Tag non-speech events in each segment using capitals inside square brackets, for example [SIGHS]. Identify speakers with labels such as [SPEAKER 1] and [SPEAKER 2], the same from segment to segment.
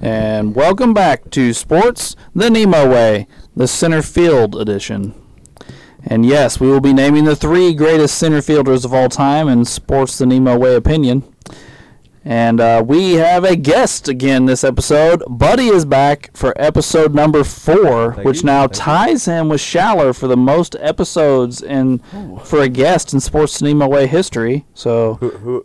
[SPEAKER 1] And welcome back to Sports the Nemo Way, the center field edition. And yes, we will be naming the three greatest center fielders of all time in Sports the Nemo Way opinion. And uh, we have a guest again this episode. Buddy is back for episode number four,
[SPEAKER 2] Thank
[SPEAKER 1] which
[SPEAKER 2] you.
[SPEAKER 1] now
[SPEAKER 2] Thank you.
[SPEAKER 1] ties him with Shallow for the most episodes in for a guest in Sports the Nemo Way history.
[SPEAKER 2] [LAUGHS]
[SPEAKER 1] So
[SPEAKER 2] Who, who,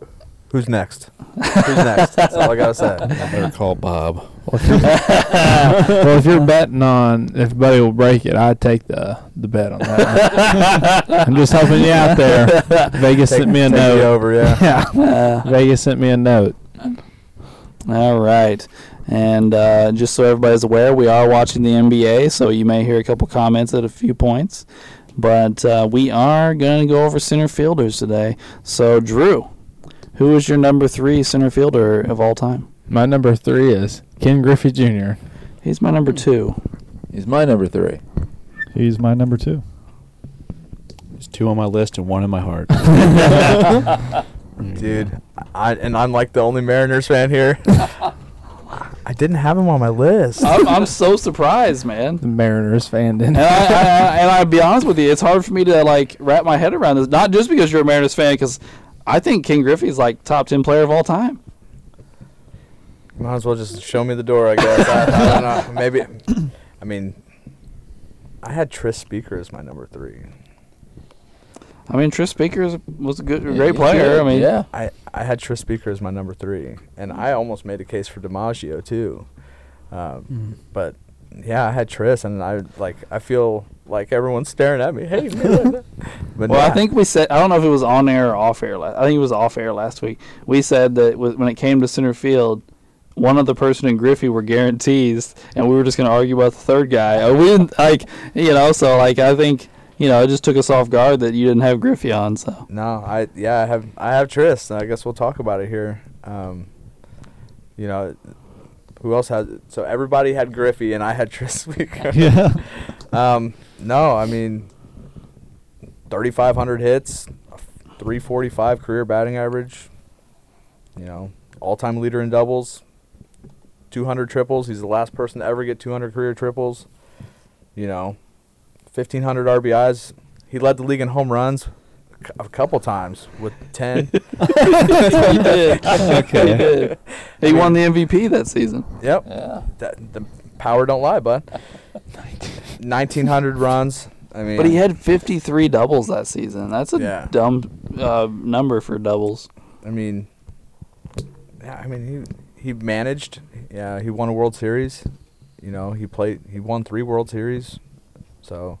[SPEAKER 2] who's next? Who's next? That's all I gotta say.
[SPEAKER 3] Better call Bob.
[SPEAKER 1] [LAUGHS]
[SPEAKER 4] well, if you're betting on if Buddy will break it, I'd take the the bet on that. one. I'm just helping you
[SPEAKER 1] [LAUGHS]
[SPEAKER 4] out there. Vegas
[SPEAKER 2] Take,
[SPEAKER 4] sent me a
[SPEAKER 2] take me
[SPEAKER 4] note.
[SPEAKER 2] over, yeah.
[SPEAKER 4] [LAUGHS]
[SPEAKER 1] Uh.
[SPEAKER 4] Yeah, Vegas sent me a note.
[SPEAKER 1] All right. And uh, just so everybody's aware, we are watching the NBA, so you may hear a couple comments at a few points. But uh, we are going to go over center fielders today. So, Drew, who is your number three center fielder of all time?
[SPEAKER 4] My number three is Ken Griffey Jr.
[SPEAKER 1] He's my number two. [LAUGHS]
[SPEAKER 3] He's my number three.
[SPEAKER 5] He's my number two.
[SPEAKER 3] There's two on my list and one in
[SPEAKER 1] [LAUGHS]
[SPEAKER 4] [LAUGHS]
[SPEAKER 3] my heart. Mm.
[SPEAKER 2] Dude, I, and I'm like the only Mariners fan here. I didn't have him on my list.
[SPEAKER 1] I'm, I'm so surprised, man.
[SPEAKER 4] The Mariners fan
[SPEAKER 1] And
[SPEAKER 4] didn't.
[SPEAKER 1] I, I, I and I'll be honest with you, it's hard for me to like wrap my head around this. Not just because you're a Mariners fan, because I think King Griffey's like top ten player of all time.
[SPEAKER 2] Might as well just show me the door, I guess. I, I don't know. Maybe. I mean, I had Tris Speaker as my number three.
[SPEAKER 1] I mean, Tris Speaker is- was a good,
[SPEAKER 3] Yeah,
[SPEAKER 1] great
[SPEAKER 3] he's
[SPEAKER 1] player.
[SPEAKER 3] good,
[SPEAKER 1] I mean,
[SPEAKER 3] yeah.
[SPEAKER 2] I, I had Tris Speaker as my number three, and I almost made a case for DiMaggio too.
[SPEAKER 4] Mm.
[SPEAKER 5] Mm.
[SPEAKER 4] [LAUGHS]
[SPEAKER 2] Um, But yeah, I had Tris, and I like I feel like everyone's staring at me.
[SPEAKER 1] [LAUGHS]
[SPEAKER 2] Hey, man. but
[SPEAKER 1] Well, I
[SPEAKER 2] nah.
[SPEAKER 1] think we said I don't know if it was on air or off air. Last, I think it was off air last week. We said that wa- when it came to center field, one other person and Griffey were guarantees, and we were just going to argue about the third guy. Uh, We didn't like you know, so like I think you know it just took us off guard that you didn't have Griffey on.
[SPEAKER 2] [LAUGHS]
[SPEAKER 1] So
[SPEAKER 2] No, I yeah, I have I have Tris. and I guess we'll talk about it here. Um, you know, who else has? So everybody had Griffey, and I had
[SPEAKER 1] [LAUGHS]
[SPEAKER 2] Tris [LAUGHS] Speaker.
[SPEAKER 5] Yeah.
[SPEAKER 2] Um, no, I mean, 3,500 hits, 345 career batting average, you know, all time leader in doubles, 200 triples. He's the last person to ever get 200 career triples, you know, 1,500 RBIs. He led the league in home runs c- a couple times with
[SPEAKER 1] [LAUGHS]
[SPEAKER 2] 10.
[SPEAKER 1] he did. He
[SPEAKER 5] Okay.
[SPEAKER 1] did. He won the MVP that season.
[SPEAKER 2] Yep. That, the power don't lie, bud. 1,900 runs. I mean,
[SPEAKER 1] But he had 53 doubles that season. That's a
[SPEAKER 2] Yeah.
[SPEAKER 1] dumb uh, number for doubles.
[SPEAKER 2] I mean, yeah, I mean he he managed. Yeah, he won a World Series. You know, he played. He won three World Series. So,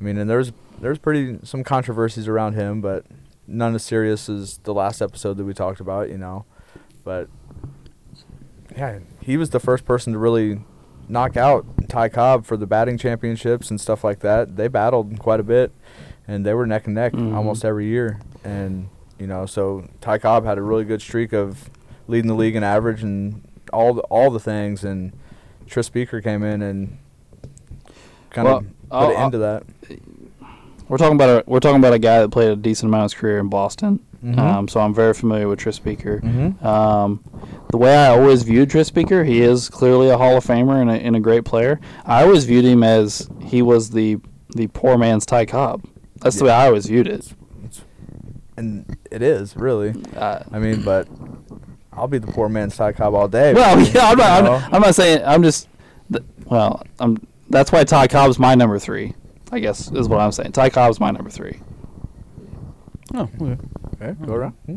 [SPEAKER 2] I mean, and there's there's pretty some controversies around him, but none as serious as the last episode that we talked about. You know, but yeah, he was the first person to really knock out Ty Cobb for the batting championships and stuff like that. They battled quite a bit, and they were neck and neck
[SPEAKER 1] Mhm.
[SPEAKER 2] almost every year. And you know, so Ty Cobb had a really good streak of leading the league in average and all the, all the things. And Tris Speaker came in and kind
[SPEAKER 1] Well, oh,
[SPEAKER 2] of put
[SPEAKER 1] I'll-
[SPEAKER 2] an end to that.
[SPEAKER 1] We're talking about a, we're talking about a guy that played a decent amount of his career in Boston.
[SPEAKER 2] Mhm.
[SPEAKER 1] Um, so I'm very familiar with Tris Speaker.
[SPEAKER 2] Mm-hmm.
[SPEAKER 1] Um, the way I always viewed Tris Speaker, he is clearly a Hall of Famer and a, and a great player. I always viewed him as he was the the poor man's Ty Cobb. That's the way I always viewed it.
[SPEAKER 2] And it is really.
[SPEAKER 1] Uh,
[SPEAKER 2] I mean, but I'll be the poor man's Ty Cobb all day. [LAUGHS]
[SPEAKER 1] well, [LAUGHS]
[SPEAKER 2] but,
[SPEAKER 1] yeah, I'm not, I'm,
[SPEAKER 2] you
[SPEAKER 1] not- I'm not saying I'm just. Th- well, I'm. That's why Ty Cobb's my number three. I guess is what I'm saying. Ty Cobb's my number three.
[SPEAKER 5] Oh, okay.
[SPEAKER 2] know. Okay, go around. Hmm?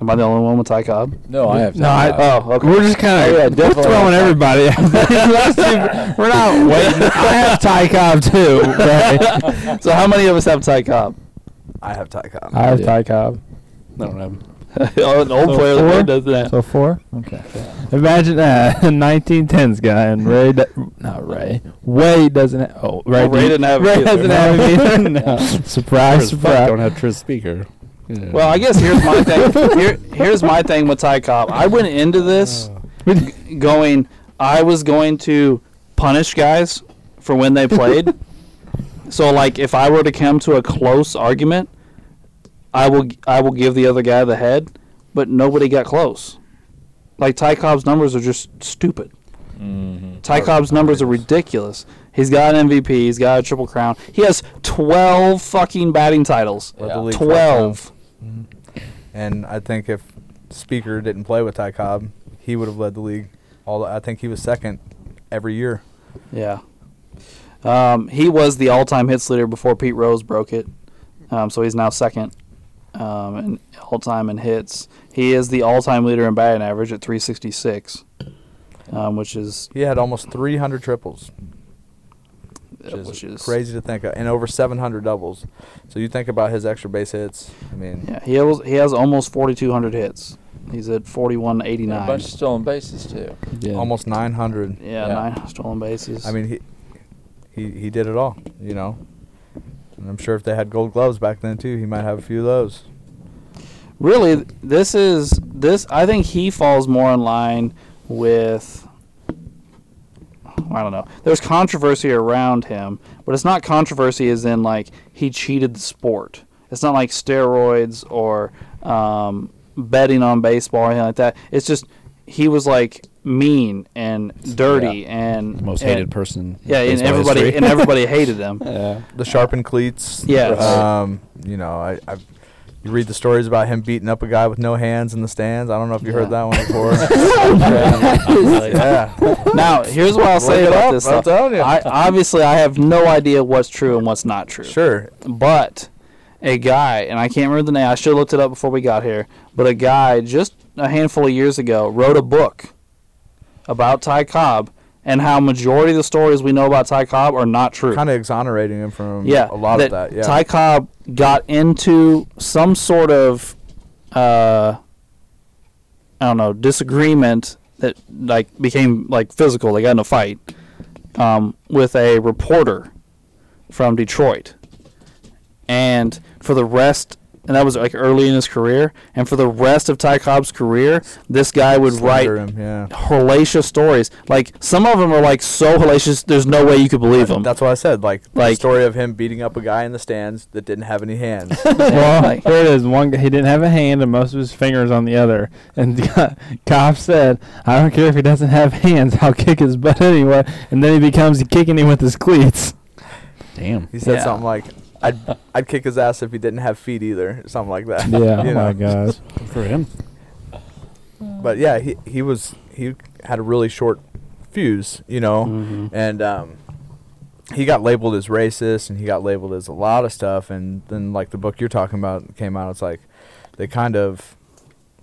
[SPEAKER 1] Am I the only one with Ty Cobb?
[SPEAKER 3] No, I have
[SPEAKER 4] No, I-
[SPEAKER 3] Ty.
[SPEAKER 1] Oh, okay.
[SPEAKER 4] We're just kind
[SPEAKER 3] Oh, yeah,
[SPEAKER 4] of we're
[SPEAKER 3] definitely.
[SPEAKER 1] [LAUGHS]
[SPEAKER 4] throwing everybody. out. [LAUGHS] we're not waiting. I have Ty Cobb too.
[SPEAKER 1] [LAUGHS]
[SPEAKER 4] but
[SPEAKER 1] so how many of us have Ty [LAUGHS] Cobb?
[SPEAKER 2] I have Ty Cobb.
[SPEAKER 4] I have
[SPEAKER 3] Yeah.
[SPEAKER 4] Ty Cobb.
[SPEAKER 3] I don't have
[SPEAKER 1] Oh, An old
[SPEAKER 4] So
[SPEAKER 1] player that
[SPEAKER 4] four?
[SPEAKER 1] does that.
[SPEAKER 4] So four. Imagine [LAUGHS] that a 1910s guy and Ray, do- not Ray, Wade doesn't. Ha- oh, Ray,
[SPEAKER 1] Well, Ray
[SPEAKER 4] didn't-
[SPEAKER 1] didn't have it
[SPEAKER 4] Ray
[SPEAKER 1] either.
[SPEAKER 4] doesn't have it either.
[SPEAKER 1] [LAUGHS]
[SPEAKER 3] [LAUGHS]
[SPEAKER 4] No. surprise,
[SPEAKER 3] Chris Buck
[SPEAKER 4] surprise.
[SPEAKER 3] don't have Tris Speaker. Yeah.
[SPEAKER 1] Well, I guess here's my
[SPEAKER 4] [LAUGHS]
[SPEAKER 1] thing. Here, here's my thing with Ty Cobb. I went into this g- going, I was going to punish guys for when they [LAUGHS] played. so, like, if I were to come to a close argument, I will, I will give the other guy the head. But nobody got close. Like Ty Cobb's numbers are just stupid.
[SPEAKER 6] Mm-hmm.
[SPEAKER 1] Ty Cobb's numbers are ridiculous. He's got an MVP. He's got a triple crown. He has twelve fucking batting titles.
[SPEAKER 2] Led the
[SPEAKER 6] Yeah.
[SPEAKER 2] league for
[SPEAKER 1] Twelve.
[SPEAKER 2] Mhm. And I think if Speaker didn't play with Ty Cobb, he would have led the league. All I think he was second every year.
[SPEAKER 1] Yeah. Um, he was the all-time hits leader before Pete Rose broke it, um, so he's now second um, in all-time in hits. He is the all-time leader in batting average at 366, um, which is
[SPEAKER 2] He had almost 300 triples,
[SPEAKER 1] which is, which is
[SPEAKER 2] crazy to think of, and over 700 doubles. So you think about his extra base hits. I mean,
[SPEAKER 1] Yeah, he has, he has almost 4,200 hits. He's at 4189.
[SPEAKER 6] A bunch of stolen bases too.
[SPEAKER 3] Yeah.
[SPEAKER 2] almost 900.
[SPEAKER 1] yeah,
[SPEAKER 6] yeah.
[SPEAKER 1] nine stolen bases.
[SPEAKER 2] I mean, he he he did it all. You know. And I'm sure if they had gold gloves back then too, he might have a few of those.
[SPEAKER 1] really th- this is this i think he falls more in line with i don't know there's controversy around him but it's not controversy as in like he cheated the sport it's not like steroids or um, betting on baseball or anything like that it's just he was like mean and dirty and
[SPEAKER 3] Most
[SPEAKER 1] and-
[SPEAKER 3] hated person. in
[SPEAKER 1] yeah and
[SPEAKER 3] baseball
[SPEAKER 1] everybody
[SPEAKER 3] history.
[SPEAKER 1] and everybody hated him
[SPEAKER 3] [LAUGHS] yeah.
[SPEAKER 2] The sharpened cleats.
[SPEAKER 1] Yes.
[SPEAKER 2] Um, you know, I, I you read the stories about him beating up a guy with no hands in the stands. I don't know if you heard that
[SPEAKER 1] Yeah.
[SPEAKER 2] one
[SPEAKER 1] [LAUGHS]
[SPEAKER 2] before.
[SPEAKER 6] yeah.
[SPEAKER 1] now here's what i'll say
[SPEAKER 2] Look it
[SPEAKER 1] about
[SPEAKER 2] up,
[SPEAKER 1] this
[SPEAKER 2] I'm
[SPEAKER 1] stuff.
[SPEAKER 2] telling you.
[SPEAKER 1] I, obviously i have no idea what's true and what's not true
[SPEAKER 2] Sure.
[SPEAKER 1] but a guy, and I can't remember the name. I should have looked it up before we got here. But a guy just a handful of years ago wrote a book about Ty Cobb and how majority of the stories we know about Ty Cobb are not true.
[SPEAKER 2] Kind of exonerating him from
[SPEAKER 1] yeah,
[SPEAKER 2] a lot of that. Yeah.
[SPEAKER 1] Ty Cobb got into some sort of, uh, I don't know, disagreement that like became like physical. They got in a fight um, with a reporter from Detroit, and for the rest. And that was like early in his career, and for the rest of Ty Cobb's career, this guy would write
[SPEAKER 2] Slander him, yeah.
[SPEAKER 1] hellacious stories. Like some of them are like so hellacious, there's no way you could believe them.
[SPEAKER 2] That's what I said. Like, the
[SPEAKER 1] Like-
[SPEAKER 2] story of him beating up a guy in the stands that didn't have any hands.
[SPEAKER 1] [LAUGHS]
[SPEAKER 4] well, here it is. One guy, he didn't have a hand, and most of his fingers on the other. And [LAUGHS] Cobb said, "I don't care if he doesn't have hands. I'll kick his butt anyway." And then he becomes kicking him with his cleats.
[SPEAKER 3] Damn.
[SPEAKER 2] He said
[SPEAKER 1] Yeah.
[SPEAKER 2] something like, "I'd I'd kick his ass if he didn't have feet either," something like that.
[SPEAKER 4] Yeah.
[SPEAKER 2] [LAUGHS]
[SPEAKER 5] Oh
[SPEAKER 2] You know?
[SPEAKER 5] my gosh.
[SPEAKER 3] Good for him.
[SPEAKER 2] But yeah, he he was he had a really short fuse, you know,
[SPEAKER 1] Mhm.
[SPEAKER 2] and um, he got labeled as racist and he got labeled as a lot of stuff. And then like the book you're talking about came out, it's like they kind of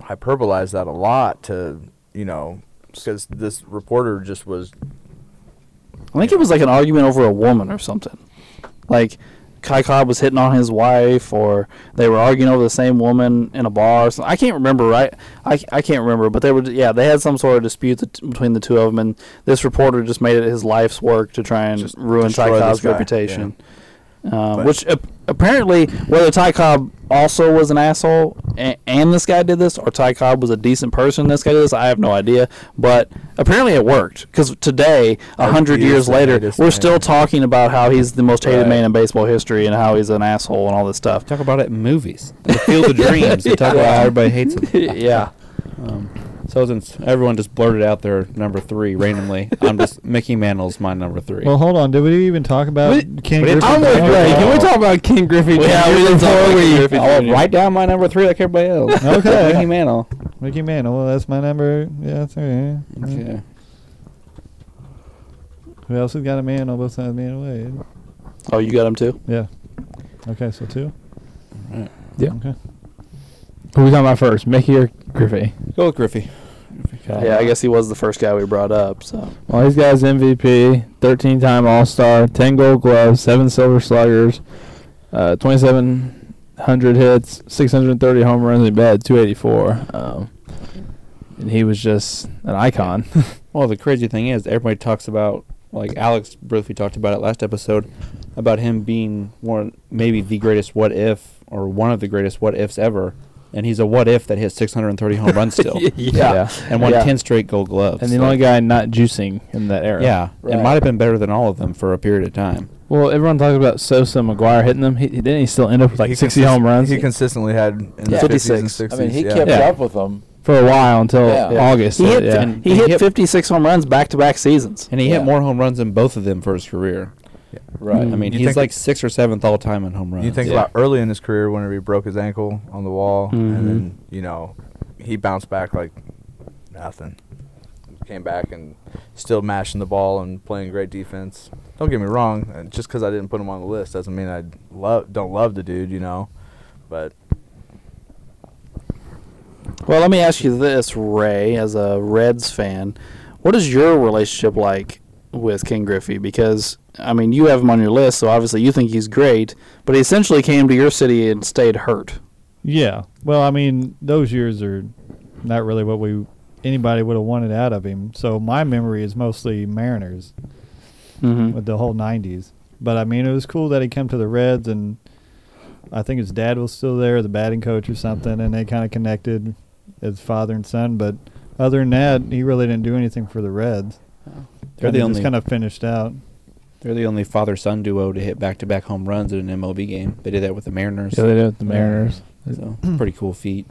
[SPEAKER 2] hyperbolized that a lot to you know because this reporter just was
[SPEAKER 1] I think it was like an argument over a woman or something. Like Kai Cobb was hitting on his wife, or they were arguing over the same woman in a bar. Or something. I can't remember. Right? I, I can't remember. But they were yeah they had some sort of dispute that, between the two of them, and this reporter just made it his life's work to try and
[SPEAKER 2] Just
[SPEAKER 1] ruin Ty
[SPEAKER 2] destroy this
[SPEAKER 1] Cobb's
[SPEAKER 2] guy,
[SPEAKER 1] reputation. Um,
[SPEAKER 2] But-
[SPEAKER 1] which ap- apparently, whether Ty Cobb also was an asshole and, and this guy did this, or Ty Cobb was a decent person, and this guy did this, I have no idea. But apparently, it worked because today, a
[SPEAKER 2] Like,
[SPEAKER 1] hundred
[SPEAKER 2] he is
[SPEAKER 1] years
[SPEAKER 2] the
[SPEAKER 1] later,
[SPEAKER 2] greatest
[SPEAKER 1] we're
[SPEAKER 2] man.
[SPEAKER 1] still talking about how he's the most hated
[SPEAKER 2] Right.
[SPEAKER 1] man in baseball history and how he's an asshole and all this
[SPEAKER 2] [LAUGHS]
[SPEAKER 1] stuff. [LAUGHS]
[SPEAKER 3] Talk about it in movies. The Field [LAUGHS] of Dreams. They talk about how everybody hates [LAUGHS] it.
[SPEAKER 1] yeah,
[SPEAKER 3] Um, so since everyone just blurted out their number three randomly, I'm [LAUGHS] just Mickey Mantle's my number three.
[SPEAKER 5] Well, hold on. Did we even talk about
[SPEAKER 3] We-
[SPEAKER 5] Ken
[SPEAKER 3] we didn't
[SPEAKER 5] Griffey?
[SPEAKER 3] talk
[SPEAKER 4] I'm with
[SPEAKER 3] about
[SPEAKER 4] Ray.
[SPEAKER 3] Ken
[SPEAKER 4] Can we
[SPEAKER 3] Griffey.
[SPEAKER 4] talk about King Griffey? Jr.
[SPEAKER 3] before we
[SPEAKER 1] Griffey
[SPEAKER 3] I'll
[SPEAKER 1] Jr.
[SPEAKER 3] write down my number three like everybody else.
[SPEAKER 5] Okay.
[SPEAKER 3] [LAUGHS] Mickey Mantle.
[SPEAKER 5] Mickey Mantle. Well, that's my number. Yeah, that's all right.
[SPEAKER 3] Okay.
[SPEAKER 5] Who else has got a man on both sides of Mantle Wade?
[SPEAKER 1] Oh, you got him too.
[SPEAKER 5] Yeah. Okay, so two.
[SPEAKER 3] Alright.
[SPEAKER 4] Yeah.
[SPEAKER 5] Okay.
[SPEAKER 4] Who we talking about first, Mickey or Griffey?
[SPEAKER 3] Go with Griffey.
[SPEAKER 1] Yeah, I guess he was the first guy we brought up. So
[SPEAKER 4] Well, he's got his MVP, 13 time All Star, 10 gold gloves, 7 silver sluggers, uh, 2,700 hits, 630 home runs, and he batted 284. Um, and he was just an icon. [LAUGHS]
[SPEAKER 3] Well, the crazy thing is, everybody talks about like Alex briefly talked about it last episode about him being one, maybe the greatest what if or one of the greatest what ifs ever, and he's a what if that hit 630 home runs still and won
[SPEAKER 1] Yeah.
[SPEAKER 3] 10 straight Gold Gloves.
[SPEAKER 4] And the
[SPEAKER 3] So-
[SPEAKER 4] only guy not juicing in that era.
[SPEAKER 3] Yeah, it
[SPEAKER 1] Right.
[SPEAKER 3] might have been better than all of them for a period of time.
[SPEAKER 4] Well, everyone talks about Sosa and McGuire hitting them. He, he- didn't he still end up with like
[SPEAKER 2] he
[SPEAKER 4] 60
[SPEAKER 2] consis-
[SPEAKER 4] home runs?
[SPEAKER 2] He consistently had in
[SPEAKER 1] Yeah.
[SPEAKER 2] the 50s and
[SPEAKER 1] 56.
[SPEAKER 2] 60s.
[SPEAKER 6] I mean, he
[SPEAKER 2] yeah.
[SPEAKER 6] kept
[SPEAKER 4] Yeah.
[SPEAKER 6] up with them.
[SPEAKER 4] for a while until
[SPEAKER 6] Yeah. Yeah.
[SPEAKER 4] August.
[SPEAKER 1] He
[SPEAKER 4] uh,
[SPEAKER 1] hit,
[SPEAKER 4] yeah.
[SPEAKER 1] he hit 56 home runs back to back seasons.
[SPEAKER 3] And he
[SPEAKER 6] Yeah.
[SPEAKER 3] hit more home runs than both of them for his career.
[SPEAKER 6] Right.
[SPEAKER 3] I mean,
[SPEAKER 2] You
[SPEAKER 3] he's
[SPEAKER 2] think-
[SPEAKER 3] like sixth or seventh all time in home runs.
[SPEAKER 2] You think
[SPEAKER 6] Yeah.
[SPEAKER 2] about early in his career whenever he broke his ankle on the wall,
[SPEAKER 1] Mhm.
[SPEAKER 4] Mm-hmm.
[SPEAKER 2] and then you know he bounced back like nothing. Came back and still mashing the ball and playing great defense. Don't get me wrong. uh, Just because I didn't put him on the list doesn't mean I love don't love the dude. You know, but
[SPEAKER 1] Well, let me ask you this, Ray, as a Reds fan, what is your relationship like with King Griffey? Because I mean, you have him on your list, so obviously you think he's great. But he essentially came to your city and stayed hurt.
[SPEAKER 5] Yeah. Well, I mean, those years are not really what we anybody would have wanted out of him. So my memory is mostly Mariners
[SPEAKER 1] Mm-hmm.
[SPEAKER 5] with the whole '90s. But I mean, it was cool that he came to the Reds, and I think his dad was still there, the batting coach or something, and they kind of connected as father and son. But other than that, he really didn't do anything for the Reds.
[SPEAKER 3] they're the
[SPEAKER 5] Kinda
[SPEAKER 3] only
[SPEAKER 5] just kind of finished out.
[SPEAKER 3] they're the only father son duo to hit back to back home runs in an MLB game. They did that with the Mariners.
[SPEAKER 4] Yeah, they did with the Mariners.
[SPEAKER 3] so [CLEARS THROAT] pretty cool feat.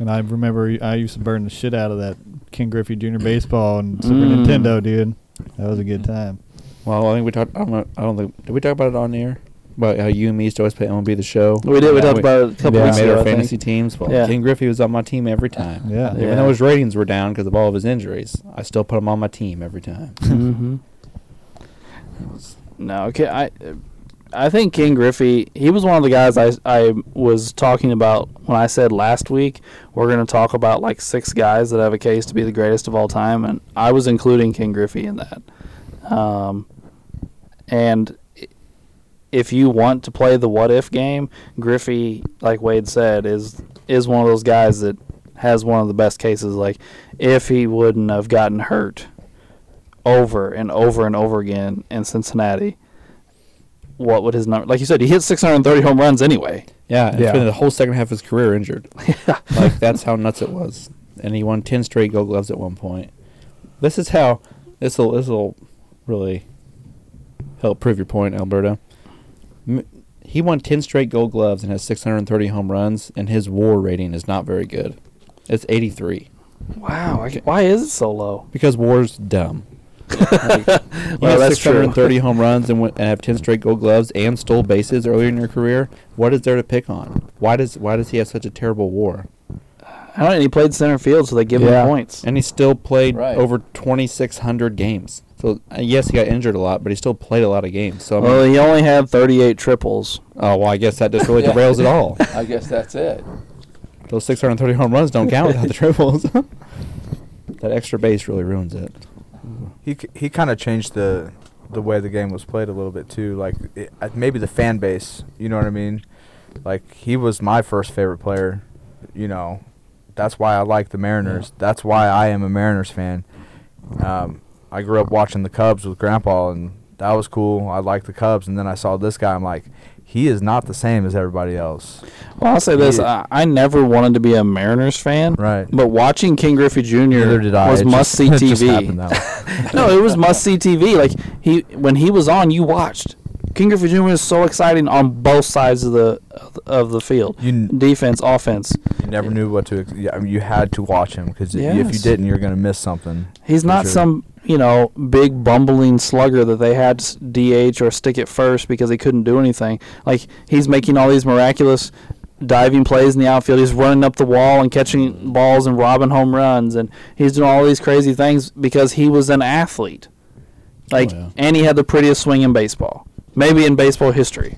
[SPEAKER 5] And I remember I used to burn the shit out of that King Griffey [COUGHS] Jr. baseball and Super
[SPEAKER 1] Mm.
[SPEAKER 5] Nintendo, dude. That was a good time.
[SPEAKER 3] Well, I think we talked. I don't, know- I don't think did we talk about it on air about how you and me used to always play MLB the show.
[SPEAKER 1] We did. we
[SPEAKER 3] Yeah,
[SPEAKER 1] talked about it a couple
[SPEAKER 3] we
[SPEAKER 1] weeks
[SPEAKER 3] made
[SPEAKER 1] ago.
[SPEAKER 3] our
[SPEAKER 1] I think.
[SPEAKER 3] fantasy teams. Well,
[SPEAKER 1] Yeah.
[SPEAKER 3] King Griffey was on my team every time.
[SPEAKER 5] Yeah.
[SPEAKER 3] Even
[SPEAKER 1] Yeah.
[SPEAKER 3] though his ratings were down because of all of his injuries, I still put him on my team every time.
[SPEAKER 1] hmm No, okay. I I think King Griffey. He was one of the guys I I was talking about when I said last week we're going to talk about like six guys that have a case to be the greatest of all time, and I was including King Griffey in that. Um, and i- if you want to play the what if game, Griffey, like Wade said, is is one of those guys that has one of the best cases. Like if he wouldn't have gotten hurt over and over and over again in Cincinnati, what would his number? Like you said, he hit 630 home runs anyway.
[SPEAKER 3] Yeah, and
[SPEAKER 4] Yeah.
[SPEAKER 3] spent the whole second half of his career injured. like that's how nuts it was. And he won ten straight Gold Gloves at one point. This is how this will this will really help prove your point, Alberto. M- He won ten straight Gold Gloves and has 630 home runs, and his WAR rating is not very good. It's 83
[SPEAKER 1] Wow, I, why is it so low?
[SPEAKER 3] because WAR's dumb. [LAUGHS] Like, you
[SPEAKER 1] Well,
[SPEAKER 3] have
[SPEAKER 1] that's true.
[SPEAKER 3] 630 home runs and, went, and have 10 straight Gold Gloves and stole bases earlier in your career. What is there to pick on? Why does why does he have such a terrible WAR?
[SPEAKER 1] I don't. And he played center field, so they give
[SPEAKER 4] Yeah.
[SPEAKER 1] him points.
[SPEAKER 3] And he still played
[SPEAKER 6] Right.
[SPEAKER 3] over 2,600 games. So, uh, yes, he got injured a lot, but he still played a lot of games. So, I mean,
[SPEAKER 1] Well, he only had 38 triples.
[SPEAKER 3] oh, well, I guess that just really
[SPEAKER 6] [LAUGHS] Yeah.
[SPEAKER 3] derails it all.
[SPEAKER 6] I guess that's it.
[SPEAKER 3] Those 630 home runs don't count without the triples. [LAUGHS] that extra base really ruins it.
[SPEAKER 2] he k- he kind of changed the the way the game was played a little bit too. Like it, uh, maybe the fan base, you know what I mean? Like he was my first favorite player. You know, that's why I like the Mariners. That's why I am a Mariners fan. Um, I grew up watching the Cubs with Grandpa, and that was cool. I liked the Cubs, and then I saw this guy. I'm like, he is not the same as everybody else.
[SPEAKER 1] Well, I'll say this:
[SPEAKER 2] Yeah.
[SPEAKER 1] I, I never wanted to be a Mariners fan,
[SPEAKER 2] Right.
[SPEAKER 1] But watching King Griffey Jr.
[SPEAKER 2] Neither did I.
[SPEAKER 1] was
[SPEAKER 2] It
[SPEAKER 1] must
[SPEAKER 2] just-
[SPEAKER 1] see
[SPEAKER 2] [LAUGHS] it just
[SPEAKER 1] TV.
[SPEAKER 2] happened that way.
[SPEAKER 1] no, it was must see TV. Like he, when he was on, you watched. King Griffey Jr. was so exciting on both sides of the of the- of the field,
[SPEAKER 2] You kn-
[SPEAKER 1] defense, offense.
[SPEAKER 2] You never knew what to. ex- Yeah, I mean, you had to watch him because if you
[SPEAKER 1] Yes.
[SPEAKER 2] didn't, you're gonna miss something.
[SPEAKER 1] He's
[SPEAKER 2] for
[SPEAKER 1] not
[SPEAKER 2] sure.
[SPEAKER 1] some you know big bumbling slugger that they had s- DH or stick at first because he couldn't do anything. Like he's making all these miraculous diving plays in the outfield. He's running up the wall and catching balls and robbing home runs, and he's doing all these crazy things because he was an athlete. Like,
[SPEAKER 3] Oh, yeah.
[SPEAKER 1] and he had the prettiest swing in baseball, maybe in baseball history.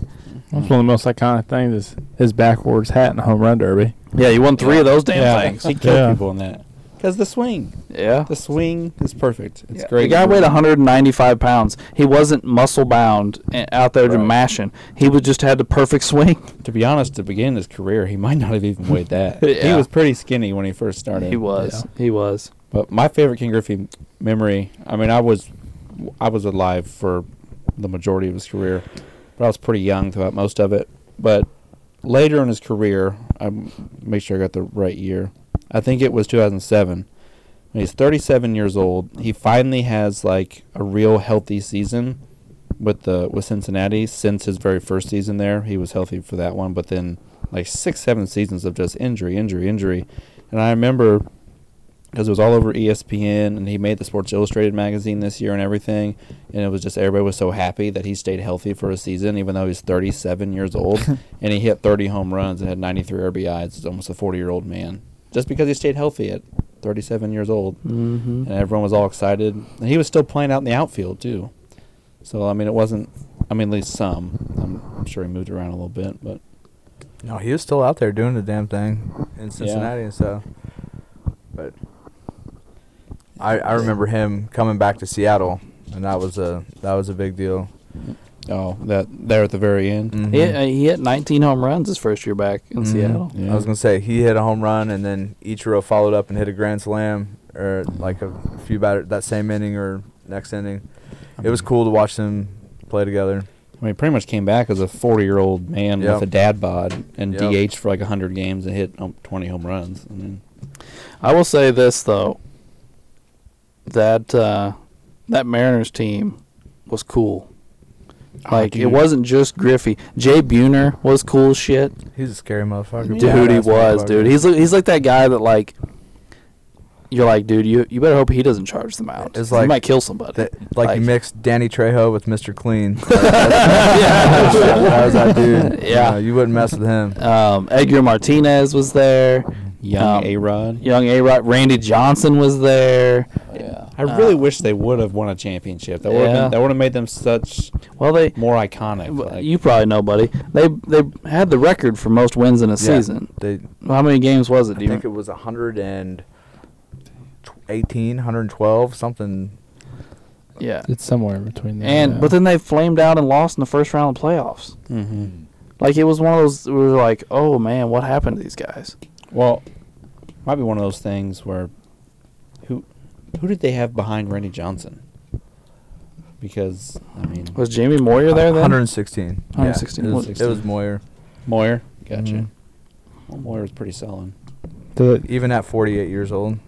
[SPEAKER 4] That's one of the most iconic things is his backwards hat in the home run derby.
[SPEAKER 1] Yeah, he won three of those damn
[SPEAKER 3] Yeah,
[SPEAKER 1] things.
[SPEAKER 3] He killed
[SPEAKER 5] Yeah.
[SPEAKER 3] people in that. Because the swing.
[SPEAKER 1] Yeah.
[SPEAKER 3] The swing is perfect. It's
[SPEAKER 1] Yeah,
[SPEAKER 3] great.
[SPEAKER 1] The guy weighed
[SPEAKER 3] for-
[SPEAKER 1] 195 pounds. He wasn't muscle bound a- out there to
[SPEAKER 6] Right.
[SPEAKER 1] mashing. He was just had the perfect swing.
[SPEAKER 3] To be honest, to begin his career, he might not have even weighed [LAUGHS] that. He
[SPEAKER 1] Yeah.
[SPEAKER 3] was pretty skinny when he first started.
[SPEAKER 1] He was. He was.
[SPEAKER 3] But my favorite King Griffey m- memory, I mean, I was, I was alive for the majority of his career, but I was pretty young throughout most of it. But later in his career, I make sure I got the right year. I think it was 2007. When he's 37 years old, he finally has like a real healthy season with the with Cincinnati since his very first season there. He was healthy for that one, but then like six, seven seasons of just injury, injury, injury. And I remember because it was all over E ESPN, and he made the Sports Illustrated magazine this year and everything. And it was just everybody was so happy that he stayed healthy for a season, even though he's 37 years old, and he hit 30 home runs and had 93 RBIs. It's almost a 40 year old man, just because he stayed healthy at 37 years old
[SPEAKER 1] Mm-hmm.
[SPEAKER 3] and everyone was all excited. And he was still playing out in the outfield too. So I mean, it wasn't. I mean, at least some. I'm, I'm sure he moved around a little bit, but
[SPEAKER 2] No, he was still out there doing the damn thing in Cincinnati and stuff. But I I remember him coming back to Seattle, and that was a that was a big deal.
[SPEAKER 3] oh, that there at the very end.
[SPEAKER 2] Mhm.
[SPEAKER 1] He, hit, uh, he hit 19 home runs his first year back in
[SPEAKER 2] Mhm.
[SPEAKER 1] Seattle.
[SPEAKER 3] Yeah.
[SPEAKER 2] I was gonna say he hit a home run, and then Ichiro followed up and hit a grand slam, or like a few batter that same inning or next inning. It
[SPEAKER 1] Mm-hmm.
[SPEAKER 2] was cool to watch them play together.
[SPEAKER 3] I mean, pretty much came back as a 40 year old man
[SPEAKER 2] Yep.
[SPEAKER 3] with a dad bod and
[SPEAKER 2] Yep.
[SPEAKER 3] DH for like 100 games and hit um, 20 home runs. I mean,
[SPEAKER 1] I will say this though, that uh, that Mariners team was cool. Like it
[SPEAKER 3] dude.
[SPEAKER 1] wasn't just Griffey. Jay Buhner was cool as shit.
[SPEAKER 2] He's a scary motherfucker.
[SPEAKER 1] Dude, he
[SPEAKER 2] Badass
[SPEAKER 1] was,
[SPEAKER 2] motherfucker.
[SPEAKER 1] dude. He's li- he's like that guy that like you're like, dude, you you better hope he doesn't charge them out.
[SPEAKER 2] It's
[SPEAKER 1] he
[SPEAKER 2] like
[SPEAKER 1] might kill somebody.
[SPEAKER 2] That- like,
[SPEAKER 1] Like-
[SPEAKER 2] you mixed Danny Trejo with Mr.
[SPEAKER 1] [LAUGHS]
[SPEAKER 2] Clean. Like,
[SPEAKER 1] Yeah.
[SPEAKER 2] that was that dude.
[SPEAKER 1] Yeah.
[SPEAKER 2] No, you wouldn't mess with him.
[SPEAKER 1] um, Edgar Martinez was there.
[SPEAKER 3] young
[SPEAKER 1] Um,
[SPEAKER 3] A Rod.
[SPEAKER 1] Young A Rod, Randy Johnson was there.
[SPEAKER 6] Yeah.
[SPEAKER 3] I really
[SPEAKER 1] uh,
[SPEAKER 3] wish they would have won a championship. That would have
[SPEAKER 1] Yeah.
[SPEAKER 3] been that would have made them such
[SPEAKER 1] Well, they
[SPEAKER 3] more iconic. Like,
[SPEAKER 1] you probably know, buddy. They they had the record for most wins in a season.
[SPEAKER 2] They,
[SPEAKER 1] How many games was it?
[SPEAKER 2] I
[SPEAKER 1] Do you
[SPEAKER 2] think it was 118, 112, something.
[SPEAKER 1] Yeah.
[SPEAKER 4] It's somewhere in between there.
[SPEAKER 1] And
[SPEAKER 4] yeah.
[SPEAKER 1] but then they flamed out and lost in the first round of playoffs.
[SPEAKER 3] hmm
[SPEAKER 1] Like it was one of those we were like, oh man, what happened to these guys?
[SPEAKER 3] Well, might be one of those things where who who did they have behind Randy Johnson? Because I mean
[SPEAKER 1] Was Jamie Moyer there then?
[SPEAKER 2] 116. Yeah,
[SPEAKER 1] 116.
[SPEAKER 2] it, was, it was
[SPEAKER 3] 116.
[SPEAKER 2] Moyer.
[SPEAKER 3] Moyer, gotcha.
[SPEAKER 2] Mhm.
[SPEAKER 3] Well, Moyer was pretty solid.
[SPEAKER 4] Do they-
[SPEAKER 2] Even at 48 years old.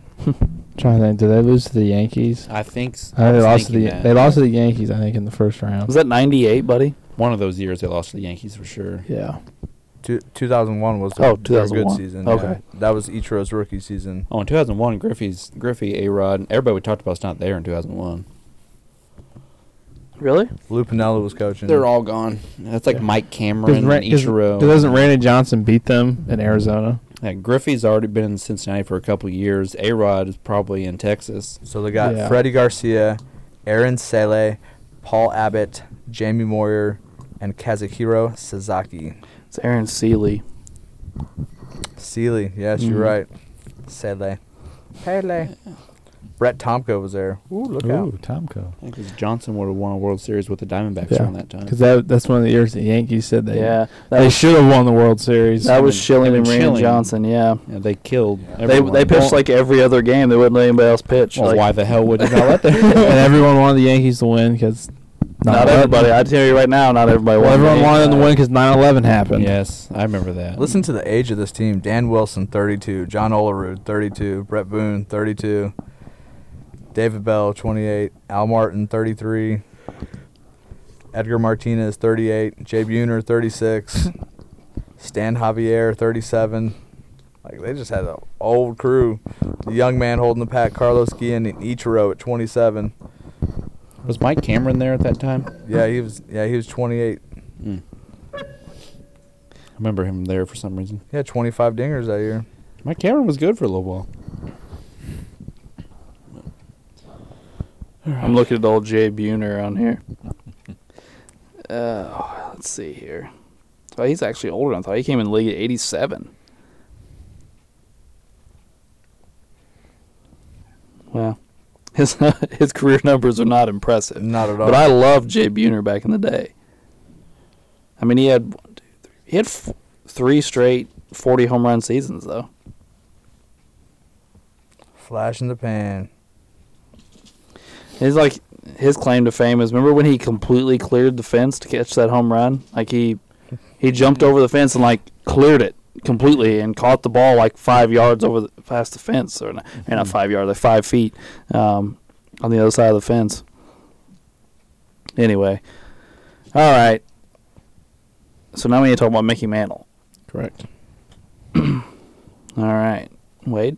[SPEAKER 4] trying to think, did they lose to the Yankees?
[SPEAKER 3] I think s-
[SPEAKER 4] Uh, they
[SPEAKER 3] was
[SPEAKER 4] lost to the
[SPEAKER 3] thinking that.
[SPEAKER 4] they lost to the Yankees, I think, in the first round.
[SPEAKER 1] Was that ninety eight, buddy?
[SPEAKER 3] one of those years. They lost to the Yankees for sure.
[SPEAKER 4] yeah,
[SPEAKER 2] Two, 2001 was the
[SPEAKER 1] Oh,
[SPEAKER 2] good
[SPEAKER 1] 2001.
[SPEAKER 2] season.
[SPEAKER 1] Okay.
[SPEAKER 2] yeah. That was Ichiro's rookie season.
[SPEAKER 3] Oh, in 2001, Griffey's Griffey, A Rod, everybody we talked about is not there in 2001.
[SPEAKER 1] Really?
[SPEAKER 2] Lou Pinella was coaching.
[SPEAKER 3] They're all gone. That's like
[SPEAKER 4] Yeah.
[SPEAKER 3] Mike Cameron,
[SPEAKER 4] Ra-
[SPEAKER 3] and Ichiro.
[SPEAKER 4] doesn't Randy Johnson beat them in Arizona?
[SPEAKER 3] Yeah, Griffey's already been in Cincinnati for a couple years. A Rod is probably in Texas.
[SPEAKER 2] So they got
[SPEAKER 4] Yeah.
[SPEAKER 2] Freddie Garcia, Aaron Sele, Paul Abbott, Jamie Moyer, and Kazuhiro Sasaki.
[SPEAKER 1] It's Aaron Seeley.
[SPEAKER 2] Sealy, yes, you're right. Sele. Pele. Brett Tomko was there. Ooh, look
[SPEAKER 5] Ooh,
[SPEAKER 2] out.
[SPEAKER 5] Tomco.
[SPEAKER 3] I think it's Johnson would have won a World Series with the Diamondbacks
[SPEAKER 4] Yeah.
[SPEAKER 3] around that time.
[SPEAKER 4] Because that that's one of the years the Yankees said they
[SPEAKER 1] Yeah. That
[SPEAKER 4] they
[SPEAKER 1] was,
[SPEAKER 4] should have won the World Series.
[SPEAKER 1] that was Schilling
[SPEAKER 3] and
[SPEAKER 1] and Randy
[SPEAKER 3] Schilling.
[SPEAKER 1] Johnson, yeah.
[SPEAKER 3] Yeah, they killed.
[SPEAKER 1] They
[SPEAKER 3] everyone.
[SPEAKER 1] they pitched like every other game. They wouldn't let anybody else pitch.
[SPEAKER 3] Well,
[SPEAKER 1] like,
[SPEAKER 3] why the hell would you not let them?
[SPEAKER 4] [LAUGHS] and everyone wanted the Yankees to win because
[SPEAKER 1] not everybody. I tell you right now, not everybody.
[SPEAKER 4] Well,
[SPEAKER 1] wanted
[SPEAKER 4] everyone
[SPEAKER 1] to
[SPEAKER 4] wanted them to
[SPEAKER 1] hang
[SPEAKER 4] win because 9/11 happened.
[SPEAKER 3] yes, I remember that.
[SPEAKER 2] Listen to the age of this team. Dan Wilson, 32. John Olerud, 32. Brett Boone, 32. David Bell, 28. Al Martin, 33. Edgar Martinez, 38. Jay
[SPEAKER 1] [LAUGHS]
[SPEAKER 2] Buhner, 36. Stan Javier, 37. Like, they just had an old crew. The young man holding the pack, Carlos Guillen and Ichiro at 27.
[SPEAKER 3] Was Mike Cameron there at that time?
[SPEAKER 2] Yeah, he was. Yeah, he was 28.
[SPEAKER 3] Mm. I remember him there for some reason.
[SPEAKER 2] He had 25 dingers that year.
[SPEAKER 3] Mike Cameron was good for a little while.
[SPEAKER 1] I'm looking at old Jay Buhner on
[SPEAKER 4] [LAUGHS]
[SPEAKER 1] here. Uh, let's see here. Oh, he's actually older than I thought. He came in the league at 87. Well, [LAUGHS] his his career numbers are not impressive.
[SPEAKER 2] Not at all.
[SPEAKER 1] But I loved Jay Buhner back in the day. I mean, he had one, two, three, he had f- three straight 40 home run seasons though.
[SPEAKER 2] Flash in the pan.
[SPEAKER 1] He's like his claim to fame is remember when he completely cleared the fence to catch that home run? Like he he jumped over the fence and like cleared it completely and caught the ball like five yards over the, past the fence or not, eh, not five yards, like five feet um, on the other side of the fence. Anyway, all right. So now we need to talk about Mickey Mantle.
[SPEAKER 3] Correct.
[SPEAKER 1] All right. Wade.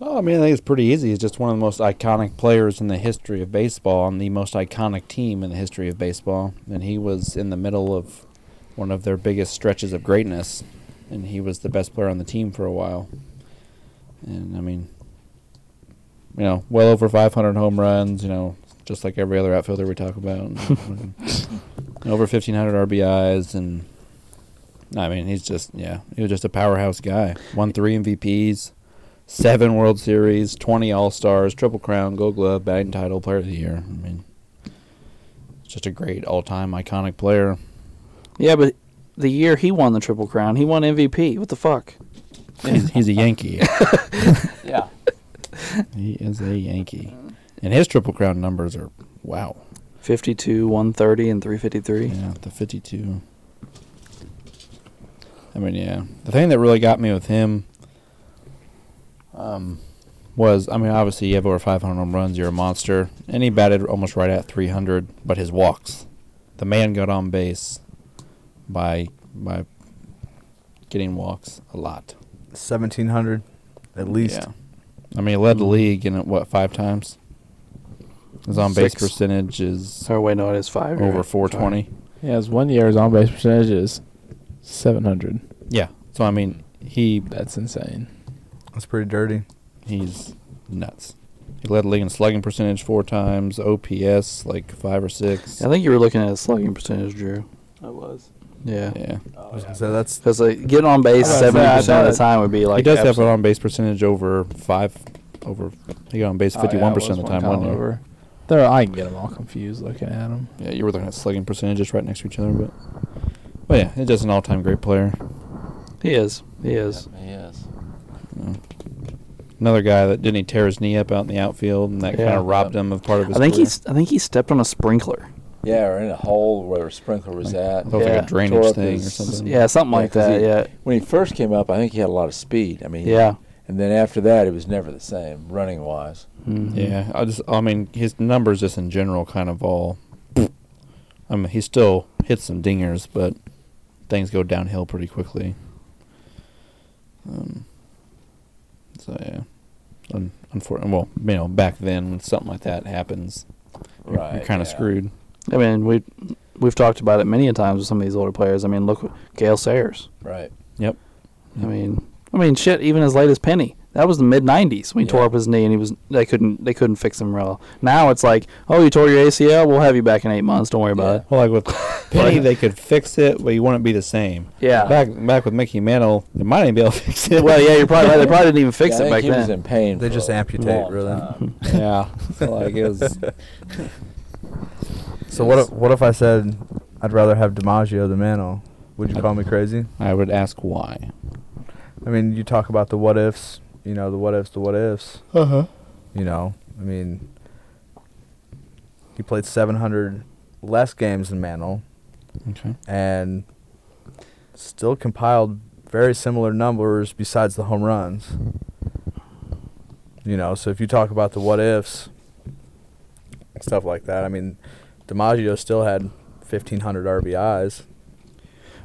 [SPEAKER 3] Oh, I mean, I think it's pretty easy. He's just one of the most iconic players in the history of baseball and the most iconic team in the history of baseball. And he was in the middle of one of their biggest stretches of greatness, and he was the best player on the team for a while. And I mean, you know, well over 500 home runs. You know, just like every other outfielder we talk about, and, and [LAUGHS] over 1,500 RBIs, and I mean, he's just yeah, he was just a powerhouse guy. Won three MVPs seven World Series, twenty All Stars, Triple Crown, Gold Glove, batting title, Player of the Year. I mean, it's just a great all-time iconic player.
[SPEAKER 1] Yeah, but the year he won the Triple Crown, he won MVP. What the fuck?
[SPEAKER 3] He's, he's a Yankee.
[SPEAKER 6] Yeah.
[SPEAKER 3] he is a Yankee, and his Triple Crown numbers are wow.
[SPEAKER 1] 52, 130, and 353.
[SPEAKER 3] Yeah, the 52. I mean, yeah. The thing that really got me with him um, was, I mean, obviously you have over 500 home runs, you're a monster. And he batted almost right at 300, but his walks. The man got on base by by getting walks a lot.
[SPEAKER 2] Seventeen hundred, at least.
[SPEAKER 3] Yeah. I mean, he led the league in what five times. His on base
[SPEAKER 1] Six.
[SPEAKER 3] percentage is
[SPEAKER 1] Oh, wait, no, it is five. You're
[SPEAKER 3] over
[SPEAKER 1] right.
[SPEAKER 3] 420.
[SPEAKER 4] Yeah, his one year his on base percentage is 700.
[SPEAKER 3] Yeah. So I mean, he
[SPEAKER 4] That's insane.
[SPEAKER 2] That's pretty dirty.
[SPEAKER 3] He's nuts. He led the league in slugging percentage four times, OPS like five or six.
[SPEAKER 1] I think you were looking at a slugging percentage, Drew.
[SPEAKER 6] I was.
[SPEAKER 1] Yeah.
[SPEAKER 3] Yeah,
[SPEAKER 6] Oh,
[SPEAKER 2] I was
[SPEAKER 6] yeah.
[SPEAKER 2] gonna say that's
[SPEAKER 1] Because like, getting on base
[SPEAKER 4] I was about to say,
[SPEAKER 1] 70%
[SPEAKER 4] I
[SPEAKER 1] of
[SPEAKER 4] thought-
[SPEAKER 1] the time would be like.
[SPEAKER 3] he does have an
[SPEAKER 1] absolute-
[SPEAKER 3] on base percentage over five, over. He got on base
[SPEAKER 4] Oh, yeah,
[SPEAKER 3] fifty one percent
[SPEAKER 4] it
[SPEAKER 3] of the
[SPEAKER 4] was
[SPEAKER 3] time
[SPEAKER 4] column
[SPEAKER 3] one year.
[SPEAKER 4] over. There, I can get them all confused looking at them.
[SPEAKER 3] Yeah, you were looking at slugging percentages right next to each other, but but yeah, he's just an all time great player.
[SPEAKER 1] He is. He is.
[SPEAKER 6] Yeah, He is.
[SPEAKER 3] you know. Another guy that didn't he tear his knee up out in the outfield, and that kind
[SPEAKER 1] Yeah.
[SPEAKER 3] of robbed him of part of his.
[SPEAKER 1] I think
[SPEAKER 3] career.
[SPEAKER 1] he's. I think he stepped on a sprinkler.
[SPEAKER 6] Yeah, or in a hole where a sprinkler was
[SPEAKER 3] I
[SPEAKER 6] at.
[SPEAKER 3] thought it was
[SPEAKER 1] Yeah.
[SPEAKER 3] like a drainage
[SPEAKER 6] Tore up
[SPEAKER 3] thing or
[SPEAKER 6] his-
[SPEAKER 3] something.
[SPEAKER 1] Yeah, something
[SPEAKER 6] Yeah,
[SPEAKER 1] like
[SPEAKER 6] 'cause
[SPEAKER 1] that.
[SPEAKER 6] he-
[SPEAKER 1] yeah.
[SPEAKER 6] When he first came up, I think he had a lot of speed. I mean,
[SPEAKER 1] Yeah.
[SPEAKER 6] And then after that, it was never the same running wise.
[SPEAKER 1] Mhm.
[SPEAKER 3] Yeah, I just I mean his numbers just in general kind of all. I mean he still hits some dingers, but things go downhill pretty quickly. Um, so yeah, Un- unfortunately, well, you know, back then when something like that happens, you're,
[SPEAKER 6] Right.
[SPEAKER 3] you're kind of
[SPEAKER 6] yeah.
[SPEAKER 3] screwed.
[SPEAKER 1] I mean, we we've talked about it many a times with some of these older players. I mean, look, what- Gale Sayers.
[SPEAKER 6] Right.
[SPEAKER 1] I mean, I mean, shit. Even as late as Penny, that was the mid '90s when he tore
[SPEAKER 6] Yeah.
[SPEAKER 1] up his knee and he was they couldn't they couldn't fix him real. Now it's like, oh, you tore your ACL. We'll have you back in eight months. Don't worry about
[SPEAKER 3] Well, like [LAUGHS] with Penny, they could fix it, but you wouldn't be the same.
[SPEAKER 1] it. Yeah.
[SPEAKER 3] Back back with Mickey Mantle, they might even be able to fix it.
[SPEAKER 1] well, yeah, you're probably right. They probably
[SPEAKER 6] [LAUGHS]
[SPEAKER 1] didn't even
[SPEAKER 6] Yeah,
[SPEAKER 1] fix it
[SPEAKER 6] I think
[SPEAKER 1] back
[SPEAKER 6] he was
[SPEAKER 1] then.
[SPEAKER 6] in pain.
[SPEAKER 2] they
[SPEAKER 6] for
[SPEAKER 2] just
[SPEAKER 6] a
[SPEAKER 2] amputate
[SPEAKER 6] long
[SPEAKER 1] [LAUGHS]
[SPEAKER 2] really.
[SPEAKER 6] time.
[SPEAKER 3] [LAUGHS] yeah. So like it [LAUGHS] was.
[SPEAKER 2] So what? If, what if I said I'd rather have DiMaggio than Mano? Would you call me crazy?
[SPEAKER 3] I would ask why.
[SPEAKER 2] I mean, you talk about the what ifs. You know, the what ifs, the what ifs.
[SPEAKER 3] Uh huh.
[SPEAKER 6] Uh-huh.
[SPEAKER 2] You know, I mean, he played 700 less games than Mantle
[SPEAKER 3] Okay.
[SPEAKER 2] and still compiled very similar numbers besides the home runs. You know, so if you talk about the what ifs, stuff like that, I mean, DiMaggio still had 1,500 RBIs.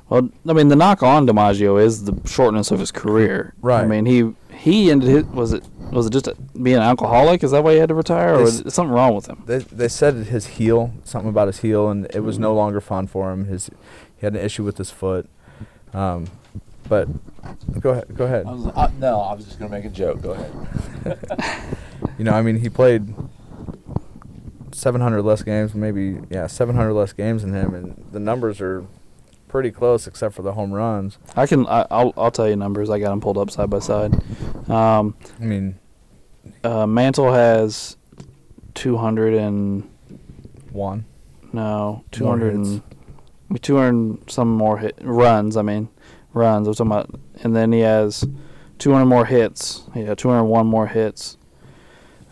[SPEAKER 1] Well, I mean, the knock on DiMaggio is the shortness of his career. I
[SPEAKER 2] Right.
[SPEAKER 1] mean, he he ended his was it was it just a, being an alcoholic? Is that why he had to retire, or
[SPEAKER 2] It's-
[SPEAKER 1] was it something wrong with him?
[SPEAKER 2] They, they said his heel, something about his heel, and it was no longer fun for him. His he had an issue with his foot. Um, but go ahead, go ahead.
[SPEAKER 6] I was, uh, no, I was just going to make a joke. Go ahead.
[SPEAKER 2] You know, I mean, he played 700 less games, maybe yeah, 700 less games than him, and the numbers are pretty close except for the home runs.
[SPEAKER 1] I can I, I'll I'll tell you numbers. I got them pulled up side by side. Um,
[SPEAKER 2] I mean,
[SPEAKER 1] uh, Mantle has 200 and
[SPEAKER 2] one.
[SPEAKER 1] no
[SPEAKER 2] More
[SPEAKER 1] 200
[SPEAKER 2] hits.
[SPEAKER 1] and, 200 and some more hit runs. I mean runs. I'm talking about, and then he has 200 more hits. Yeah, 201 more hits.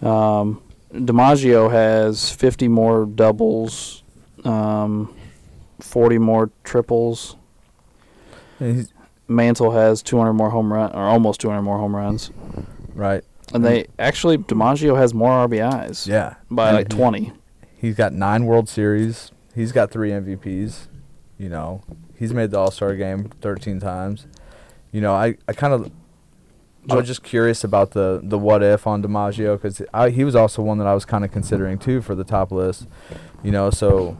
[SPEAKER 1] Um, DiMaggio has 50 more doubles, um, 40 more triples.
[SPEAKER 2] And he's-
[SPEAKER 1] Mantle has 200 more home run or almost 200 more home runs.
[SPEAKER 2] right.
[SPEAKER 1] And they actually DiMaggio has more RBIs
[SPEAKER 2] Yeah. Mm-hmm.
[SPEAKER 1] by
[SPEAKER 2] And
[SPEAKER 1] like
[SPEAKER 2] he-
[SPEAKER 1] 20.
[SPEAKER 2] He's got nine World Series. He's got three MVPs. You know, he's made the All Star game 13 times. You know, I, I kind of I was just curious about the the what if on DiMaggio because he was also one that I was kind of considering too for the top list. You know, so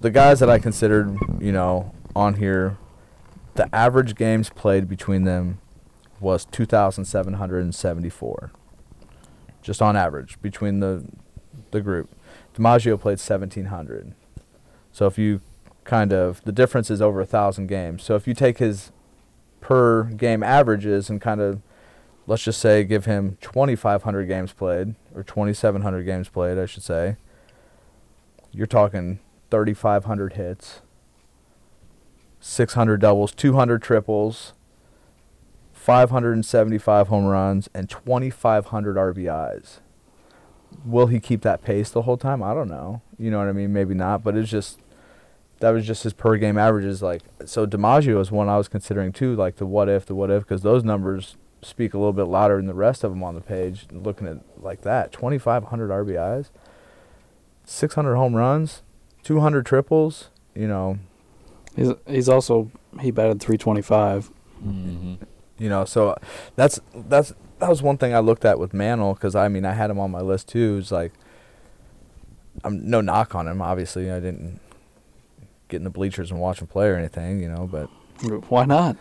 [SPEAKER 2] the guys that I considered, you know, on here, the average games played between them was 2,774, just on average between the the group. DiMaggio played 1,700. So if you kind of the difference is over a thousand games. So if you take his per game averages and kind of let's just say give him 2500 games played or 2700 games played I should say you're talking 3500 hits 600 doubles 200 triples 575 home runs and 2500 RBIs will he keep that pace the whole time I don't know you know what I mean maybe not but it's just that was just his per game averages. Like so, DiMaggio is one I was considering too. Like the what if, the what if, because those numbers speak a little bit louder than the rest of them on the page. Looking at like that, twenty five hundred RBIs, six hundred home runs, two hundred triples. You know,
[SPEAKER 1] He's he's also he batted 325.
[SPEAKER 6] Mm-hmm.
[SPEAKER 2] you know. So uh, that's that's that was one thing I looked at with Mantle because I mean I had him on my list too. It's like I'm no knock on him. Obviously, I didn't get in the bleachers and watch him play or anything. You know, but
[SPEAKER 1] Why not?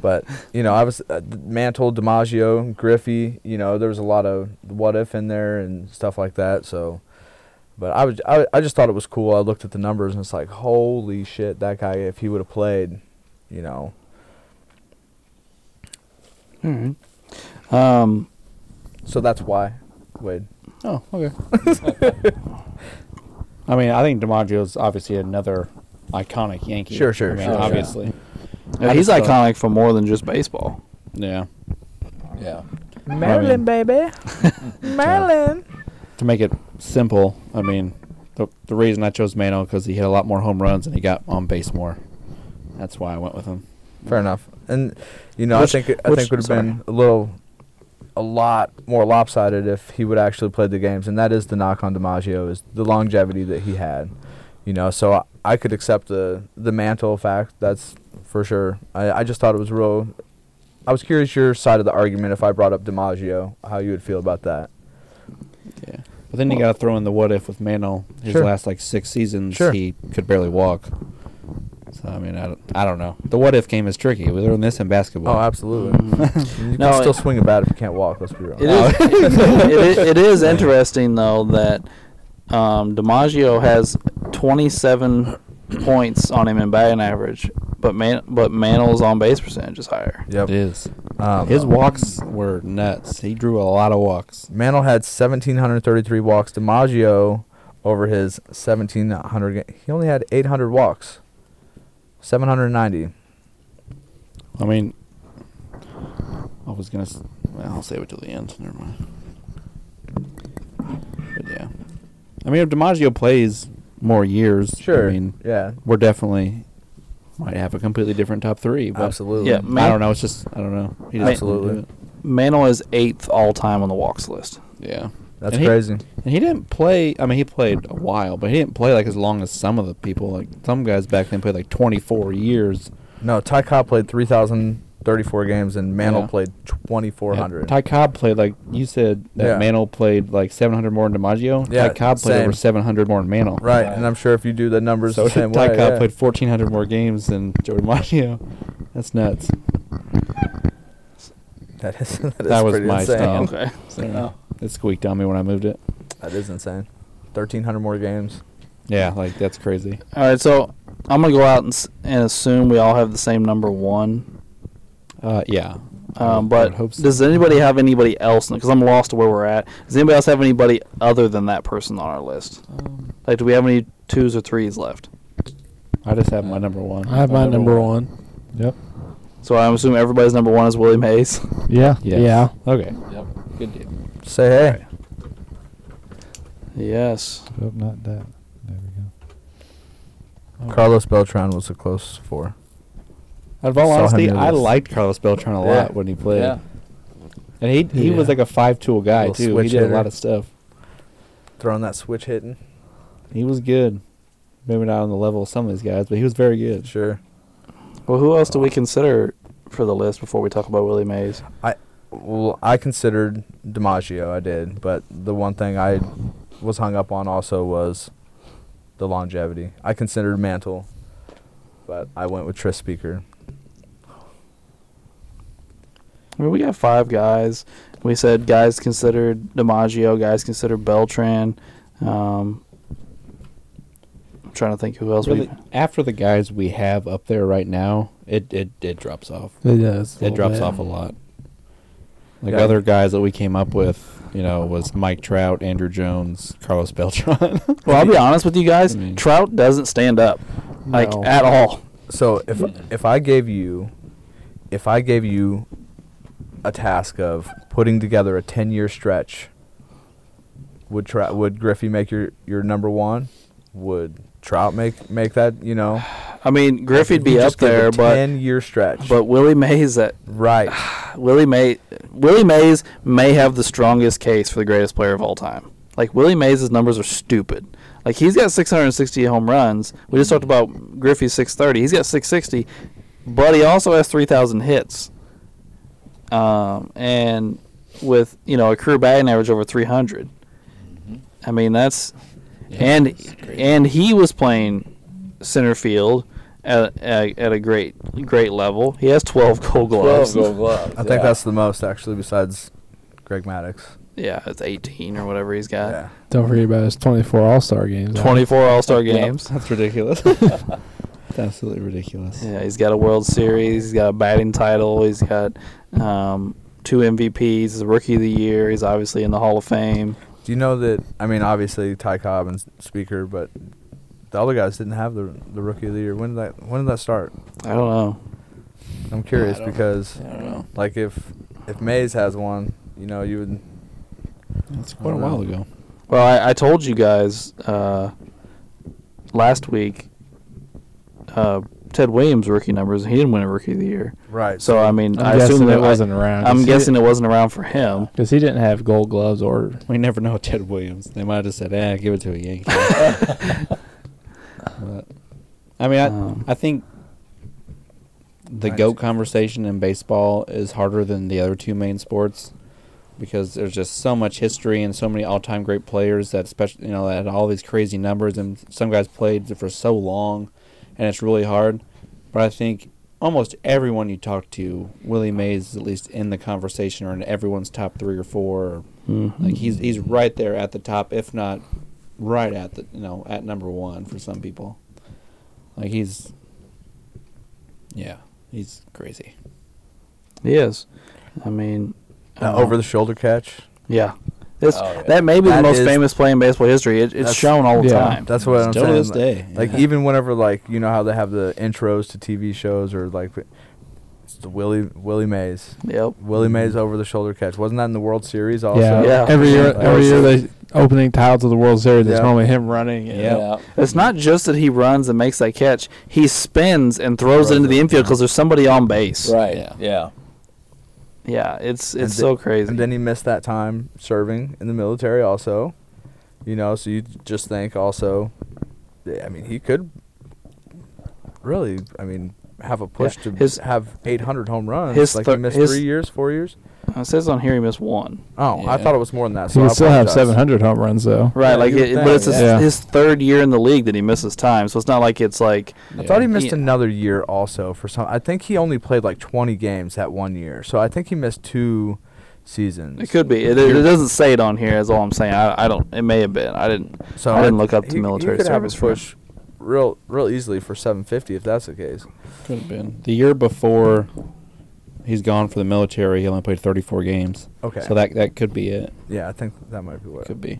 [SPEAKER 2] But you know, I was uh, Mantle, DiMaggio, Griffey. You know, there was a lot of what if in there and stuff like that. So, but I was I, I just thought it was cool. I looked at the numbers and it's like, holy shit, that guy if he would have played, you know,
[SPEAKER 1] All right. Um,
[SPEAKER 2] so that's why. Wade,
[SPEAKER 3] Oh, okay. [LAUGHS] I mean, I think DiMaggio's obviously another iconic Yankee.
[SPEAKER 2] Sure, sure,
[SPEAKER 3] I mean,
[SPEAKER 2] sure,
[SPEAKER 6] sure.
[SPEAKER 3] obviously.
[SPEAKER 1] yeah,
[SPEAKER 3] I
[SPEAKER 1] he's
[SPEAKER 3] just don't-
[SPEAKER 1] iconic for more than just baseball.
[SPEAKER 3] Yeah.
[SPEAKER 6] Yeah.
[SPEAKER 3] Maryland, [LAUGHS]
[SPEAKER 2] baby, Maryland.
[SPEAKER 3] To make it simple, I mean, the, the reason I chose Mano because he hit a lot more home runs and he got on base more. That's why I went with him.
[SPEAKER 2] Fair enough. And you know,
[SPEAKER 1] Mm. Which-
[SPEAKER 2] I think it- I
[SPEAKER 1] which-
[SPEAKER 2] think would have
[SPEAKER 1] sorry.
[SPEAKER 2] been a little, a lot more lopsided if he would actually played the games. And that is the knock on DiMaggio is the longevity that he had. You know, so I, I could accept the the mantle fact. That's for sure. I, I just thought it was real. I was curious your side of the argument if I brought up DiMaggio, how you would feel about that.
[SPEAKER 3] Yeah. But then you got to throw in the what if with Mano. His
[SPEAKER 2] Sure.
[SPEAKER 3] last like six seasons,
[SPEAKER 2] Sure.
[SPEAKER 3] he could barely walk. So I mean, I don't, I don't know. The what if game is tricky. We're doing this in basketball.
[SPEAKER 2] Oh, absolutely. you
[SPEAKER 1] mm. No,
[SPEAKER 2] can still
[SPEAKER 1] it-
[SPEAKER 2] swing a bat if you can't walk. Let's be real.
[SPEAKER 1] It
[SPEAKER 2] [LAUGHS]
[SPEAKER 1] is, it, i- it [LAUGHS] is interesting though that um, DiMaggio has 27 points on him in batting average, but Man- but Mantle's on base percentage is higher.
[SPEAKER 2] Yep.
[SPEAKER 3] It is.
[SPEAKER 2] Um,
[SPEAKER 3] His walks were nuts. He drew a lot of walks.
[SPEAKER 2] Mantle had 1,733 walks. DiMaggio, over his 1,700, ga- he only had 800 walks. 790.
[SPEAKER 3] I mean, I was gonna. s- Well, I'll save it till the end. Never mind. But yeah, I mean, if DiMaggio plays more years,
[SPEAKER 2] Sure.
[SPEAKER 3] I mean,
[SPEAKER 2] yeah.
[SPEAKER 3] we're definitely might have a completely different top three. But
[SPEAKER 2] Absolutely.
[SPEAKER 1] Yeah.
[SPEAKER 3] I don't know. It's just I don't know. He just didn't do
[SPEAKER 2] Absolutely.
[SPEAKER 3] it.
[SPEAKER 1] Mantle is eighth all time on the walks list.
[SPEAKER 3] Yeah,
[SPEAKER 2] That's
[SPEAKER 3] And he-
[SPEAKER 2] crazy.
[SPEAKER 3] and he didn't play. I mean, he played a while, but he didn't play like as long as some of the people. Like some guys back then played like twenty four years.
[SPEAKER 2] No, Ty Cobb played 3,034 games and Mantle
[SPEAKER 3] Yeah.
[SPEAKER 2] played
[SPEAKER 3] Yeah,
[SPEAKER 2] 2,400.
[SPEAKER 3] Ty Cobb played like you said that
[SPEAKER 2] Yeah.
[SPEAKER 3] Mantle played like 700 more than DiMaggio.
[SPEAKER 2] Yeah,
[SPEAKER 3] Ty Cobb played
[SPEAKER 2] same.
[SPEAKER 3] over 700 more than Mantle.
[SPEAKER 2] right. And I'm sure if you do the numbers
[SPEAKER 3] So
[SPEAKER 2] the same
[SPEAKER 3] Ty
[SPEAKER 2] way.
[SPEAKER 3] Cobb
[SPEAKER 2] yeah.
[SPEAKER 3] played 1400 more games than Joe DiMaggio. That's nuts.
[SPEAKER 2] [LAUGHS] That, is, that, is
[SPEAKER 3] That was
[SPEAKER 2] pretty
[SPEAKER 3] my
[SPEAKER 2] insane.
[SPEAKER 3] style.
[SPEAKER 1] Okay.
[SPEAKER 3] So It squeaked on me when I moved it.
[SPEAKER 2] That is insane. 1,300 more games.
[SPEAKER 3] Yeah, like that's crazy.
[SPEAKER 1] All right, so I'm gonna go out and, s- and assume we all have the same number one.
[SPEAKER 3] Uh, yeah. I
[SPEAKER 1] Um,
[SPEAKER 3] would- I
[SPEAKER 1] but
[SPEAKER 3] would hope so.
[SPEAKER 1] does anybody have anybody else? Because I'm lost to where we're at. Does anybody else have anybody other than that person on our list?
[SPEAKER 3] Um,
[SPEAKER 1] Like, do we have any twos or threes left?
[SPEAKER 3] I just have my number one.
[SPEAKER 4] I have my number one.
[SPEAKER 5] Yep.
[SPEAKER 1] So I assume everybody's number one is William Hayes.
[SPEAKER 3] [LAUGHS]
[SPEAKER 5] Yeah.
[SPEAKER 3] Yes.
[SPEAKER 4] Yeah.
[SPEAKER 3] Okay.
[SPEAKER 6] Yep. Good deal.
[SPEAKER 2] Say hey.
[SPEAKER 1] yes.
[SPEAKER 5] Oh, not that. There we go.
[SPEAKER 2] Carlos Beltran was the closest four.
[SPEAKER 3] Out of all
[SPEAKER 2] Saw him
[SPEAKER 3] honesty,
[SPEAKER 2] do
[SPEAKER 3] I
[SPEAKER 2] this.
[SPEAKER 3] liked Carlos Beltran a
[SPEAKER 2] Yeah.
[SPEAKER 3] lot when he played,
[SPEAKER 6] Yeah.
[SPEAKER 3] and he he was
[SPEAKER 4] Yeah.
[SPEAKER 3] like a five tool guy
[SPEAKER 2] Little
[SPEAKER 3] too. He
[SPEAKER 2] switch
[SPEAKER 3] did a
[SPEAKER 2] hitter.
[SPEAKER 3] lot of stuff.
[SPEAKER 2] Throwing that switch hitting.
[SPEAKER 3] He was good. Maybe not on the level of some of these guys, but he was very good.
[SPEAKER 2] Sure.
[SPEAKER 1] Well, who else do we consider for the list before we talk about Willie Mays?
[SPEAKER 2] Well, I considered DiMaggio. I did, but the one thing I was hung up on also was the longevity. I considered Mantle, but I went with Tris Speaker.
[SPEAKER 1] I mean, we got five guys. We said guys considered DiMaggio, guys considered Beltran. Um, I'm trying to think who else
[SPEAKER 3] Really,
[SPEAKER 1] we.
[SPEAKER 3] after the guys we have up there right now, it it, it drops off.
[SPEAKER 4] It does.
[SPEAKER 3] It drops off a lot. Like
[SPEAKER 2] Yeah.
[SPEAKER 3] other guys that we came up with, you know, was Mike Trout, Andrew Jones, Carlos Beltran.
[SPEAKER 1] Well, I'll be honest with you guys.
[SPEAKER 3] I mean-
[SPEAKER 1] Trout doesn't stand up, like
[SPEAKER 3] No.
[SPEAKER 1] at all.
[SPEAKER 2] So if if I gave you, if I gave you a task of putting together a ten year stretch, would Trout would Griffey make your your number one? Would Trout make make that? You know,
[SPEAKER 1] I mean, Griffey'd be
[SPEAKER 2] You
[SPEAKER 1] up
[SPEAKER 2] just give a
[SPEAKER 1] there, but
[SPEAKER 2] ten year stretch.
[SPEAKER 1] but Willie Mays at
[SPEAKER 2] right.
[SPEAKER 1] Willie May Willie Mays may have the strongest case for the greatest player of all time. Like Willie Mays' numbers are stupid. Like he's got 660 home runs. We just talked about Griffey 630. He's got 660, but he also has 3,000 hits. Um, and with you know a career batting average over 300. I mean that's and and he was playing center field at, at, at a great great level. He has 12 Gold Gloves.
[SPEAKER 6] Gold gloves.
[SPEAKER 2] I think that's the most actually, besides Greg Maddox.
[SPEAKER 1] Yeah, it's 18 or whatever he's got.
[SPEAKER 2] Yeah.
[SPEAKER 4] Don't forget about his 24 All Star games.
[SPEAKER 1] 24 All Star
[SPEAKER 3] Yeah,
[SPEAKER 1] games.
[SPEAKER 3] [LAUGHS]
[SPEAKER 2] [LAUGHS]
[SPEAKER 3] That's ridiculous. It's absolutely ridiculous.
[SPEAKER 1] Yeah, he's got a World Series. He's got a batting title. He's got um, two MVPs. He's the Rookie of the Year. He's obviously in the Hall of Fame.
[SPEAKER 2] Do you know that? I mean, obviously Ty Cobb and Speaker, but the other guys didn't have the the Rookie of the Year. When did that When did that start?
[SPEAKER 1] I don't know.
[SPEAKER 2] I'm curious
[SPEAKER 6] don't know.
[SPEAKER 2] because
[SPEAKER 6] I don't know.
[SPEAKER 2] like if if Mays has one, you know, you would.
[SPEAKER 3] That's quite a while ago.
[SPEAKER 1] Well, I, I told you guys uh, last week uh, Ted Williams' rookie numbers, he didn't win a Rookie of the Year.
[SPEAKER 2] Right.
[SPEAKER 1] So, I mean,
[SPEAKER 4] I'm
[SPEAKER 1] i
[SPEAKER 4] guessing
[SPEAKER 1] assume
[SPEAKER 4] it
[SPEAKER 1] that I-
[SPEAKER 4] wasn't around.
[SPEAKER 1] I'm guessing it wasn't around for him.
[SPEAKER 4] because he didn't have Gold Gloves or
[SPEAKER 3] [LAUGHS] We never know Ted Williams. They might have just said, "Eh, give it to a Yankee." But, I mean, I,
[SPEAKER 1] Um,
[SPEAKER 3] I think the
[SPEAKER 2] Right.
[SPEAKER 3] goat conversation in baseball is harder than the other two main sports because there's just so much history and so many all-time great players that especially you know that had all these crazy numbers and some guys played for so long and it's really hard. But I think almost everyone you talk to, Willie Mays is at least in the conversation or in everyone's top three or four. Or,
[SPEAKER 4] Mm-hmm.
[SPEAKER 3] Like he's he's right there at the top, if not right at the you know at number one for some people. Like he's yeah, he's crazy.
[SPEAKER 1] He is. I mean,
[SPEAKER 2] That
[SPEAKER 1] uh,
[SPEAKER 2] over the shoulder catch.
[SPEAKER 1] Yeah. It's,
[SPEAKER 6] Oh, yeah.
[SPEAKER 1] That may be the
[SPEAKER 2] That
[SPEAKER 1] most
[SPEAKER 2] is-
[SPEAKER 1] famous play in baseball history. It, it's
[SPEAKER 2] That's-
[SPEAKER 1] shown all the
[SPEAKER 4] yeah.
[SPEAKER 1] time.
[SPEAKER 2] That's what I'm
[SPEAKER 3] Still
[SPEAKER 2] saying.
[SPEAKER 3] to this
[SPEAKER 2] like,
[SPEAKER 3] day,
[SPEAKER 2] like
[SPEAKER 3] yeah.
[SPEAKER 2] even whenever like you know how they have the intros to TV shows or like it's the Willie Willie Mays.
[SPEAKER 1] Yep.
[SPEAKER 2] Willie Mays over the shoulder catch. Wasn't that in the World Series also?
[SPEAKER 4] yeah,
[SPEAKER 1] Yeah.
[SPEAKER 4] every year
[SPEAKER 2] Like,
[SPEAKER 4] every year
[SPEAKER 2] also-
[SPEAKER 4] they opening titles of the World Series. It's
[SPEAKER 2] Yeah.
[SPEAKER 4] normally him running. and- uh,
[SPEAKER 3] Yeah.
[SPEAKER 1] It's not just that he runs and makes that catch. He spins and throws it
[SPEAKER 2] Throws
[SPEAKER 1] into the
[SPEAKER 2] it,
[SPEAKER 1] infield because there's somebody on base.
[SPEAKER 6] Right.
[SPEAKER 3] Yeah.
[SPEAKER 6] Yeah.
[SPEAKER 1] Yeah, it's
[SPEAKER 2] And
[SPEAKER 1] it's
[SPEAKER 2] the-
[SPEAKER 1] so crazy.
[SPEAKER 2] And then he missed that time serving in the military also. You know, so you just think also I mean, he could really, I mean, have a push
[SPEAKER 1] Yeah,
[SPEAKER 2] to
[SPEAKER 1] his-
[SPEAKER 2] have 800 home runs.
[SPEAKER 1] his
[SPEAKER 2] like
[SPEAKER 1] thir-
[SPEAKER 2] he missed
[SPEAKER 1] his-
[SPEAKER 2] 3 years, 4 years.
[SPEAKER 1] it says on here he missed one.
[SPEAKER 2] Oh, I
[SPEAKER 3] Yeah.
[SPEAKER 2] thought it was more than that.
[SPEAKER 4] He
[SPEAKER 2] So
[SPEAKER 4] can
[SPEAKER 2] I
[SPEAKER 4] still have
[SPEAKER 2] apologize.
[SPEAKER 4] 700 home runs though.
[SPEAKER 1] Right,
[SPEAKER 2] Yeah,
[SPEAKER 1] like,
[SPEAKER 2] you would
[SPEAKER 1] it, but it's
[SPEAKER 2] think,
[SPEAKER 1] his,
[SPEAKER 4] yeah.
[SPEAKER 1] his third year in the league that he misses time. So it's not like it's like
[SPEAKER 2] I thought he missed
[SPEAKER 1] Yeah.
[SPEAKER 2] another year also for some I think he only played like 20 games that one year. So I think he missed two seasons.
[SPEAKER 1] it could be. It, it, it doesn't say it on here. Is all I'm saying. I, I don't. It may have been. I didn't.
[SPEAKER 2] So
[SPEAKER 1] I didn't look up the
[SPEAKER 2] he- he
[SPEAKER 1] military
[SPEAKER 2] could have a
[SPEAKER 1] service for him.
[SPEAKER 2] push real real easily for 750 if that's the case.
[SPEAKER 3] Could have been. The year before he's gone for the military, he only played 34 games.
[SPEAKER 2] Okay.
[SPEAKER 3] So that that could be it.
[SPEAKER 2] Yeah, I think that might be what.
[SPEAKER 3] Could be.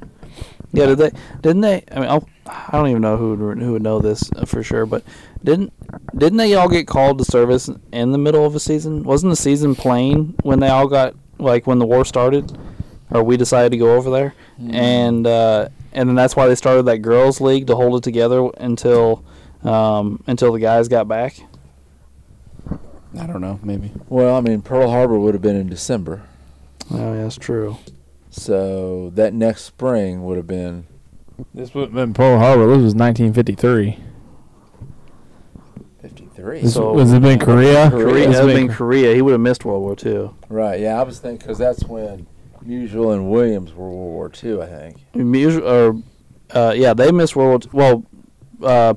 [SPEAKER 1] Yeah, did they? Didn't they? I mean, I'll, I don't even know who would, who would know this uh, for sure, but didn't didn't they all get called to service in the middle of a season? Wasn't the season plain when they all got like when the war started, or we decided to go over there, and uh, and then that's why they started that girls' league to hold it together until um, until the guys got back.
[SPEAKER 3] I don't know. Maybe.
[SPEAKER 6] Well, I mean, Pearl Harbor would have been in December,
[SPEAKER 1] Oh, yeah, that's true.
[SPEAKER 6] so that next spring would have been.
[SPEAKER 4] This would have been Pearl Harbor. This was 1953.
[SPEAKER 6] 53. three.
[SPEAKER 4] This-
[SPEAKER 1] So-
[SPEAKER 4] has it been Korea?
[SPEAKER 1] Korea,
[SPEAKER 4] It's
[SPEAKER 1] that'd been
[SPEAKER 4] been-
[SPEAKER 1] Korea. He would have missed World War II.
[SPEAKER 6] Right. Yeah, I was thinking because that's when Musial and Williams were World War Two. I think.
[SPEAKER 1] Musu- or, uh, yeah, they missed World War II. Well, uh,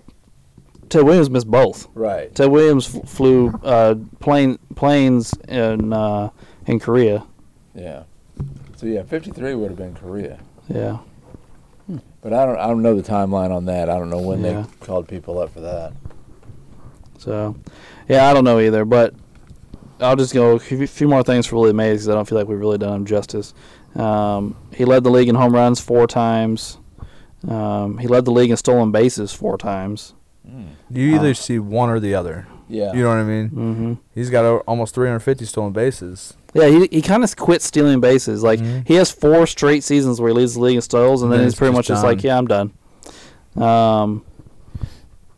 [SPEAKER 1] Ted Williams missed both.
[SPEAKER 6] Right.
[SPEAKER 1] Ted Williams f- flew uh, plane planes in uh, in Korea.
[SPEAKER 6] Yeah. So yeah, fifty three would have been Korea,
[SPEAKER 1] Yeah,
[SPEAKER 6] but I don't. I don't know the timeline on that. I don't know when
[SPEAKER 1] Yeah.
[SPEAKER 6] they called people up for that.
[SPEAKER 1] so yeah, I don't know either, but I'll just go a few few more things for Willie Mays because I don't feel like we've really done him justice. Um, he led the league in home runs four times. Um, he led the league in stolen bases four times.
[SPEAKER 2] You either
[SPEAKER 1] Uh.
[SPEAKER 2] see one or the other.
[SPEAKER 6] Yeah.
[SPEAKER 2] You know what I mean?
[SPEAKER 1] hmm
[SPEAKER 2] He's got o almost 350 stolen bases.
[SPEAKER 1] Yeah, he, he kind of quit stealing bases. Like
[SPEAKER 2] Mhm.
[SPEAKER 1] he has four straight seasons where he leads the league in steals, and then,
[SPEAKER 2] Then
[SPEAKER 1] he's
[SPEAKER 2] it's
[SPEAKER 1] pretty
[SPEAKER 2] just
[SPEAKER 1] much just like, Mm-hmm. yeah, I'm done. Um,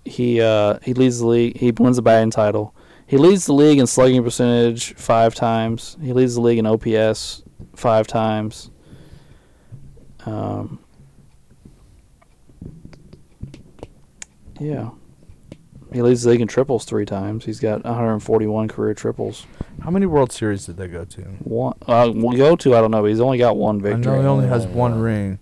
[SPEAKER 1] he uh, he leads the league. He wins the batting title. He leads the league in slugging percentage five times. He leads the league in OPS five times. Um, yeah. He leads the league in triples three times. He's got 141 career triples.
[SPEAKER 2] How many World Series did they go to?
[SPEAKER 1] One, uh, we go to I don't know, but he's only got one
[SPEAKER 2] I
[SPEAKER 1] victory.
[SPEAKER 2] know he only has
[SPEAKER 6] Yeah.
[SPEAKER 2] one ring.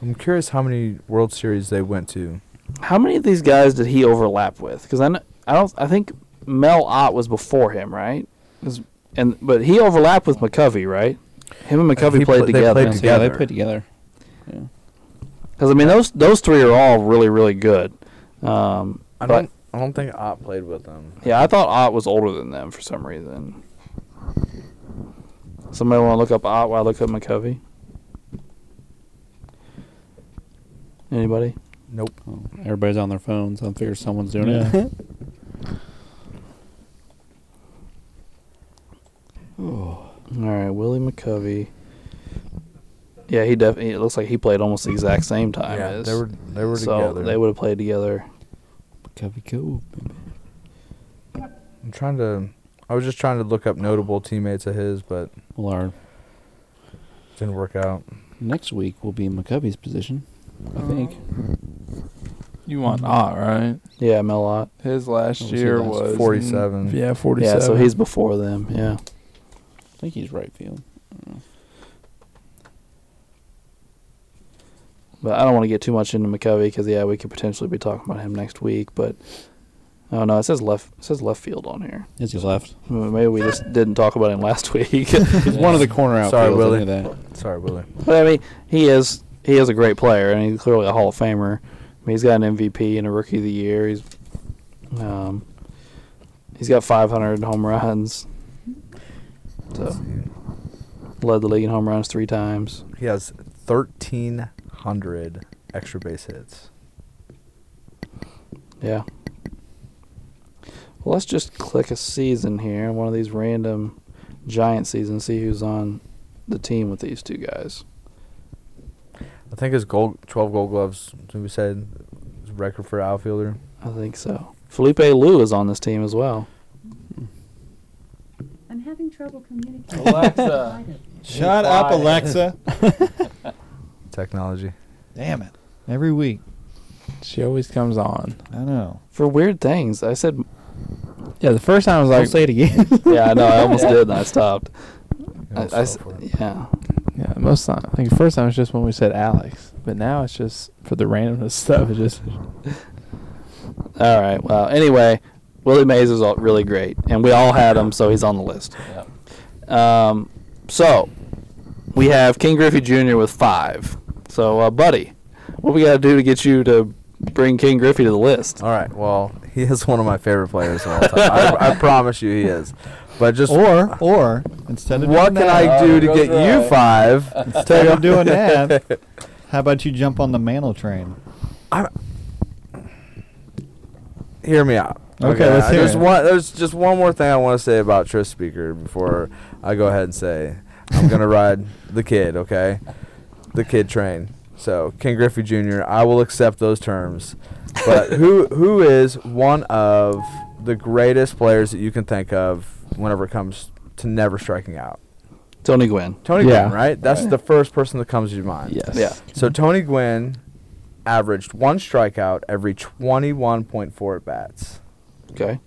[SPEAKER 2] I'm curious how many World Series they went to.
[SPEAKER 1] How many of these guys did he overlap with? Because I, kn- I don't, I think Mel Ott was before him, right? 'Cause- And but he overlapped with McCovey, right? Him and McCovey
[SPEAKER 2] he
[SPEAKER 1] played
[SPEAKER 2] pla- they
[SPEAKER 1] together.
[SPEAKER 2] played
[SPEAKER 3] So, yeah, they
[SPEAKER 2] together.
[SPEAKER 3] played together.
[SPEAKER 1] Because I mean, those those three are all really really good. Um, But-
[SPEAKER 2] I don't. I don't think Ott played with them.
[SPEAKER 1] yeah, I thought Ott was older than them for some reason. Somebody want to look up Ott while I look up McCovey? Anybody?
[SPEAKER 2] Nope.
[SPEAKER 3] Well, everybody's on their phones. I figure someone's doing [LAUGHS]
[SPEAKER 5] Yeah.
[SPEAKER 3] it.
[SPEAKER 1] All right, Willie McCovey. Yeah, he definitely. It looks like he played almost the exact same time
[SPEAKER 2] yeah,
[SPEAKER 1] as.
[SPEAKER 2] they were. They were
[SPEAKER 1] so
[SPEAKER 2] together.
[SPEAKER 1] they would have played together.
[SPEAKER 3] Covey Cove, baby.
[SPEAKER 2] I'm trying to. I was just trying to look up notable teammates of his, but
[SPEAKER 3] Well, our
[SPEAKER 2] didn't work out.
[SPEAKER 3] next week will be McCovey's position, I think.
[SPEAKER 4] You want Ott, right?
[SPEAKER 1] Yeah, Melot.
[SPEAKER 4] His last
[SPEAKER 3] What was
[SPEAKER 4] year
[SPEAKER 3] his last-
[SPEAKER 4] was
[SPEAKER 2] 47.
[SPEAKER 4] Yeah,
[SPEAKER 1] Yeah,
[SPEAKER 4] forty-seven.
[SPEAKER 1] so he's before them. Yeah.
[SPEAKER 3] I think he's right field.
[SPEAKER 1] But I don't want to get too much into McCovey because yeah, we could potentially be talking about him next week. But oh no, it says left. It says left field on here.
[SPEAKER 3] Is he left?
[SPEAKER 1] Well, Maybe we just didn't talk about him last [LAUGHS] week.
[SPEAKER 3] He's one [LAUGHS] of the corner outfields.
[SPEAKER 2] Sorry,
[SPEAKER 3] I
[SPEAKER 2] Willie.
[SPEAKER 3] knew that.
[SPEAKER 2] Sorry, Willie.
[SPEAKER 1] but I mean, he is he is a great player and he's clearly a Hall of Famer. I mean, he's got an MVP and a Rookie of the Year. He's um, he's got 500 home runs. So led the league in home runs three times.
[SPEAKER 2] He has 1,300 extra base hits.
[SPEAKER 1] Yeah. Well, let's just click a season here, one of these random giant seasons, see who's on the team with these two guys.
[SPEAKER 2] I think his goal, 12 gold gloves, we said, is record for outfielder.
[SPEAKER 1] I think so. Felipe Lou is on this team as well.
[SPEAKER 7] I'm having trouble communicating. [LAUGHS]
[SPEAKER 6] Alexa.
[SPEAKER 5] Shut
[SPEAKER 2] [LAUGHS]
[SPEAKER 5] up, Alexa.
[SPEAKER 2] Technology.
[SPEAKER 5] Damn it. Every week.
[SPEAKER 4] she always comes on.
[SPEAKER 5] I know.
[SPEAKER 1] For weird things, I said
[SPEAKER 4] Yeah, the first time I was
[SPEAKER 3] I'll
[SPEAKER 4] like,
[SPEAKER 3] say
[SPEAKER 4] [LAUGHS]
[SPEAKER 3] it again.
[SPEAKER 1] yeah, I know. I almost did, and I stopped.
[SPEAKER 2] You
[SPEAKER 1] I,
[SPEAKER 2] know,
[SPEAKER 1] I
[SPEAKER 2] so
[SPEAKER 1] s-
[SPEAKER 2] forth.
[SPEAKER 1] yeah,
[SPEAKER 4] yeah, most time. I think the first time was just when we said Alex, but now it's just for the randomness stuff. It's just
[SPEAKER 1] All right. Well, anyway, Willie Mays is all- really great, and we all had him, so he's on the list.
[SPEAKER 6] Yeah.
[SPEAKER 1] Um, so we have King Griffey Jr. with five. So, uh, buddy, what we got to do to get you to bring King Griffey to the list?
[SPEAKER 2] All right. Well, he is one of my favorite players of all time. [LAUGHS] I, I promise you, he is. But just
[SPEAKER 5] Or or instead of
[SPEAKER 2] what can
[SPEAKER 5] doing that,
[SPEAKER 2] I
[SPEAKER 6] Oh,
[SPEAKER 2] do
[SPEAKER 6] there
[SPEAKER 2] to
[SPEAKER 6] goes
[SPEAKER 2] get you
[SPEAKER 6] Ryan.
[SPEAKER 2] five?
[SPEAKER 5] instead of doing
[SPEAKER 2] [LAUGHS]
[SPEAKER 5] that, [LAUGHS] how about you jump on the mantle train?
[SPEAKER 2] Hear me out.
[SPEAKER 5] Okay, let's hear
[SPEAKER 2] there's
[SPEAKER 5] it.
[SPEAKER 2] one. There's just one more thing I want to say about Trish Speaker before I go ahead and say I'm
[SPEAKER 5] [LAUGHS]
[SPEAKER 2] gonna ride the kid. Okay, the kid train. So King Griffey Jr. I will accept those terms, but
[SPEAKER 5] [LAUGHS]
[SPEAKER 2] who who is one of the greatest players that you can think of whenever it comes to never striking out?
[SPEAKER 1] Tony Gwynn.
[SPEAKER 2] Tony
[SPEAKER 4] Yeah.
[SPEAKER 2] Gwynn, right? That's the first person that comes to your mind.
[SPEAKER 4] yes,
[SPEAKER 1] Yeah.
[SPEAKER 2] So Tony Gwynn averaged one strikeout every 21.4 at bats.
[SPEAKER 1] Okay.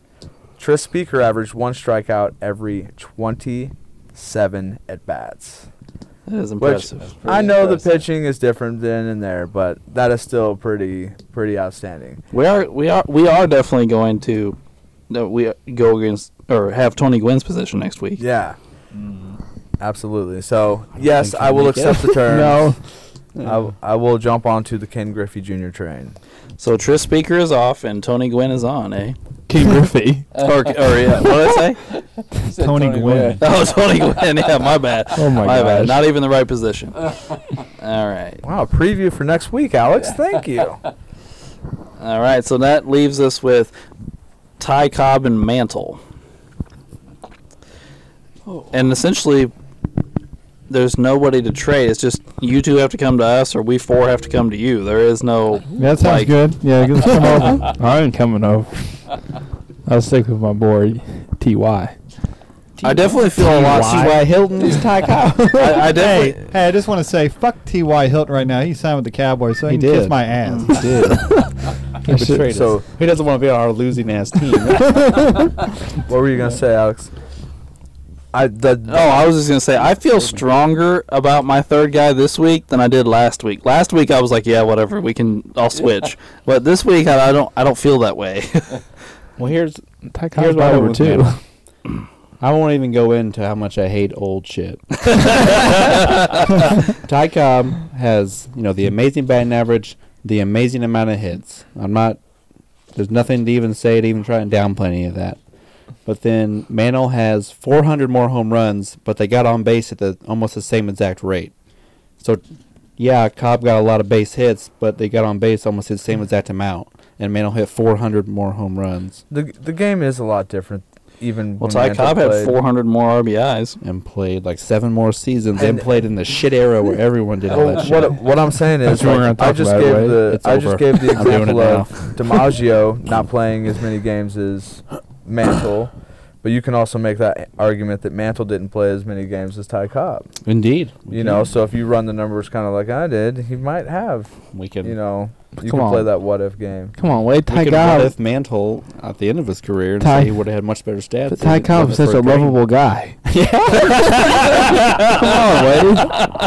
[SPEAKER 2] Tris Speaker averaged one strikeout every 27 at bats.
[SPEAKER 1] That is impressive.
[SPEAKER 2] I know
[SPEAKER 6] impressive.
[SPEAKER 2] the pitching is different then and there, but that is still pretty pretty outstanding.
[SPEAKER 1] we are we are we are definitely going to no, we go against or have Tony Gwynn's position next week.
[SPEAKER 2] Yeah. Absolutely. So, yes,
[SPEAKER 3] think
[SPEAKER 2] I
[SPEAKER 3] he'll
[SPEAKER 2] will
[SPEAKER 3] make it.
[SPEAKER 2] accept the term.
[SPEAKER 4] No.
[SPEAKER 2] I, I will jump onto the Ken Griffey Jr. train.
[SPEAKER 1] So Tris Speaker is off and Tony Gwynn is on, eh?
[SPEAKER 4] King Griffey.
[SPEAKER 1] or, or yeah, what did I
[SPEAKER 6] [LAUGHS]
[SPEAKER 1] say?
[SPEAKER 6] He said
[SPEAKER 5] Tony
[SPEAKER 1] [LAUGHS]
[SPEAKER 5] Gwynn.
[SPEAKER 1] Oh,
[SPEAKER 6] [LAUGHS]
[SPEAKER 1] Tony Gwynn. Yeah, my bad.
[SPEAKER 4] [LAUGHS] Oh my
[SPEAKER 1] my bad.
[SPEAKER 4] gosh.
[SPEAKER 1] Not even the right position. All right.
[SPEAKER 2] Wow, preview for next week, Alex.
[SPEAKER 1] [LAUGHS]
[SPEAKER 2] Thank you.
[SPEAKER 1] All right. So that leaves us with Ty Cobb and Mantle. And essentially, there's nobody to trade. It's just you two have to come to us, or we four have to come to you. There is no.
[SPEAKER 5] That sounds
[SPEAKER 1] Like-
[SPEAKER 5] good. Yeah, let's come over.
[SPEAKER 4] I ain't coming over. I'll stick with my boy, Ty.
[SPEAKER 1] I definitely feel a lot.
[SPEAKER 4] T.Y. Hilton is
[SPEAKER 1] [LAUGHS]
[SPEAKER 4] Ty Cobb.
[SPEAKER 1] I, I definitely.
[SPEAKER 5] [LAUGHS] Hey, hey, I just want to say, fuck T.Y. Hilton right now. He signed with the Cowboys, so he,
[SPEAKER 4] He
[SPEAKER 5] can kiss
[SPEAKER 4] did.
[SPEAKER 5] my
[SPEAKER 4] [LAUGHS]
[SPEAKER 5] ass.
[SPEAKER 4] did.
[SPEAKER 3] He betrayed us.
[SPEAKER 2] So-
[SPEAKER 3] He doesn't want to be on our losing ass team.
[SPEAKER 2] What were you going to say, Alex? I the
[SPEAKER 1] Oh, I was just gonna say I feel stronger about my third guy this week than I did last week. Last week I was like, yeah, whatever, we can, I'll switch. but this week I, I don't, I don't feel that way.
[SPEAKER 3] well, here's
[SPEAKER 4] Ty
[SPEAKER 3] here's
[SPEAKER 4] Cobb's
[SPEAKER 3] what
[SPEAKER 4] my
[SPEAKER 3] I
[SPEAKER 4] number
[SPEAKER 3] would
[SPEAKER 4] two.
[SPEAKER 3] do. I won't even go into how much I hate old shit. [LAUGHS] Ty Cobb has, you know, the amazing batting average, the amazing amount of hits. I'm not. There's nothing to even say to even try and downplay any of that. But then Mantle has 400 more home runs, but they got on base at the almost the same exact rate. So, yeah, Cobb got a lot of base hits, but they got on base almost the same exact amount, and Mantle hit 400 more home runs
[SPEAKER 2] the the game is a lot different. Even
[SPEAKER 1] well,
[SPEAKER 2] when
[SPEAKER 1] Ty
[SPEAKER 2] Mantle
[SPEAKER 1] Cobb had
[SPEAKER 2] played.
[SPEAKER 1] 400 more RBIs.
[SPEAKER 3] and played like seven more seasons and,
[SPEAKER 2] And-
[SPEAKER 3] played in the shit era where everyone did all
[SPEAKER 2] Well,
[SPEAKER 3] that shit.
[SPEAKER 2] what, what I'm saying is,
[SPEAKER 4] That's what we're
[SPEAKER 2] like,
[SPEAKER 4] gonna
[SPEAKER 2] I
[SPEAKER 4] talk
[SPEAKER 2] just
[SPEAKER 4] about,
[SPEAKER 2] gave
[SPEAKER 4] right?
[SPEAKER 2] the
[SPEAKER 3] It's
[SPEAKER 2] I
[SPEAKER 3] over.
[SPEAKER 2] just gave
[SPEAKER 4] [LAUGHS]
[SPEAKER 2] the
[SPEAKER 3] I'm doing
[SPEAKER 2] example
[SPEAKER 3] it
[SPEAKER 2] of DiMaggio not playing as many games as Mantle, but you can also make that argument that Mantle didn't play as many games as Ty Cobb.
[SPEAKER 3] Indeed, we
[SPEAKER 2] You
[SPEAKER 3] can-
[SPEAKER 2] know, so if you run the numbers kind of like I did, he might have.
[SPEAKER 3] we can.
[SPEAKER 2] You know, you
[SPEAKER 4] Come
[SPEAKER 2] can play
[SPEAKER 4] on.
[SPEAKER 2] that what if game.
[SPEAKER 4] Come on, wait,
[SPEAKER 3] we
[SPEAKER 4] Ty
[SPEAKER 3] could what
[SPEAKER 4] Cobb.
[SPEAKER 3] if Mantle at the end of his career and
[SPEAKER 4] Ty-
[SPEAKER 3] say he would have had much better stats.
[SPEAKER 4] But Ty
[SPEAKER 3] than-
[SPEAKER 4] Cobb's
[SPEAKER 3] than
[SPEAKER 4] such a
[SPEAKER 3] Fred Green.
[SPEAKER 4] lovable guy. Come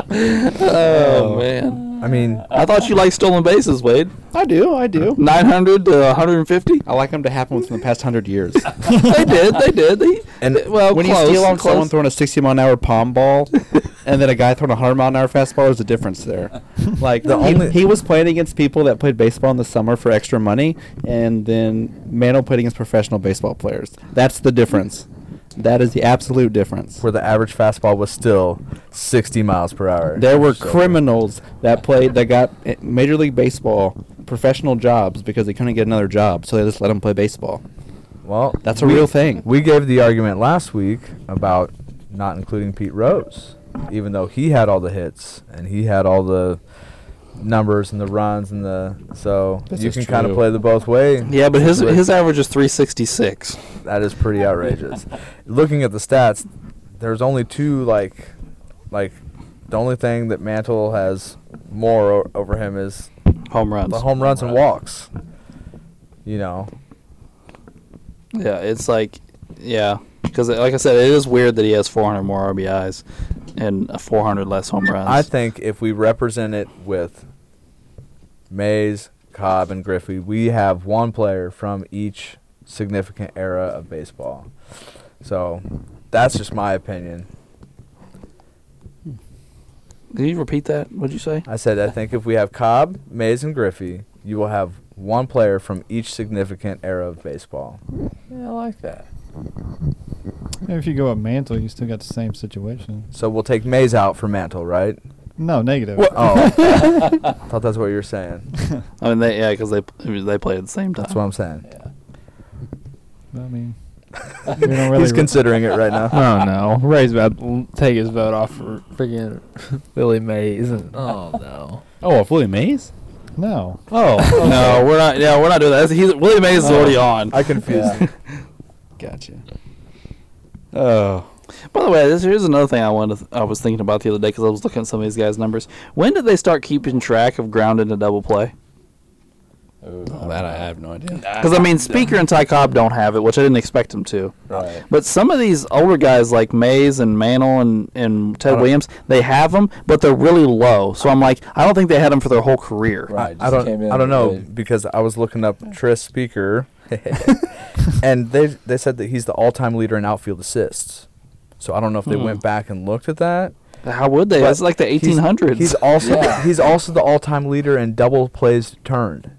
[SPEAKER 4] on,
[SPEAKER 1] [LAUGHS]
[SPEAKER 4] Wade.
[SPEAKER 1] Oh, man,
[SPEAKER 2] I mean,
[SPEAKER 1] I thought you liked stolen bases, Wade.
[SPEAKER 3] I do, I do.
[SPEAKER 1] 900 to 150.
[SPEAKER 3] I like him to happen within the past
[SPEAKER 4] [LAUGHS]
[SPEAKER 3] hundred years.
[SPEAKER 1] they did, they did. They,
[SPEAKER 2] and
[SPEAKER 1] well,
[SPEAKER 3] when
[SPEAKER 1] close,
[SPEAKER 3] you steal on someone
[SPEAKER 1] close.
[SPEAKER 3] throwing a sixty mile an hour
[SPEAKER 4] [LAUGHS]
[SPEAKER 3] palm ball, and then a guy throwing a hundred mile an hour fastball, there's a
[SPEAKER 4] [LAUGHS]
[SPEAKER 3] difference there. Like
[SPEAKER 2] The
[SPEAKER 3] he,
[SPEAKER 2] only-
[SPEAKER 3] he was playing against people that played baseball in the summer for extra money, and then Mantle played against professional baseball players. That's the difference. That is the absolute difference.
[SPEAKER 2] where the average fastball was still 60 miles per hour.
[SPEAKER 3] There were
[SPEAKER 2] So-
[SPEAKER 3] criminals that played that got eh, Major League Baseball professional jobs because they couldn't get another job, so they just let them play baseball.
[SPEAKER 2] Well,
[SPEAKER 3] That's a
[SPEAKER 2] we-
[SPEAKER 3] real thing.
[SPEAKER 2] We gave the argument last week about not including Pete Rose, even though he had all the hits and he had all the numbers and the runs and the so
[SPEAKER 3] This
[SPEAKER 2] you
[SPEAKER 3] is
[SPEAKER 2] can kind of
[SPEAKER 3] true.
[SPEAKER 2] play the both way.
[SPEAKER 1] Yeah, but his
[SPEAKER 2] But
[SPEAKER 1] his average is 366.
[SPEAKER 2] that is pretty outrageous. Looking at the stats, there's only two like like the only thing that Mantle has more o- over him is
[SPEAKER 1] Home runs.
[SPEAKER 2] the home runs and walks. You know,
[SPEAKER 1] Yeah, it's like, yeah, because like I said, it is weird that he has 400 more RBIs and uh, 400 less home runs.
[SPEAKER 2] I think if we represent it with Mays, Cobb, and Griffey, we have one player from each significant era of baseball. So that's just my opinion.
[SPEAKER 1] Can you repeat that? What'd you say?
[SPEAKER 2] I said I think if we have Cobb, Mays, and Griffey, you will have one player from each significant era of baseball.
[SPEAKER 6] Yeah, I like that.
[SPEAKER 5] [LAUGHS] if you go up Mantle, you still got the same situation.
[SPEAKER 2] So we'll take Mays out for Mantle, right?
[SPEAKER 5] No, negative.
[SPEAKER 4] [LAUGHS]
[SPEAKER 2] Oh, thought that's what you were saying.
[SPEAKER 1] I mean, they yeah, because they I mean, they play at the same time.
[SPEAKER 2] That's what I'm saying.
[SPEAKER 5] [LAUGHS] I mean, we don't really.
[SPEAKER 2] He's considering it right now.
[SPEAKER 4] Oh no, Ray's about to take his vote off for freaking [LAUGHS] Billy Mays. And, oh no,
[SPEAKER 3] Oh, Willie Mays?
[SPEAKER 5] no.
[SPEAKER 3] Oh,
[SPEAKER 1] No, we're not. Yeah, we're not doing that. He's, Willie Mays is already on.
[SPEAKER 2] Oh, I confused. him.
[SPEAKER 3] gotcha. Oh,
[SPEAKER 1] By the way, this here's another thing I wanted. I was thinking about the other day because I was looking at some of these guys' numbers. When did they start keeping track of grounded to double play?
[SPEAKER 3] Oh, that I have no idea.
[SPEAKER 1] Because I mean, Speaker and Ty Cobb don't have it, which I didn't expect them to.
[SPEAKER 6] Right.
[SPEAKER 1] But some of these older guys like Mays and Mantle and, and
[SPEAKER 3] Uh-huh.
[SPEAKER 1] Ted Williams, they have them, but they're really low. So I'm like, I don't think they had them for their whole career.
[SPEAKER 6] Right.
[SPEAKER 2] I
[SPEAKER 6] just came
[SPEAKER 2] don't.
[SPEAKER 6] in
[SPEAKER 2] I don't know
[SPEAKER 6] with
[SPEAKER 2] because I was looking up Tris
[SPEAKER 6] [LAUGHS]
[SPEAKER 2] Speaker, and they they said that he's the all time leader in outfield assists. So I don't know if they went back and looked at that.
[SPEAKER 1] How would they?
[SPEAKER 2] But
[SPEAKER 1] That's like the
[SPEAKER 2] he's-
[SPEAKER 1] 1800s.
[SPEAKER 2] He's also
[SPEAKER 6] Yeah.
[SPEAKER 2] he's also the all time leader in double plays turned.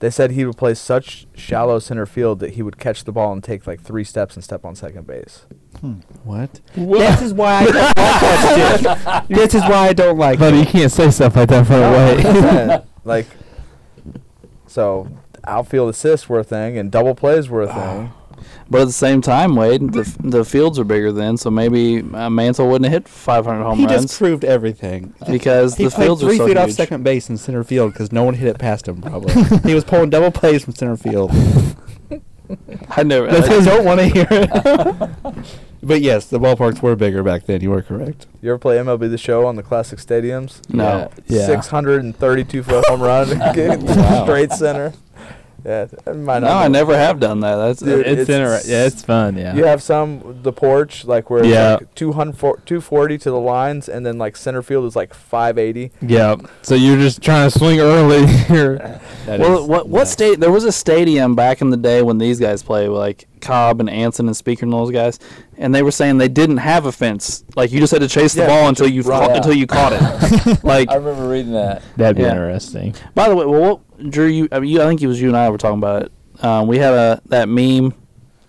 [SPEAKER 2] They said he would play such shallow center field that he would catch the ball and take like three steps and step on second base.
[SPEAKER 5] Hmm.
[SPEAKER 3] What? This is why I don't like [LAUGHS] that shit. This is why I don't like
[SPEAKER 4] Buddy, you can't say stuff like that for [LAUGHS] a way.
[SPEAKER 6] [LAUGHS]
[SPEAKER 2] Yeah, like, so outfield assists were a thing and double plays
[SPEAKER 6] Ah.
[SPEAKER 2] were a thing.
[SPEAKER 1] but at the same time, Wade, the, the fields are bigger then, so maybe uh, Mantle wouldn't have hit 500 home
[SPEAKER 3] He
[SPEAKER 1] runs
[SPEAKER 3] just proved everything.
[SPEAKER 1] because
[SPEAKER 3] He
[SPEAKER 1] the
[SPEAKER 3] played
[SPEAKER 1] fields are
[SPEAKER 3] three
[SPEAKER 1] so
[SPEAKER 3] feet
[SPEAKER 1] huge.
[SPEAKER 3] off second base in center field because no one hit it past him. [LAUGHS] Probably he was pulling double plays from center [LAUGHS] field.
[SPEAKER 1] I never.
[SPEAKER 3] That's I don't want to hear it. [LAUGHS] but yes, the ballparks were bigger back then. You were correct.
[SPEAKER 2] You ever play MLB the Show on the classic stadiums?
[SPEAKER 1] no.
[SPEAKER 4] Yeah.
[SPEAKER 2] 632 foot home run,
[SPEAKER 3] Wow.
[SPEAKER 2] straight center. Yeah, that might
[SPEAKER 1] No,
[SPEAKER 2] not
[SPEAKER 1] I
[SPEAKER 2] be-
[SPEAKER 1] never have done that. That's
[SPEAKER 2] Dude,
[SPEAKER 4] it's
[SPEAKER 2] it's-
[SPEAKER 4] interesting. Yeah, it's fun. Yeah.
[SPEAKER 2] You have some the porch like where it's
[SPEAKER 4] Yeah.
[SPEAKER 2] like 200, 240 to the lines, and then like center field is like 580.
[SPEAKER 4] Yeah. So you're just trying to swing early here.
[SPEAKER 3] That
[SPEAKER 1] Well,
[SPEAKER 3] is
[SPEAKER 1] what what
[SPEAKER 3] nuts.
[SPEAKER 1] state? There was a stadium back in the day when these guys played, like Cobb and Anson and Speaker and those guys, and they were saying they didn't have a fence. Like you just had to chase the
[SPEAKER 2] Yeah,
[SPEAKER 1] ball until you
[SPEAKER 2] run
[SPEAKER 1] caught,
[SPEAKER 6] out.
[SPEAKER 1] until you caught it. like
[SPEAKER 6] I remember reading that.
[SPEAKER 4] That'd be
[SPEAKER 1] Yeah.
[SPEAKER 4] interesting.
[SPEAKER 1] by the way, well, what, Drew, you I, mean, you I think it was you and I were talking about it. Um, we had a that meme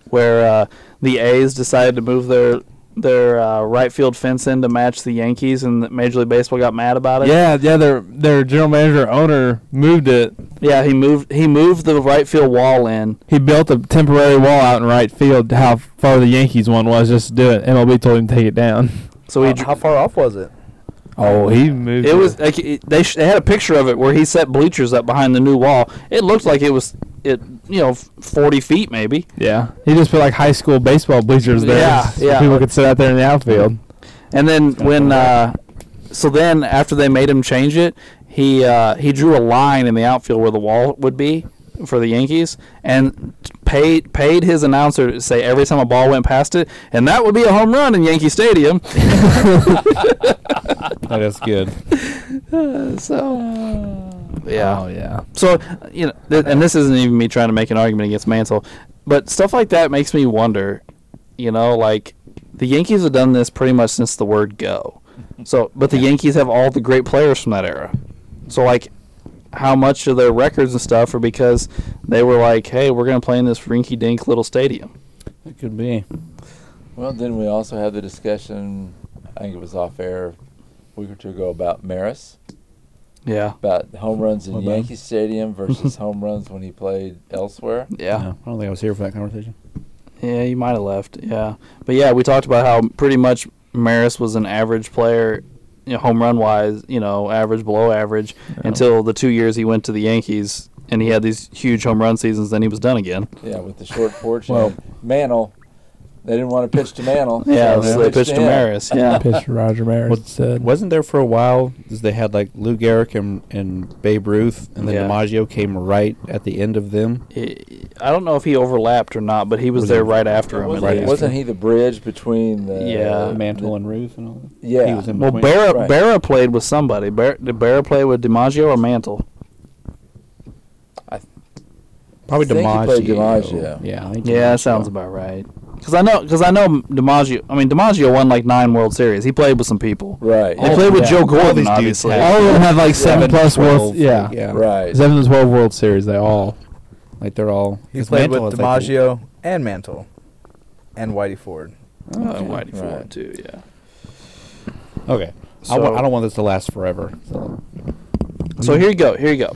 [SPEAKER 1] where uh, the A's decided to move their their uh, right field fence in to match the Yankees, and the Major League Baseball got mad about it.
[SPEAKER 4] Yeah, yeah. Their their general manager owner moved it.
[SPEAKER 1] yeah. He moved he moved the right field wall in.
[SPEAKER 4] He built a temporary wall out in right field. How far the Yankees one was just to do it. MLB told him to take it down.
[SPEAKER 1] So he
[SPEAKER 2] Oh, How- how far off was it?
[SPEAKER 4] Oh, he moved.
[SPEAKER 1] It was like it, they, sh- they had a picture of it where he set bleachers up behind the new wall. It looked like it was it you know f- forty feet maybe.
[SPEAKER 4] Yeah, he just put like high school baseball bleachers there.
[SPEAKER 1] Yeah,
[SPEAKER 4] so
[SPEAKER 1] yeah.
[SPEAKER 4] People could sit out there in the outfield.
[SPEAKER 1] And then when uh, so then after they made him change it, he uh, he drew a line in the outfield where the wall would be for the Yankees and paid paid his announcer to say every time a ball went past it, and that would be a home run in Yankee Stadium. [LAUGHS]
[SPEAKER 3] That is good.
[SPEAKER 1] so yeah.
[SPEAKER 4] Oh yeah.
[SPEAKER 1] So you know, th- and this isn't even me trying to make an argument against Mantle, but stuff like that makes me wonder. You know, like the Yankees have done this pretty much since the word [LAUGHS] go. So, but the Yankees have all the great players from that era. So, like, how much of their records and stuff are because they were like, "Hey, we're gonna play in this rinky-dink little stadium."
[SPEAKER 3] It could be.
[SPEAKER 6] Well, then we also had the discussion. I think it was off air a week or two ago about Maris,
[SPEAKER 1] Yeah,
[SPEAKER 6] about home runs in
[SPEAKER 3] What about him?
[SPEAKER 6] Yankee
[SPEAKER 1] [LAUGHS]
[SPEAKER 6] Stadium versus home runs when he played elsewhere.
[SPEAKER 1] yeah,
[SPEAKER 3] No, I don't think I was here for that conversation.
[SPEAKER 1] yeah. You might have left. Yeah, but yeah, we talked about how pretty much Maris was an average player, you know, home run wise. You know, average, below average. until the two years he went to the Yankees and he had these huge home run seasons. Then he was done again.
[SPEAKER 6] Yeah, with the short porch.
[SPEAKER 3] Well-
[SPEAKER 6] and Mantle. They didn't want to pitch to Mantle.
[SPEAKER 1] Yeah, so they
[SPEAKER 6] pitched
[SPEAKER 1] pitched to
[SPEAKER 6] him.
[SPEAKER 1] Maris. Yeah,
[SPEAKER 4] Pitched Roger Maris
[SPEAKER 3] What-
[SPEAKER 4] said.
[SPEAKER 3] Wasn't there for a while? 'cause They had like Lou Gehrig and, and Babe Ruth, and then
[SPEAKER 1] Yeah.
[SPEAKER 3] DiMaggio came right at the end of them.
[SPEAKER 1] He- I don't know if he overlapped or not, but he was
[SPEAKER 3] Was
[SPEAKER 1] there
[SPEAKER 3] he-
[SPEAKER 1] right after him.
[SPEAKER 6] Wasn't,
[SPEAKER 1] Right
[SPEAKER 6] he,
[SPEAKER 1] after.
[SPEAKER 6] wasn't he the bridge between the
[SPEAKER 1] Yeah.
[SPEAKER 3] Mantle and Ruth and all that.
[SPEAKER 6] yeah?
[SPEAKER 3] He was in
[SPEAKER 1] Well,
[SPEAKER 3] between.
[SPEAKER 1] Barra
[SPEAKER 6] Right.
[SPEAKER 1] Barra played with somebody. Barra, did Barra play with DiMaggio or Mantle?
[SPEAKER 3] probably
[SPEAKER 6] I think he
[SPEAKER 3] DiMaggio.
[SPEAKER 6] played DiMaggio.
[SPEAKER 3] Yeah. I think
[SPEAKER 1] Yeah,
[SPEAKER 3] DiMaggio.
[SPEAKER 1] that sounds about right. Because I know, because I know DiMaggio. I mean, DiMaggio won like nine World Series. He played with some people.
[SPEAKER 6] right,
[SPEAKER 1] They played with
[SPEAKER 3] yeah.
[SPEAKER 1] Joe
[SPEAKER 3] All
[SPEAKER 1] Gordon,
[SPEAKER 3] these dudes
[SPEAKER 1] obviously. Oh,
[SPEAKER 3] had-
[SPEAKER 4] All of them have like seven plus
[SPEAKER 3] 12,
[SPEAKER 4] World. Yeah.
[SPEAKER 3] yeah.
[SPEAKER 6] right.
[SPEAKER 4] Seven to twelve World Series. They all.
[SPEAKER 3] Like they're all.
[SPEAKER 2] He
[SPEAKER 3] 'cause
[SPEAKER 2] played
[SPEAKER 3] Mantle
[SPEAKER 2] with
[SPEAKER 3] is, like, the-
[SPEAKER 2] DiMaggio and Mantle, and Whitey Ford.
[SPEAKER 1] Uh, Whitey Ford
[SPEAKER 6] Right.
[SPEAKER 1] too. Yeah.
[SPEAKER 3] Okay. I,
[SPEAKER 1] So-
[SPEAKER 3] wa- I don't want this to last forever. So.
[SPEAKER 1] So here you go. Here you go.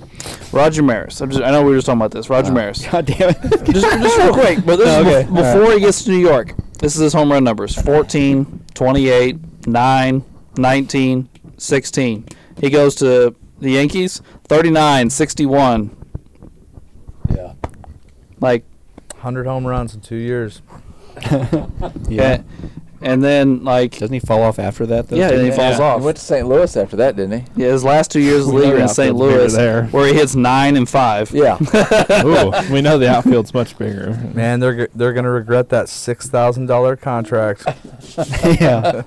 [SPEAKER 1] Roger Maris. I'm just, I know we were just talking about this. Roger
[SPEAKER 3] Uh,
[SPEAKER 1] Maris.
[SPEAKER 3] [LAUGHS] God damn it.
[SPEAKER 1] just, just real quick, but this
[SPEAKER 3] Oh,
[SPEAKER 1] is
[SPEAKER 3] okay.
[SPEAKER 1] bef- before he gets to New York. This is his home run numbers 14, 28, 9, 19, 16. He goes to the Yankees 39, 61.
[SPEAKER 6] Yeah,
[SPEAKER 1] Like,
[SPEAKER 2] 100 home runs in two years.
[SPEAKER 1] yeah.
[SPEAKER 3] yeah.
[SPEAKER 1] eh, And then like
[SPEAKER 3] Doesn't he fall off after that though?
[SPEAKER 1] yeah, and he falls
[SPEAKER 6] He
[SPEAKER 1] off.
[SPEAKER 6] went to St. Louis after that, didn't he?
[SPEAKER 1] Yeah, his last two [LAUGHS] years of the
[SPEAKER 4] We
[SPEAKER 1] league
[SPEAKER 4] know
[SPEAKER 1] were in
[SPEAKER 4] the
[SPEAKER 1] St.
[SPEAKER 4] outfield's bigger
[SPEAKER 1] Louis,
[SPEAKER 4] there.
[SPEAKER 1] where he hits nine and five.
[SPEAKER 6] [LAUGHS] Yeah.
[SPEAKER 4] [LAUGHS] Ooh, we know the outfield's much bigger.
[SPEAKER 5] [LAUGHS]
[SPEAKER 2] Man, they're g- they're gonna regret that six thousand dollar contract.
[SPEAKER 3] yeah.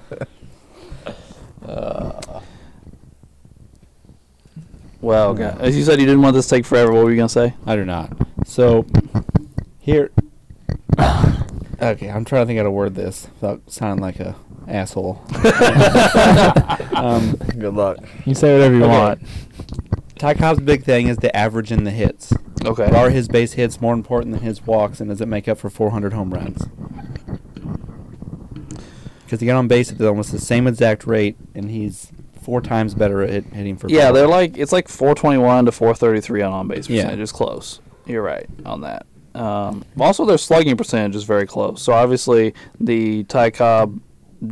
[SPEAKER 1] Well, God. as you said, you didn't want this to take forever. What were you gonna say?
[SPEAKER 3] I do not. So here [COUGHS] Okay, I'm trying to think how to word this without sounding like a asshole. um,
[SPEAKER 2] Good luck.
[SPEAKER 4] You say whatever you [LAUGHS]
[SPEAKER 3] Okay.
[SPEAKER 4] want.
[SPEAKER 3] Ty Cobb's big thing is the average in the hits.
[SPEAKER 1] Okay.
[SPEAKER 3] Are his base hits more important than his walks, and does it make up for 400 home runs? Because he got on base at almost the same exact rate, and he's four times better at hit, hitting for.
[SPEAKER 1] [LAUGHS] Yeah, they're
[SPEAKER 3] power.
[SPEAKER 1] like it's like 421 to 433 on on base
[SPEAKER 3] Yeah.
[SPEAKER 1] percentage. It's close. You're right on that. Um, also, their slugging percentage is very close. So obviously, the Ty Cobb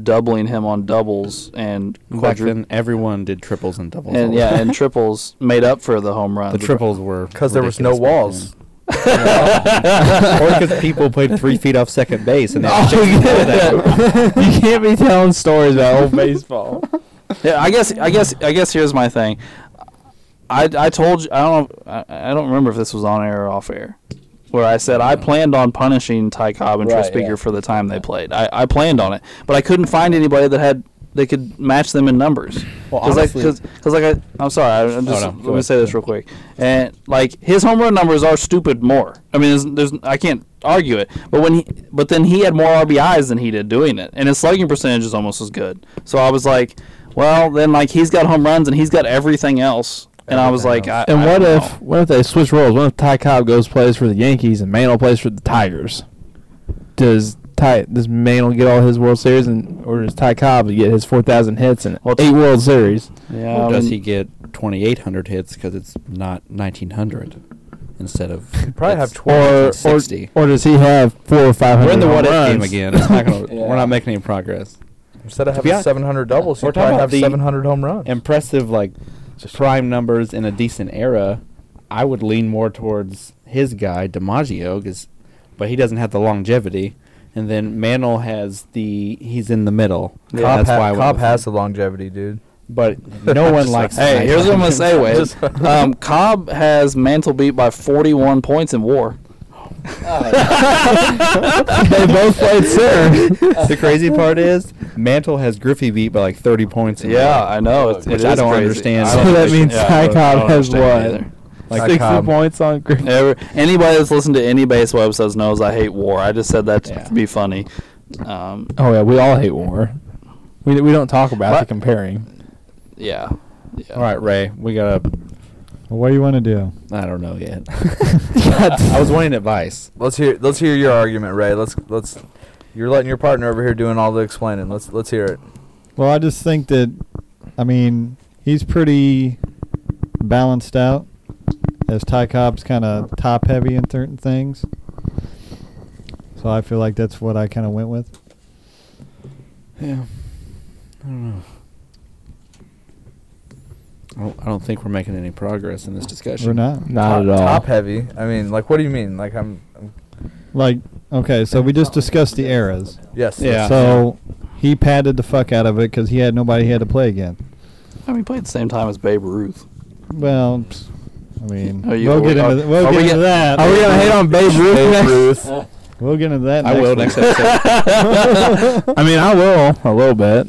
[SPEAKER 1] doubling him on doubles and
[SPEAKER 3] back
[SPEAKER 1] quadru-
[SPEAKER 3] then. Everyone did triples and doubles.
[SPEAKER 1] and
[SPEAKER 3] all
[SPEAKER 1] yeah
[SPEAKER 3] [LAUGHS]
[SPEAKER 1] and triples made up for the home run.
[SPEAKER 3] the
[SPEAKER 1] [LAUGHS]
[SPEAKER 3] triples were
[SPEAKER 2] Because there was no
[SPEAKER 3] ridiculous
[SPEAKER 2] walls.
[SPEAKER 3] back
[SPEAKER 1] [LAUGHS]
[SPEAKER 3] then. or because people played three feet off second base, and they
[SPEAKER 4] Oh,
[SPEAKER 3] had to chase the ball
[SPEAKER 4] [LAUGHS]
[SPEAKER 3] down.
[SPEAKER 4] you can't be telling stories about old baseball.
[SPEAKER 1] Yeah, I guess I guess I guess here's my thing. I, I told you I don't I, I don't remember if this was on air or off air, where I said I planned on punishing Ty Cobb and Tris
[SPEAKER 6] Right, yeah.
[SPEAKER 1] Speaker for the time they played. I, I planned on it, but I couldn't find anybody that had that could match them in numbers.
[SPEAKER 3] Well,
[SPEAKER 1] Cause like,
[SPEAKER 3] honestly-
[SPEAKER 1] cause, 'cause like I, I'm sorry, I, I'm just
[SPEAKER 3] no, go
[SPEAKER 1] let me
[SPEAKER 3] ahead.
[SPEAKER 1] say this real quick. And like his home run numbers are stupid more. I mean, there's, there's I can't argue it. But when he, but then he had more RBIs than he did doing it, and his slugging percentage is almost as good. So I was like, well, then like he's got home runs and he's got everything else. And I was like, I,
[SPEAKER 2] Everything
[SPEAKER 4] And
[SPEAKER 1] I
[SPEAKER 4] what
[SPEAKER 1] don't
[SPEAKER 4] if
[SPEAKER 1] know.
[SPEAKER 4] what if they switch roles? What if Ty Cobb goes plays for the Yankees and Mantle plays for the Tigers? Does Ty does Mantle get all his World Series and or does Ty Cobb get his four thousand hits and
[SPEAKER 1] Well,
[SPEAKER 4] eight World Series?
[SPEAKER 1] Yeah, Um,
[SPEAKER 3] Or
[SPEAKER 1] I
[SPEAKER 3] does
[SPEAKER 1] mean-
[SPEAKER 3] he get 2,800 hits because it's not 1,900 instead of
[SPEAKER 2] probably have
[SPEAKER 3] it's
[SPEAKER 2] tw-
[SPEAKER 4] Or or,
[SPEAKER 3] 60?
[SPEAKER 4] or does he have four or five
[SPEAKER 3] We're in
[SPEAKER 4] hundred?
[SPEAKER 3] the what if game again. It's not gonna,
[SPEAKER 6] Yeah.
[SPEAKER 3] We're not making any progress.
[SPEAKER 2] Instead of
[SPEAKER 3] To be
[SPEAKER 2] having
[SPEAKER 3] honest-
[SPEAKER 2] seven hundred doubles, you
[SPEAKER 3] We're
[SPEAKER 2] probably
[SPEAKER 3] talking about
[SPEAKER 2] have
[SPEAKER 3] the-
[SPEAKER 2] seven hundred home runs.
[SPEAKER 3] Impressive, like prime numbers in a decent era. I would lean more towards his guy DiMaggio, 'cause- but he doesn't have the longevity. And then Mantle has the he's in the middle.
[SPEAKER 2] Cobb,
[SPEAKER 3] That's
[SPEAKER 2] ha-
[SPEAKER 3] why I went
[SPEAKER 2] Cobb
[SPEAKER 3] with
[SPEAKER 2] has
[SPEAKER 3] him.
[SPEAKER 2] the longevity, dude.
[SPEAKER 3] But [LAUGHS] no one likes.
[SPEAKER 1] Hey,
[SPEAKER 3] Mike.
[SPEAKER 1] here's what I'm gonna
[SPEAKER 4] [LAUGHS]
[SPEAKER 1] say, Wade. Um, Cobb has Mantle beat by 41 points in WAR. [LAUGHS]
[SPEAKER 4] they both played
[SPEAKER 3] [LAUGHS]
[SPEAKER 4] center.
[SPEAKER 3] the crazy part is Mantle has Griffey beat by like 30 points. in
[SPEAKER 1] Yeah,
[SPEAKER 3] the-
[SPEAKER 1] I know. It's,
[SPEAKER 3] Which
[SPEAKER 1] it
[SPEAKER 3] I
[SPEAKER 1] is
[SPEAKER 3] don't
[SPEAKER 1] crazy.
[SPEAKER 3] understand.
[SPEAKER 1] I
[SPEAKER 4] So
[SPEAKER 1] don't
[SPEAKER 4] that
[SPEAKER 1] understand-
[SPEAKER 4] means Ty
[SPEAKER 1] I don't-
[SPEAKER 4] Cobb
[SPEAKER 1] I don't
[SPEAKER 4] has
[SPEAKER 1] understand
[SPEAKER 4] what?
[SPEAKER 1] either.
[SPEAKER 3] Like,
[SPEAKER 4] sixty
[SPEAKER 2] Cobb.
[SPEAKER 4] points on Griffin.
[SPEAKER 1] Ever, anybody that's listened to any baseball episodes knows I hate war. I just said that
[SPEAKER 3] Yeah.
[SPEAKER 1] to be funny. Um,
[SPEAKER 4] Oh yeah, we all hate war. We, we don't talk about
[SPEAKER 1] What?
[SPEAKER 4] the comparing.
[SPEAKER 1] yeah. yeah.
[SPEAKER 3] all right, Ray, we gotta
[SPEAKER 5] Well, what do you want to do?
[SPEAKER 3] I don't know [LAUGHS] yet. I was wanting advice.
[SPEAKER 2] Let's hear let's hear your argument, Ray. Let's let's you're letting your partner over here doing all the explaining. Let's let's hear it.
[SPEAKER 5] Well, I just think that, I mean, he's pretty balanced out, as Ty Cobb's kind of top heavy in certain things. So I feel like that's what I kind of went with.
[SPEAKER 3] Yeah. I don't know. I don't, I don't think we're making any progress in this discussion.
[SPEAKER 5] Or not.
[SPEAKER 4] Not
[SPEAKER 2] top,
[SPEAKER 4] at all.
[SPEAKER 2] Top heavy. I mean, like, what do you mean? Like, I'm. I'm
[SPEAKER 5] Like, okay, so we just discussed the eras.
[SPEAKER 2] yes.
[SPEAKER 3] Yeah.
[SPEAKER 5] So he padded the fuck out of it because he had nobody he had to play against.
[SPEAKER 1] I mean, he played at the same time as Babe Ruth.
[SPEAKER 5] Well, pss, I mean,
[SPEAKER 1] Are you-
[SPEAKER 5] we'll
[SPEAKER 1] are we-
[SPEAKER 5] get into,
[SPEAKER 1] are-
[SPEAKER 5] th- we'll
[SPEAKER 1] are
[SPEAKER 5] get
[SPEAKER 1] we
[SPEAKER 5] into
[SPEAKER 1] get-
[SPEAKER 5] that.
[SPEAKER 4] Are we gonna hate on Babe Ruth? next?
[SPEAKER 5] We'll get into that.
[SPEAKER 3] I will next episode.
[SPEAKER 4] I mean, I will a little bit.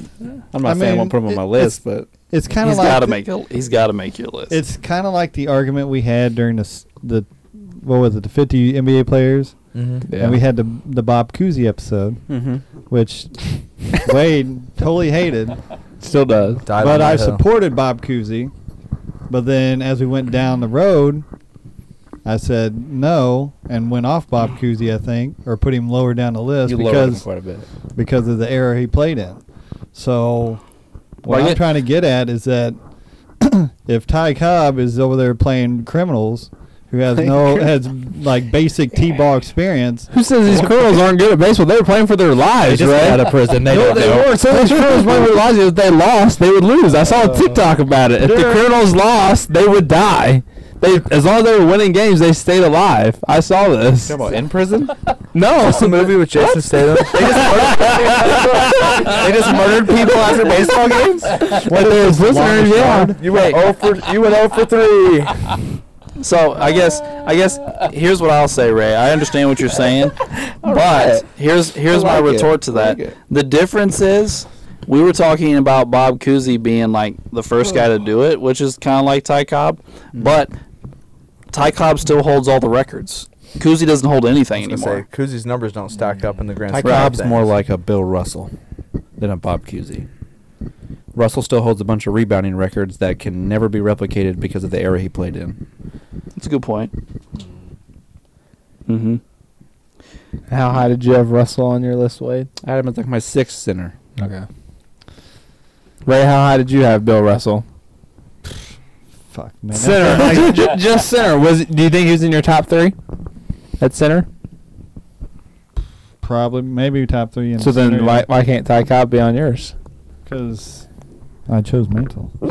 [SPEAKER 3] I'm not
[SPEAKER 5] I
[SPEAKER 3] saying I won't
[SPEAKER 5] mean,
[SPEAKER 3] put them on my
[SPEAKER 5] it-
[SPEAKER 3] list, but
[SPEAKER 5] It's kind of
[SPEAKER 1] He's
[SPEAKER 5] like
[SPEAKER 1] got to
[SPEAKER 5] the-
[SPEAKER 1] make a, he's got to make your list.
[SPEAKER 5] It's kind of like the argument we had during the s- the what was it the 50 NBA players,
[SPEAKER 2] Mm-hmm.
[SPEAKER 4] Yeah.
[SPEAKER 5] and we had the the Bob Cousy episode,
[SPEAKER 3] Mm-hmm.
[SPEAKER 5] which Wade totally hated,
[SPEAKER 4] Still does.
[SPEAKER 5] but I supported Bob Cousy. But then as we went down the road, I said no and went off Bob Cousy, I think, or put him lower down the list
[SPEAKER 3] you lowered them
[SPEAKER 5] because
[SPEAKER 3] quite a bit.
[SPEAKER 5] because of the era he played in. So what
[SPEAKER 1] Well,
[SPEAKER 5] I'm
[SPEAKER 1] yeah.
[SPEAKER 5] trying to get at is that [CLEARS THROAT] if Ty Cobb is over there playing criminals who has no has like basic T-ball experience,
[SPEAKER 4] Who
[SPEAKER 2] Mm-hmm.
[SPEAKER 4] says these criminals aren't good at baseball? They were playing for their lives,
[SPEAKER 3] just
[SPEAKER 4] right?
[SPEAKER 3] got out of prison. They
[SPEAKER 4] no,
[SPEAKER 3] don't
[SPEAKER 4] they
[SPEAKER 3] know.
[SPEAKER 4] weren't. Some of these criminals [LAUGHS] playing for their lives. If they lost, they would lose. I saw a TikTok about it. If the criminals lost, they would die. They as long as they were winning games, they stayed alive. I saw this.
[SPEAKER 3] Talking about in prison?
[SPEAKER 4] [LAUGHS] No,
[SPEAKER 2] What's the movie with Jason
[SPEAKER 4] [LAUGHS]
[SPEAKER 2] Statham?
[SPEAKER 4] They just, murdered, they just murdered people after baseball games. Like they were prisoners. Yeah.
[SPEAKER 2] You went
[SPEAKER 1] Hey.
[SPEAKER 2] 0 for you went 0 for 3.
[SPEAKER 1] So I guess I guess here's what I'll say, Ray. I understand what you're saying, but here's here's
[SPEAKER 3] I
[SPEAKER 1] my
[SPEAKER 3] like it.
[SPEAKER 1] retort to
[SPEAKER 3] I
[SPEAKER 1] that.
[SPEAKER 3] like it.
[SPEAKER 1] the difference is we were talking about Bob Cousy being like the first guy to do it, which is kind of like Ty Cobb, but Ty Cobb still holds all the records. Cousy doesn't hold anything
[SPEAKER 2] I was gonna
[SPEAKER 1] anymore.
[SPEAKER 2] say, Kuzi's numbers don't stack up in the grand
[SPEAKER 3] Ty
[SPEAKER 2] scheme of
[SPEAKER 3] Cobb's
[SPEAKER 2] things.
[SPEAKER 3] more like a Bill Russell than a Bob Cousy. Russell still holds a bunch of rebounding records that can never be replicated because of the era he played in.
[SPEAKER 1] That's a good point. [LAUGHS] Mm-hmm.
[SPEAKER 4] How high did you have Russell on your list, Wade?
[SPEAKER 3] I had him as like my sixth center.
[SPEAKER 4] Okay. Ray, how high did you have Bill Russell?
[SPEAKER 5] Fuck, man. that-
[SPEAKER 4] Center, like, [LAUGHS] ju- just center. Was do you think he was in your top three at center?
[SPEAKER 5] Probably, maybe top three. In
[SPEAKER 4] So then, why, why can't Ty Cobb be on [LAUGHS] yours?
[SPEAKER 5] Because I
[SPEAKER 4] [LAUGHS]
[SPEAKER 5] chose [LAUGHS] mental.
[SPEAKER 3] All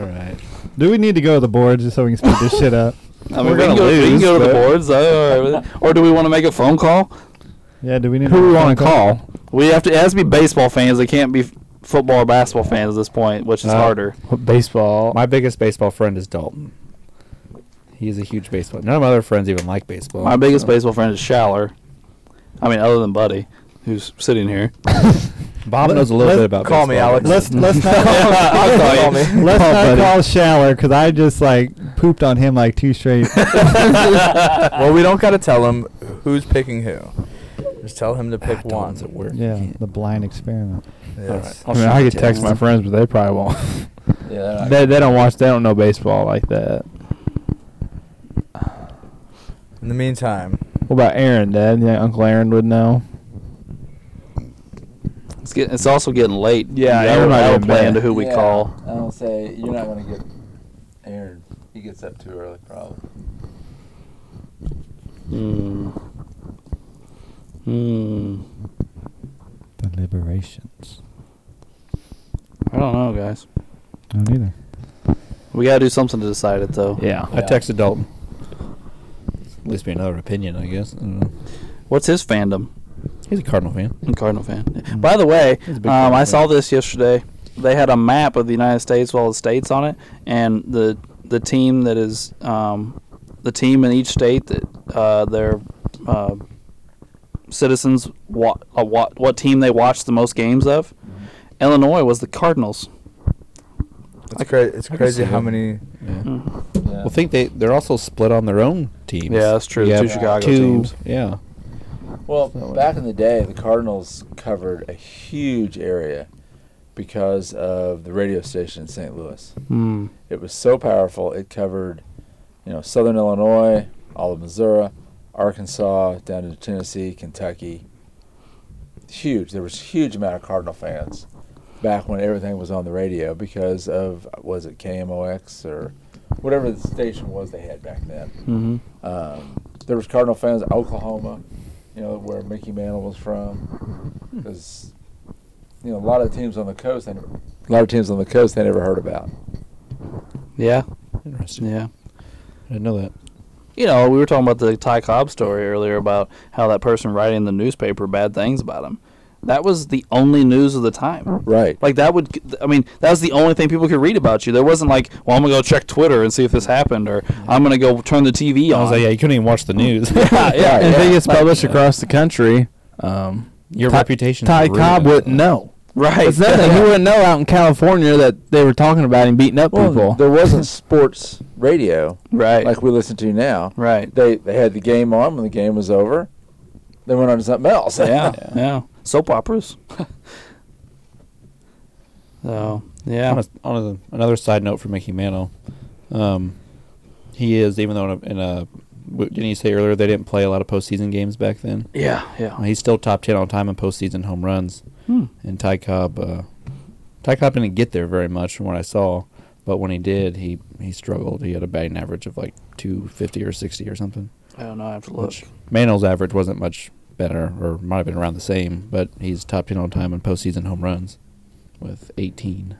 [SPEAKER 3] right.
[SPEAKER 5] Do we need to go to the board just so we can speed this shit up?
[SPEAKER 1] I mean,
[SPEAKER 4] We're
[SPEAKER 1] we can,
[SPEAKER 4] gonna
[SPEAKER 1] go, we can
[SPEAKER 4] lose,
[SPEAKER 1] go to the
[SPEAKER 4] but-
[SPEAKER 1] boards, uh, or, or do we want to make a phone call?
[SPEAKER 5] Yeah, do we need
[SPEAKER 4] Who we want
[SPEAKER 5] want
[SPEAKER 4] to call?
[SPEAKER 1] We have to. It has to be baseball fans. It can't be f- football or basketball fans at this point, which is
[SPEAKER 3] Uh,
[SPEAKER 1] harder.
[SPEAKER 4] Baseball.
[SPEAKER 3] My biggest baseball friend is Dalton. He's a huge baseball. None of my other friends even like baseball.
[SPEAKER 1] My biggest
[SPEAKER 3] so-
[SPEAKER 1] baseball friend is Schaller. I mean, other than Buddy, who's sitting [LAUGHS] here.
[SPEAKER 3] Bob knows a little
[SPEAKER 5] Let's
[SPEAKER 3] bit about.
[SPEAKER 2] call me,
[SPEAKER 3] baseball. [LAUGHS]
[SPEAKER 2] Alex.
[SPEAKER 5] Let's
[SPEAKER 2] [LAUGHS]
[SPEAKER 5] let's not call,
[SPEAKER 1] I'll call you.
[SPEAKER 5] [LAUGHS] let's not call Schaller because I just like pooped on him like two straight.
[SPEAKER 4] [LAUGHS]
[SPEAKER 2] Well, we don't got to tell him who's picking who. Just tell him to pick
[SPEAKER 3] Ah,
[SPEAKER 2] one.
[SPEAKER 3] Dalton's at work.
[SPEAKER 5] yeah,
[SPEAKER 3] He
[SPEAKER 5] the blind experiment.
[SPEAKER 2] Yes.
[SPEAKER 4] I, mean, I could text my friends, but they probably won't. [LAUGHS]
[SPEAKER 6] Yeah, they're not-
[SPEAKER 4] they, they don't watch. They don't know baseball like that.
[SPEAKER 2] In the meantime,
[SPEAKER 4] What about Aaron, Dad? Yeah, Uncle Aaron would know.
[SPEAKER 1] It's, get, it's also getting late.
[SPEAKER 4] Yeah,
[SPEAKER 1] that
[SPEAKER 4] everybody
[SPEAKER 1] will
[SPEAKER 4] in
[SPEAKER 1] play
[SPEAKER 4] bed.
[SPEAKER 1] into who we
[SPEAKER 6] Yeah,
[SPEAKER 1] call.
[SPEAKER 6] I don't say you're not going to get Aaron. He gets up too early, probably.
[SPEAKER 1] Hmm. Hmm.
[SPEAKER 5] Deliberations.
[SPEAKER 1] I don't know, guys.
[SPEAKER 5] No, neither.
[SPEAKER 1] We gotta do something to decide it though.
[SPEAKER 4] Yeah.
[SPEAKER 3] I texted Dalton. At least be another opinion, I guess. I don't know.
[SPEAKER 1] What's his fandom?
[SPEAKER 3] He's a Cardinal fan.
[SPEAKER 1] I'm a Cardinal fan. By the way,
[SPEAKER 3] He's a big
[SPEAKER 1] um,
[SPEAKER 3] Cardinal
[SPEAKER 1] I
[SPEAKER 3] fan.
[SPEAKER 1] saw this yesterday. They had a map of the United States with all the states on it, and the the team that is um, the team in each state that uh, their uh, citizens wa- uh, wa- what team they watch the most games of.
[SPEAKER 3] Mm-hmm.
[SPEAKER 1] Illinois was the Cardinals.
[SPEAKER 2] it's, cra- it's
[SPEAKER 3] I can
[SPEAKER 2] crazy
[SPEAKER 3] see
[SPEAKER 2] how
[SPEAKER 3] it.
[SPEAKER 2] many.
[SPEAKER 4] Mm-hmm.
[SPEAKER 3] Yeah.
[SPEAKER 1] Mm.
[SPEAKER 6] Yeah.
[SPEAKER 3] Well, think they they're also split on their own teams.
[SPEAKER 1] Yeah, that's true.
[SPEAKER 3] You
[SPEAKER 1] Two
[SPEAKER 3] have
[SPEAKER 1] Chicago
[SPEAKER 3] two-
[SPEAKER 1] teams.
[SPEAKER 3] Yeah.
[SPEAKER 6] Well,
[SPEAKER 3] So-
[SPEAKER 6] back in the day, the Cardinals covered a huge area because of the radio station in St. Louis.
[SPEAKER 1] Mm.
[SPEAKER 6] It was so powerful. It covered, you know, Southern Illinois, all of Missouri, Arkansas, down to Tennessee, Kentucky. Huge. There was huge amount of Cardinal fans back when everything was on the radio because of was it KMOX or whatever the station was they had back then
[SPEAKER 1] hmm
[SPEAKER 6] um, there was Cardinal fans in Oklahoma, you know, where Mickey Mantle was from, because you know a lot of teams on the coast, they, a lot of teams on the coast they never heard about.
[SPEAKER 1] Yeah,
[SPEAKER 3] Interesting.
[SPEAKER 1] yeah.
[SPEAKER 3] I didn't know that.
[SPEAKER 1] You know, we were talking about the Ty Cobb story earlier about how that person writing in the newspaper bad things about him. That was the only news of the time.
[SPEAKER 6] Right.
[SPEAKER 1] Like that would, I mean, that was the only thing people could read about you. There wasn't like, well, I'm gonna go check Twitter and see if this happened, or I'm gonna go turn the TV
[SPEAKER 3] I
[SPEAKER 1] on.
[SPEAKER 3] was like, yeah, you couldn't even watch
[SPEAKER 4] [LAUGHS]
[SPEAKER 3] the news. [LAUGHS]
[SPEAKER 1] yeah, yeah,
[SPEAKER 4] And if
[SPEAKER 1] yeah.
[SPEAKER 4] it gets published across the country, um,
[SPEAKER 3] Your
[SPEAKER 4] Ty-
[SPEAKER 3] reputation.
[SPEAKER 4] Ty Cobb wouldn't
[SPEAKER 3] [LAUGHS]
[SPEAKER 4] know.
[SPEAKER 1] right.
[SPEAKER 4] It's
[SPEAKER 1] [LAUGHS]
[SPEAKER 4] nothing. He wouldn't know out in California that they were talking about him beating up people.
[SPEAKER 6] there wasn't sports radio
[SPEAKER 1] right,
[SPEAKER 6] like we listen to now.
[SPEAKER 1] right.
[SPEAKER 6] They they had the game on when the game was over. They went on to something else.
[SPEAKER 1] Yeah,
[SPEAKER 6] [LAUGHS]
[SPEAKER 1] yeah. Soap operas. [LAUGHS] so yeah,
[SPEAKER 3] On, a, on a, another side note for Mickey Mantle, um, he is even though in a, in a what didn't you say earlier they didn't play a lot of postseason games back then.
[SPEAKER 1] yeah, yeah.
[SPEAKER 3] He's still top ten all time in postseason home runs.
[SPEAKER 1] Hmm.
[SPEAKER 3] And Ty Cobb, uh, Ty Cobb didn't get there very much from what I saw, but when he did, he he struggled. He had a batting average of like two fifty or sixty or something.
[SPEAKER 1] I don't know. I have to look.
[SPEAKER 3] Which Manel's average wasn't much better, or might have been around the same. But he's top ten all time in postseason home runs with eighteen.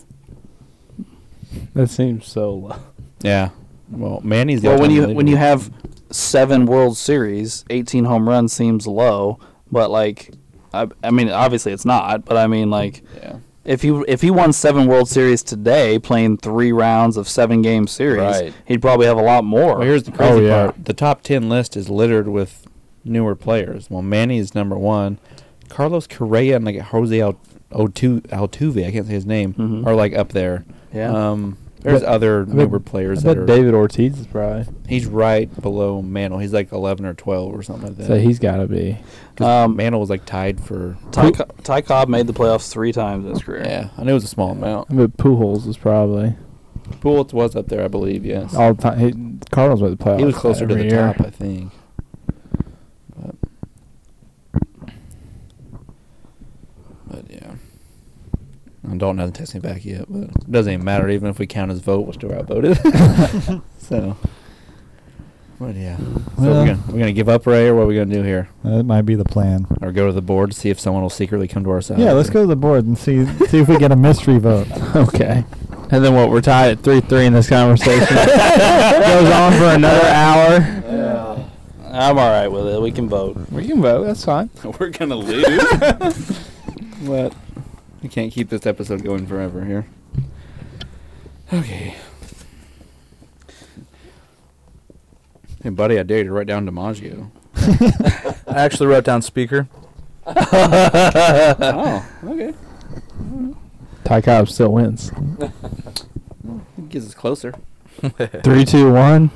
[SPEAKER 4] That seems so low.
[SPEAKER 3] Yeah. Well, Manny's the
[SPEAKER 1] well, when
[SPEAKER 3] all-time
[SPEAKER 1] you
[SPEAKER 3] leader.
[SPEAKER 1] when you have seven World Series, eighteen home runs seems low, but like, I, I mean, obviously it's not. But I mean, like,
[SPEAKER 3] yeah.
[SPEAKER 1] if he if he won seven World Series today, playing three rounds of seven game series,
[SPEAKER 6] Right.
[SPEAKER 1] he'd probably have a lot more.
[SPEAKER 3] Well, here's the crazy
[SPEAKER 4] Oh, yeah.
[SPEAKER 3] part: the top ten list is littered with newer players. Well, Manny is number one. Carlos Correa and like Jose Al- Otu- Altuve, I can't say his name,
[SPEAKER 1] Mhm.
[SPEAKER 3] are like up there.
[SPEAKER 1] yeah,
[SPEAKER 3] Um, there's
[SPEAKER 4] bet-
[SPEAKER 3] other
[SPEAKER 4] bet-
[SPEAKER 3] newer
[SPEAKER 4] I
[SPEAKER 3] players that
[SPEAKER 4] bet
[SPEAKER 3] are.
[SPEAKER 4] David Ortiz is probably.
[SPEAKER 3] he's right below Mantle. He's like 11 or 12 or something like that.
[SPEAKER 4] So he's got to be.
[SPEAKER 3] 'Cause
[SPEAKER 1] Um,
[SPEAKER 3] Mantle was like tied for.
[SPEAKER 1] Ty, Co- Ty Cobb made the playoffs three times in his career.
[SPEAKER 3] Yeah, I knew it was a small amount.
[SPEAKER 4] I bet Pujols is probably
[SPEAKER 3] Pujols was up there, I believe. Yes,
[SPEAKER 4] all the time. He, Cardinals made the playoffs.
[SPEAKER 5] Oh,
[SPEAKER 3] he was closer to the
[SPEAKER 4] every year.
[SPEAKER 3] top, I think. But, but yeah, and Dalton hasn't texted me back yet. But it doesn't even matter. Even if we count his vote, we're still
[SPEAKER 5] [LAUGHS]
[SPEAKER 3] outvoted. [LAUGHS] so, but yeah, so
[SPEAKER 5] Well-
[SPEAKER 3] we're gonna we're gonna give up Ray, or what are we gonna do here?
[SPEAKER 5] That might be the plan.
[SPEAKER 3] Or go to the board to see if someone will secretly come to our side?
[SPEAKER 5] yeah, let's
[SPEAKER 3] or-
[SPEAKER 5] go to the board and see see if we get a mystery vote.
[SPEAKER 4] [LAUGHS] Okay. And then what? We're tied at three three in this
[SPEAKER 5] [LAUGHS]
[SPEAKER 4] conversation. Goes on for another hour.
[SPEAKER 1] I'm all right with it. We can vote.
[SPEAKER 4] We can vote. That's fine.
[SPEAKER 3] [LAUGHS] We're gonna [LAUGHS] lose. what? We can't keep this episode going forever here. Okay. Hey, buddy, I dare you to write down DiMaggio.
[SPEAKER 2] I actually wrote down speaker.
[SPEAKER 3] oh, [LAUGHS] okay.
[SPEAKER 4] Ty Cobb still
[SPEAKER 3] [LAUGHS]
[SPEAKER 4] wins.
[SPEAKER 3] It gets us closer.
[SPEAKER 4] Three, two, one.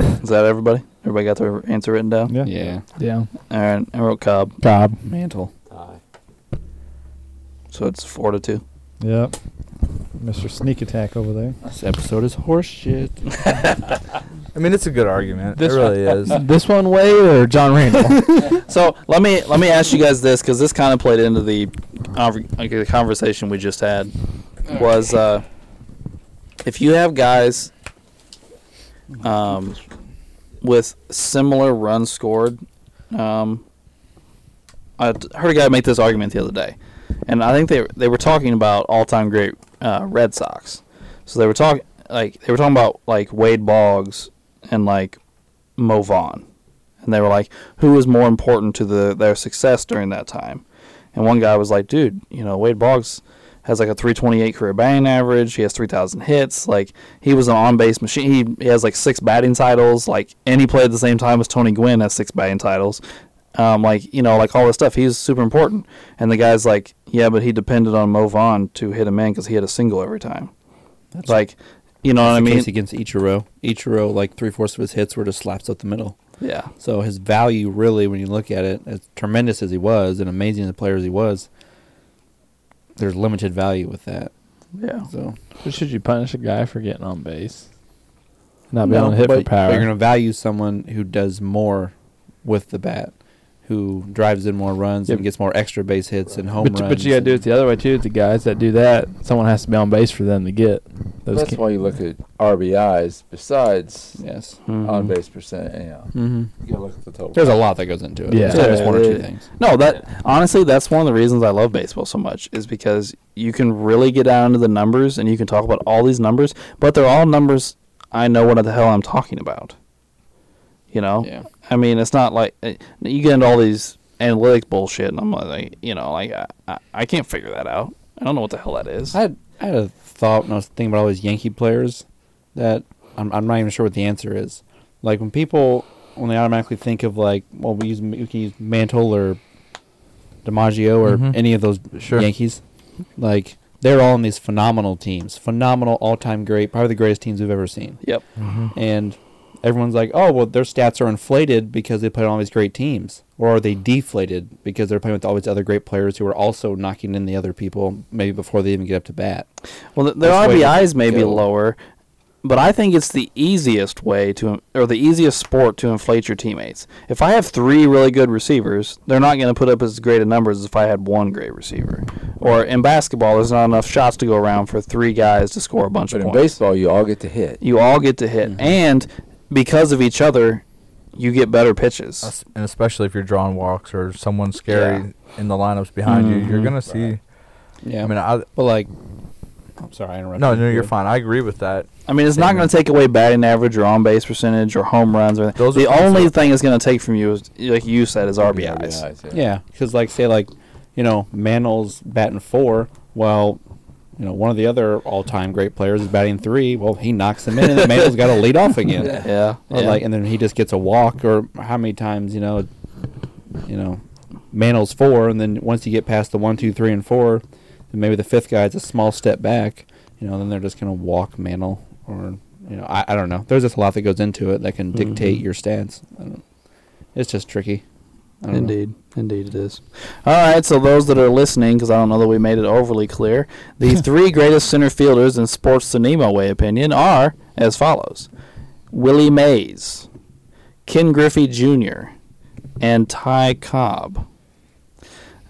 [SPEAKER 1] Is that everybody? Everybody got their answer written down.
[SPEAKER 5] Yeah.
[SPEAKER 3] Yeah.
[SPEAKER 4] Yeah.
[SPEAKER 1] All right, I wrote Cobb,
[SPEAKER 4] Cobb.
[SPEAKER 3] Mantle.
[SPEAKER 1] so it's four to two.
[SPEAKER 5] Yep. Mr. Sneak Attack over there.
[SPEAKER 3] This episode is horseshit.
[SPEAKER 2] I mean, it's a good argument.
[SPEAKER 4] This
[SPEAKER 2] it
[SPEAKER 4] [LAUGHS]
[SPEAKER 2] really is.
[SPEAKER 4] This one Wade or John
[SPEAKER 3] [LAUGHS]
[SPEAKER 4] Randall?
[SPEAKER 1] So let me let me ask you guys this because this kind of played into the conver- like, the conversation we just had was uh, if you have guys um, with similar runs scored. Um, I t- heard a guy make this argument the other day, and I think they they were talking about all time great uh, Red Sox. So they were talking like they were talking about like Wade Boggs and like Mo Vaughn and they were like, "Who was more important to the their success during that time?" And one guy was like, "Dude, you know Wade Boggs has like a 328 career batting average. He has 3,000 hits. Like he was an on base machine. He, he has like six batting titles. Like and he played at the same time as Tony Gwynn has six batting titles. Um, like you know, like all this stuff. He's super important." And the guy's like, "Yeah, but he depended on Mo Vaughn to hit him in because he had a single every time."
[SPEAKER 3] That's
[SPEAKER 1] like, you know what I
[SPEAKER 3] the
[SPEAKER 1] mean?
[SPEAKER 3] case against Ichiro. Ichiro, like three fourths of his hits were just slaps up the middle.
[SPEAKER 1] Yeah.
[SPEAKER 3] So his value, really, when you look at it, as tremendous as he was and amazing as a player as he was, there's limited value with that.
[SPEAKER 1] Yeah.
[SPEAKER 3] So
[SPEAKER 4] Should you punish a guy for getting on base? Not being
[SPEAKER 3] No,
[SPEAKER 4] able to hit
[SPEAKER 3] but,
[SPEAKER 4] for power.
[SPEAKER 3] but you're going to value someone who does more with the bat, who drives in more runs
[SPEAKER 4] Yep.
[SPEAKER 3] and gets more extra base hits and home
[SPEAKER 4] but,
[SPEAKER 3] runs.
[SPEAKER 4] but you got to do it the other way too. The guys that do that, someone has to be on base for them to get those.
[SPEAKER 6] That's
[SPEAKER 4] ca-
[SPEAKER 6] why you look at RBIs besides
[SPEAKER 3] Yes.
[SPEAKER 6] on base percent. Yeah,
[SPEAKER 3] hmm
[SPEAKER 6] you gotta look at the total.
[SPEAKER 3] There's a lot that goes into it.
[SPEAKER 4] Mm-hmm. Yeah.
[SPEAKER 3] It's not just one or two
[SPEAKER 1] Yeah.
[SPEAKER 3] things.
[SPEAKER 1] No, that honestly, that's one of the reasons I love baseball so much is because you can really get down to the numbers and you can talk about all these numbers, but they're all numbers I know what the hell I'm talking about. You know,
[SPEAKER 3] Yeah.
[SPEAKER 1] I mean, it's not like eh, you get into all these analytic bullshit, and I'm like, you know, like I, I, I can't figure that out. I don't know what the hell that is.
[SPEAKER 3] I had, I had a thought when I was thinking about all these Yankee players that I'm, I'm not even sure what the answer is. Like when people when they automatically think of like well we use we can use Mantle or DiMaggio or
[SPEAKER 2] Mhm.
[SPEAKER 3] any of those
[SPEAKER 2] Sure.
[SPEAKER 3] Yankees, like they're all in these phenomenal teams, phenomenal all time great, probably the greatest teams we've ever seen.
[SPEAKER 1] yep.
[SPEAKER 3] Mm-hmm. And everyone's like, oh well, their stats are inflated because they played on all these great teams, or are they deflated because they're playing with all these other great players who are also knocking in the other people maybe before they even get up to bat.
[SPEAKER 1] Well, th- their
[SPEAKER 3] That's way to
[SPEAKER 1] RBIs may be
[SPEAKER 3] go.
[SPEAKER 1] lower, but I think it's the easiest way to, or the easiest sport to inflate your teammates. If I have three really good receivers, they're not going to put up as great a numbers as if I had one great receiver. Or in basketball, there's not enough shots to go around for three guys to score a bunch
[SPEAKER 6] But
[SPEAKER 1] of
[SPEAKER 6] in
[SPEAKER 1] points.
[SPEAKER 6] baseball, you all get to hit.
[SPEAKER 1] you all get to hit, and because of each other, you get better pitches.
[SPEAKER 2] Es- And especially if you're drawing walks or someone scary in the lineups behind you, you're
[SPEAKER 1] Mhm.
[SPEAKER 2] gonna see.
[SPEAKER 3] Yeah,
[SPEAKER 2] I mean, I,
[SPEAKER 3] But like, I'm sorry, I interrupted.
[SPEAKER 2] No,
[SPEAKER 3] you.
[SPEAKER 2] no, you're fine. I agree with that.
[SPEAKER 1] I mean, it's not
[SPEAKER 2] Amen.
[SPEAKER 1] going to take away batting average or on base percentage or home runs or anything.
[SPEAKER 2] Those are
[SPEAKER 1] The
[SPEAKER 2] things
[SPEAKER 1] only
[SPEAKER 2] that-
[SPEAKER 1] thing it's going to take from you is, like you said, is RBIs.
[SPEAKER 3] Yeah, because like say like, you know, Mantle's batting four. Well, you know, one of the other all-time great players is batting three. Well, he knocks him in, and then Mantle's got to lead
[SPEAKER 2] [LAUGHS]
[SPEAKER 3] off again.
[SPEAKER 1] Yeah. yeah.
[SPEAKER 3] Or like, and then he just gets a walk, or how many times you know, you know, Mantle's four, and then once you get past the one, two, three, and four, then maybe the fifth guy's a small step back. You know, then they're just gonna walk Mantle, or you know, I, I don't know. There's just a lot that goes into it that can dictate your stance. I don't, it's just tricky. I don't know.
[SPEAKER 1] Indeed. Indeed, it is. All right, so those that are listening, because I don't know that we made it overly clear, the three greatest center fielders in sports to Nemo way opinion are as follows Willie Mays, Ken Griffey Jr., and Ty Cobb.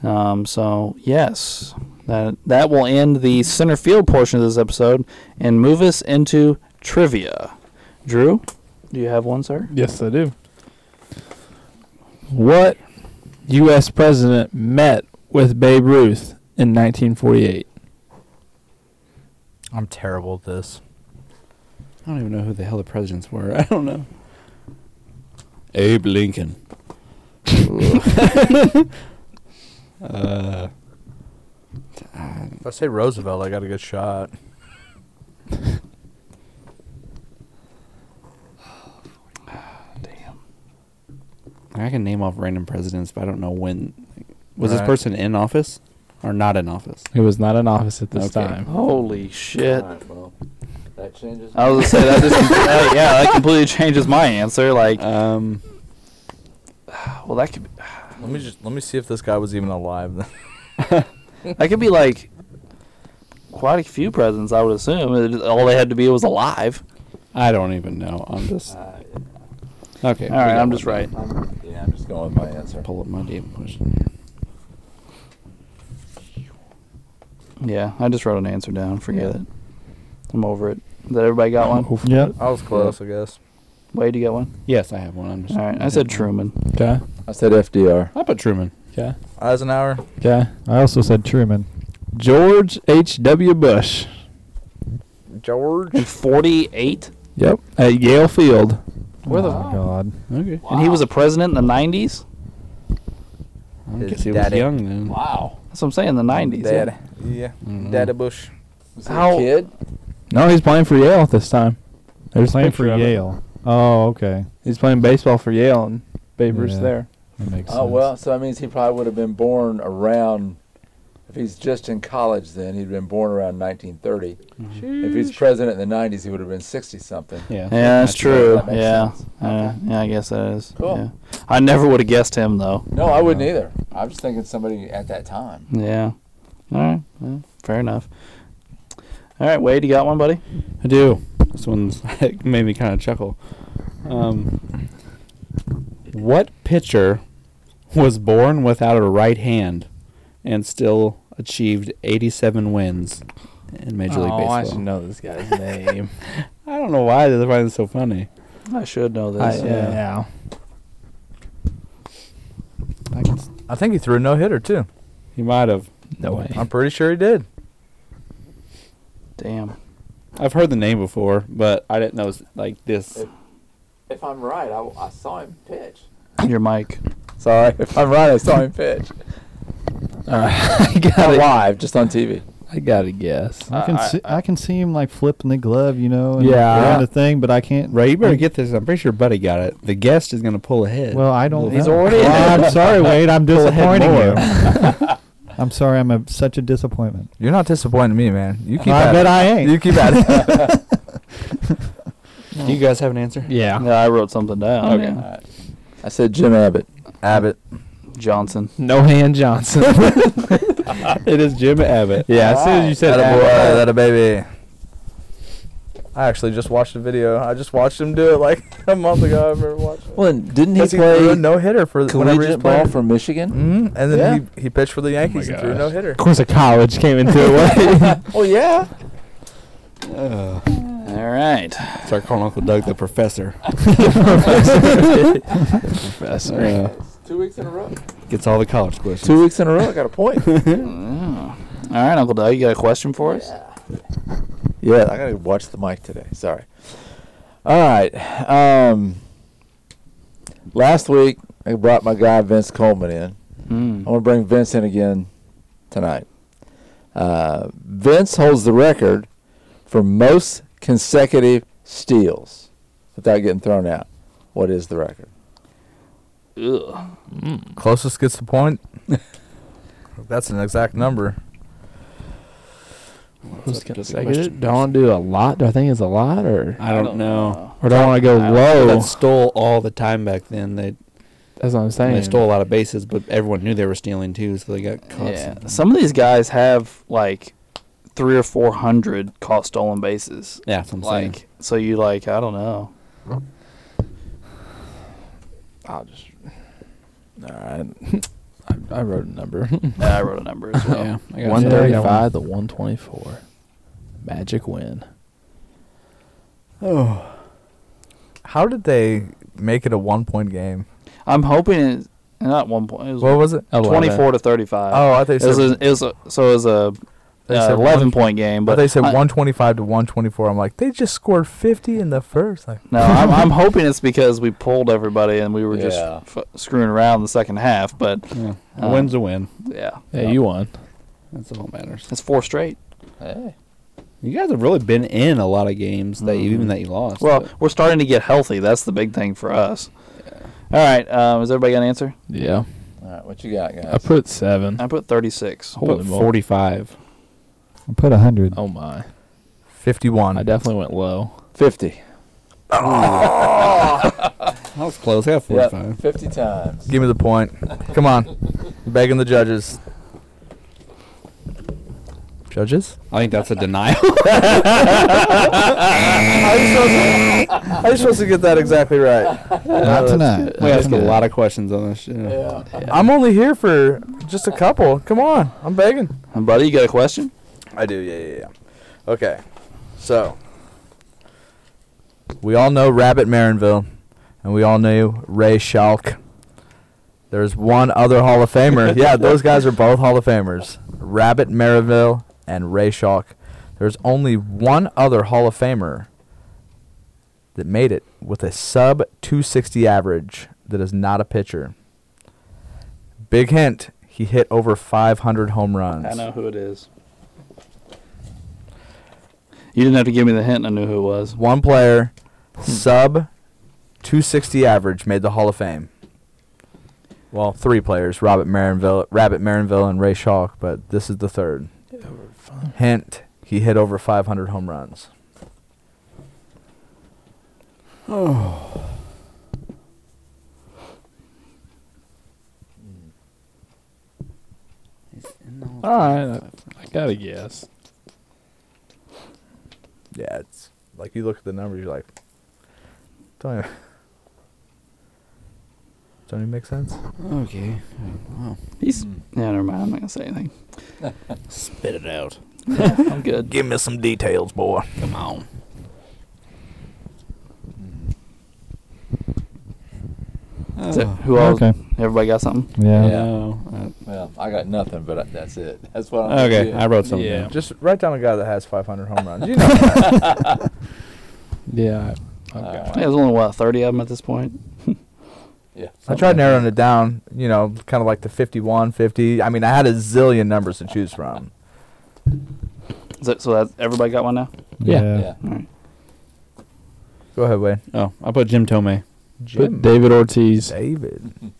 [SPEAKER 1] Um, so, yes, that, that will end the center field portion of this episode and move us into trivia. Drew, do you have one, sir?
[SPEAKER 4] Yes, I do. What U.S. president met with Babe Ruth in 1948?
[SPEAKER 2] I'm terrible at this.
[SPEAKER 3] I don't even know who the hell the presidents were. [LAUGHS] I don't know. Abe Lincoln. uh,
[SPEAKER 2] If I say Roosevelt, I got a good shot.
[SPEAKER 3] I can name off random presidents, but I don't know when. Was this
[SPEAKER 2] Right.
[SPEAKER 3] person in office or not in office?
[SPEAKER 4] He was not in office at this
[SPEAKER 3] Okay.
[SPEAKER 4] time.
[SPEAKER 1] Holy shit.
[SPEAKER 6] well, that changes.
[SPEAKER 1] I was gonna say that just [LAUGHS] that- yeah, that completely changes my answer. Like,
[SPEAKER 6] Uh,
[SPEAKER 3] Um,
[SPEAKER 1] well, that could be,
[SPEAKER 2] Let me just let me see if this guy was even alive.
[SPEAKER 1] that could be like quite a few presidents, I would assume. It- all they had to be was alive.
[SPEAKER 3] I don't even know. I'm just
[SPEAKER 6] Uh,
[SPEAKER 3] okay.
[SPEAKER 1] All right, I'm just right.
[SPEAKER 6] I'm, yeah, I'm just going with my answer.
[SPEAKER 3] Pull up my damn question.
[SPEAKER 1] Yeah, I just wrote an answer down. Forget it. I'm over it. That everybody got one.
[SPEAKER 5] Yeah.
[SPEAKER 2] I [LAUGHS] was close, I guess.
[SPEAKER 1] Wade, you got one.
[SPEAKER 3] Yes, I have one. I'm just.
[SPEAKER 1] All right, I said Truman.
[SPEAKER 4] Okay.
[SPEAKER 6] I said FDR.
[SPEAKER 3] I put Truman.
[SPEAKER 4] Okay.
[SPEAKER 2] Eisenhower.
[SPEAKER 4] Okay.
[SPEAKER 5] I also said Truman.
[SPEAKER 4] George H.W. Bush.
[SPEAKER 2] George.
[SPEAKER 1] In '48,
[SPEAKER 4] Yep. At Yale Field.
[SPEAKER 1] Where the-
[SPEAKER 5] oh my God.
[SPEAKER 3] Okay.
[SPEAKER 1] and he was a president in the '90s.
[SPEAKER 3] I
[SPEAKER 2] His
[SPEAKER 3] guess he was
[SPEAKER 2] daddy.
[SPEAKER 3] young then.
[SPEAKER 6] Wow.
[SPEAKER 1] That's what I'm saying. The '90s. yeah.
[SPEAKER 2] Dad. Yeah.
[SPEAKER 3] Mhm.
[SPEAKER 2] Daddy Bush.
[SPEAKER 6] Was he
[SPEAKER 1] How-
[SPEAKER 6] a kid?
[SPEAKER 4] No, he's playing for Yale at this time. There's a
[SPEAKER 5] Playing for
[SPEAKER 4] picture of it.
[SPEAKER 5] Yale. Oh, okay.
[SPEAKER 4] He's playing baseball for Yale, and Babe Ruth's
[SPEAKER 5] Yeah.
[SPEAKER 4] there.
[SPEAKER 5] That makes sense.
[SPEAKER 6] Oh well, so that means he probably would have been born around. If he's just in college, then he'd been born around 1930. If he's president in the 90s, he would have been 60 something.
[SPEAKER 3] Yeah.
[SPEAKER 1] Yeah, that's true.
[SPEAKER 6] That makes
[SPEAKER 1] Yeah.
[SPEAKER 6] sense.
[SPEAKER 1] Yeah, yeah, I guess that is.
[SPEAKER 6] Cool.
[SPEAKER 1] Yeah. I never would have guessed him though.
[SPEAKER 6] No, I wouldn't either. I'm just thinking somebody at that time.
[SPEAKER 1] Yeah. All right. Well, fair enough. All right, Wade, you got one, buddy?
[SPEAKER 3] I do. This one's [LAUGHS] made me kind of chuckle. Um, what pitcher was born without a right hand and still achieved 87 wins in Major League
[SPEAKER 4] oh, I should
[SPEAKER 3] Baseball?
[SPEAKER 4] know this [LAUGHS] guy's name.
[SPEAKER 3] I, don't know why they find this so funny.
[SPEAKER 1] I should know this.
[SPEAKER 4] I,
[SPEAKER 1] yeah.
[SPEAKER 4] yeah.
[SPEAKER 3] I can, s-
[SPEAKER 2] I think he threw a no hitter too.
[SPEAKER 3] he might have.
[SPEAKER 4] No way.
[SPEAKER 2] I'm pretty sure he did.
[SPEAKER 1] Damn.
[SPEAKER 3] I've heard the name before, but I didn't know it's like [LAUGHS] this.
[SPEAKER 6] If I'm right, I, I saw him pitch.
[SPEAKER 1] Your mic.
[SPEAKER 6] Sorry, if I'm right, I saw him pitch.
[SPEAKER 4] All right. I
[SPEAKER 6] Not
[SPEAKER 4] got it.
[SPEAKER 6] live, just on TV.
[SPEAKER 4] I got to guess.
[SPEAKER 5] I can see I, can see him like flipping the glove, you know, and
[SPEAKER 4] Yeah.
[SPEAKER 5] around the thing, but I can't.
[SPEAKER 3] Ray, you better get this. I'm pretty sure Buddy got it. The guest is going to pull ahead.
[SPEAKER 5] Well, I don't.
[SPEAKER 1] He's
[SPEAKER 5] know.
[SPEAKER 1] already-
[SPEAKER 5] Well, I'm sorry, Wade. I'm
[SPEAKER 3] Pull ahead
[SPEAKER 5] disappointing
[SPEAKER 3] more.
[SPEAKER 5] you. I'm sorry. I'm a, such a disappointment.
[SPEAKER 2] You're not disappointing me, man. You keep
[SPEAKER 5] I
[SPEAKER 2] at
[SPEAKER 5] bet
[SPEAKER 2] it.
[SPEAKER 5] I ain't.
[SPEAKER 2] You keep at it.
[SPEAKER 3] Do you guys have an answer?
[SPEAKER 4] Yeah.
[SPEAKER 1] Yeah, I wrote something down.
[SPEAKER 3] Okay.
[SPEAKER 1] yeah.
[SPEAKER 6] I said Jim Abbott.
[SPEAKER 2] Abbott.
[SPEAKER 1] Johnson.
[SPEAKER 4] No hand Johnson. [LAUGHS]
[SPEAKER 3] It is Jim Abbott.
[SPEAKER 4] yeah. As soon as you said
[SPEAKER 2] That a boy.
[SPEAKER 4] Abbott,
[SPEAKER 2] That a baby. I actually just watched a video. I just watched him do it like [LAUGHS] a month ago. I remember watching. it.
[SPEAKER 6] Well, and didn't he
[SPEAKER 2] Because he threw uh, a
[SPEAKER 6] play
[SPEAKER 2] no hitter for the- whenever he was
[SPEAKER 6] collegiate ball
[SPEAKER 2] playing.
[SPEAKER 6] for Michigan?
[SPEAKER 2] hmm And then
[SPEAKER 6] Yeah.
[SPEAKER 2] he, he pitched for the Yankees and threw a no hitter.
[SPEAKER 4] of course, a college came into [LAUGHS] it. Wade.
[SPEAKER 6] Oh yeah.
[SPEAKER 3] Ugh.
[SPEAKER 1] All right.
[SPEAKER 3] Start calling Uncle Doug the [LAUGHS] professor.
[SPEAKER 4] Professor.
[SPEAKER 3] Uh,
[SPEAKER 6] Two weeks in a row.
[SPEAKER 3] gets all the college questions.
[SPEAKER 6] Two weeks in a row. I got a point.
[SPEAKER 1] All right, Uncle Doug, you got a question for us?
[SPEAKER 6] Yeah, I gotta watch the mic today. Sorry. All right. Um, last week I brought my guy Vince Coleman in.
[SPEAKER 4] Mm-hmm.
[SPEAKER 1] Hmm.
[SPEAKER 6] I'm gonna bring Vince in again tonight. Uh, Vince holds the record for most consecutive steals without getting thrown out. What is the record?
[SPEAKER 1] Ugh.
[SPEAKER 2] [LAUGHS] Closest gets the point. [LAUGHS] That's an exact number.
[SPEAKER 3] That's
[SPEAKER 4] Just
[SPEAKER 3] a good
[SPEAKER 4] consecutive?
[SPEAKER 3] question. Oh.
[SPEAKER 4] Don't wanna do a lot. Do I think it's a lot or
[SPEAKER 3] I don't, know.
[SPEAKER 4] or don't want to go
[SPEAKER 1] I don't-
[SPEAKER 4] low?
[SPEAKER 3] That
[SPEAKER 4] That's,
[SPEAKER 3] stole all the time back then. They
[SPEAKER 4] what I'm saying.
[SPEAKER 3] they stole a lot of bases, but everyone knew they were stealing too, so they got caught.
[SPEAKER 1] Yeah.
[SPEAKER 3] something.
[SPEAKER 1] Some of these guys have like three or four hundred caught stolen bases.
[SPEAKER 3] yeah, that's what I'm saying.
[SPEAKER 1] Like so you like I don't know.
[SPEAKER 4] I'll just. All right. [LAUGHS] I, I wrote a number. [LAUGHS]
[SPEAKER 1] Yeah, I wrote a number as well.
[SPEAKER 3] yeah, I got
[SPEAKER 4] One
[SPEAKER 3] some.
[SPEAKER 4] thirty-five to one twenty-four. Magic win.
[SPEAKER 2] How did they make it a one point game?
[SPEAKER 1] I'm hoping it not one point. It was
[SPEAKER 2] What was it?
[SPEAKER 1] twenty four to thirty five.
[SPEAKER 2] Oh, I think
[SPEAKER 1] Oh, it was,
[SPEAKER 2] said,
[SPEAKER 1] a, it was a, so it was a
[SPEAKER 2] They
[SPEAKER 1] uh,
[SPEAKER 2] said
[SPEAKER 1] eleven
[SPEAKER 2] one-
[SPEAKER 1] point game,
[SPEAKER 2] but
[SPEAKER 1] but
[SPEAKER 2] they said
[SPEAKER 1] I-
[SPEAKER 2] 125 to 124. I'm like, they just scored 50 in the first. Like,
[SPEAKER 1] No, I'm, I'm hoping it's because we pulled everybody and we were just
[SPEAKER 6] Yeah.
[SPEAKER 1] f- screwing around the second half. But
[SPEAKER 3] Yeah. A
[SPEAKER 1] Uh,
[SPEAKER 3] win's a win.
[SPEAKER 1] yeah,
[SPEAKER 4] Hey, you won.
[SPEAKER 3] That's all that matters.
[SPEAKER 1] it's four straight.
[SPEAKER 6] Hey.
[SPEAKER 3] You guys have really been in a lot of games that you, even
[SPEAKER 1] Mhm.
[SPEAKER 3] that you lost.
[SPEAKER 1] Well,
[SPEAKER 3] but-
[SPEAKER 1] we're starting to get healthy. That's the big thing for us. All right, um, has everybody got an answer?
[SPEAKER 4] Yeah,
[SPEAKER 6] All right, what you got, guys?
[SPEAKER 4] I put seven.
[SPEAKER 1] I put thirty six.
[SPEAKER 4] holy
[SPEAKER 3] but
[SPEAKER 4] moly.
[SPEAKER 3] 45.
[SPEAKER 5] I put a hundred.
[SPEAKER 4] Oh my!
[SPEAKER 2] 51.
[SPEAKER 4] I definitely went low.
[SPEAKER 6] 50.
[SPEAKER 3] That was close. I got
[SPEAKER 6] Yep,
[SPEAKER 3] 45.
[SPEAKER 6] 50 times.
[SPEAKER 2] Give me the point. Come on. Begging the judges. Judges?
[SPEAKER 3] I think that's a denial.
[SPEAKER 2] I was supposed to get that exactly right.
[SPEAKER 5] Not tonight.
[SPEAKER 3] [LAUGHS] we
[SPEAKER 5] Not
[SPEAKER 3] asked a
[SPEAKER 5] tonight.
[SPEAKER 3] lot of questions on this. Yeah.
[SPEAKER 2] I'm only here for just a couple. Come on. I'm begging.
[SPEAKER 1] uh, Buddy, you got a question?
[SPEAKER 2] I do, yeah, yeah, yeah. Okay. So we all know Rabbit Marinville, and we all knew Ray Schalk. There's one other Hall of Famer. yeah, those guys are both Hall of Famers. Rabbit Marinville and Ray Schalk. There's only one other Hall of Famer that made it with a sub 260 average that is not a pitcher. Big hint, he hit over 500 home runs.
[SPEAKER 1] who it is. You didn't have to give me the hint. I knew who it was.
[SPEAKER 2] one player sub 260 average made the Hall of Fame. Well, three players: Robert Marinville, Rabbit Marinville, and Ray Schalk. But this is the third. Hint: He hit over 500 home runs.
[SPEAKER 4] All right, I, I gotta guess.
[SPEAKER 2] Yeah, it's like you look at the numbers, you're like, don't even, don't even make sense.
[SPEAKER 3] Okay. Wow.
[SPEAKER 1] He's yeah. Never mind. I'm not gonna say anything.
[SPEAKER 3] Spit it out.
[SPEAKER 1] I'm good.
[SPEAKER 2] Give me some details, boy.
[SPEAKER 3] Come on.
[SPEAKER 6] Mm-hmm.
[SPEAKER 2] Uh,
[SPEAKER 1] Is that who else?
[SPEAKER 5] Okay.
[SPEAKER 1] Everybody got something?
[SPEAKER 5] Yeah.
[SPEAKER 6] Yeah.
[SPEAKER 3] No.
[SPEAKER 6] Well, I got nothing, but I, that's it. [LAUGHS] That's what I'm
[SPEAKER 3] Oh, Okay, I wrote something.
[SPEAKER 4] Yeah.
[SPEAKER 3] Yeah.
[SPEAKER 2] Just write down a guy that has 500 home runs. You know, that.
[SPEAKER 4] Yeah, I,
[SPEAKER 6] All
[SPEAKER 4] okay.
[SPEAKER 1] Yeah, there's only what 30 of them at this point.
[SPEAKER 6] Yeah.
[SPEAKER 2] I tried narrowing it down, you know, kind of like the 51, 50. I mean, I had a zillion numbers to choose from.
[SPEAKER 1] Is that, so that everybody got one now.
[SPEAKER 4] Yeah.
[SPEAKER 6] Yeah.
[SPEAKER 2] Go ahead, Wade.
[SPEAKER 3] Oh, I put Jim Tomei.
[SPEAKER 4] Put David Ortiz.
[SPEAKER 2] David.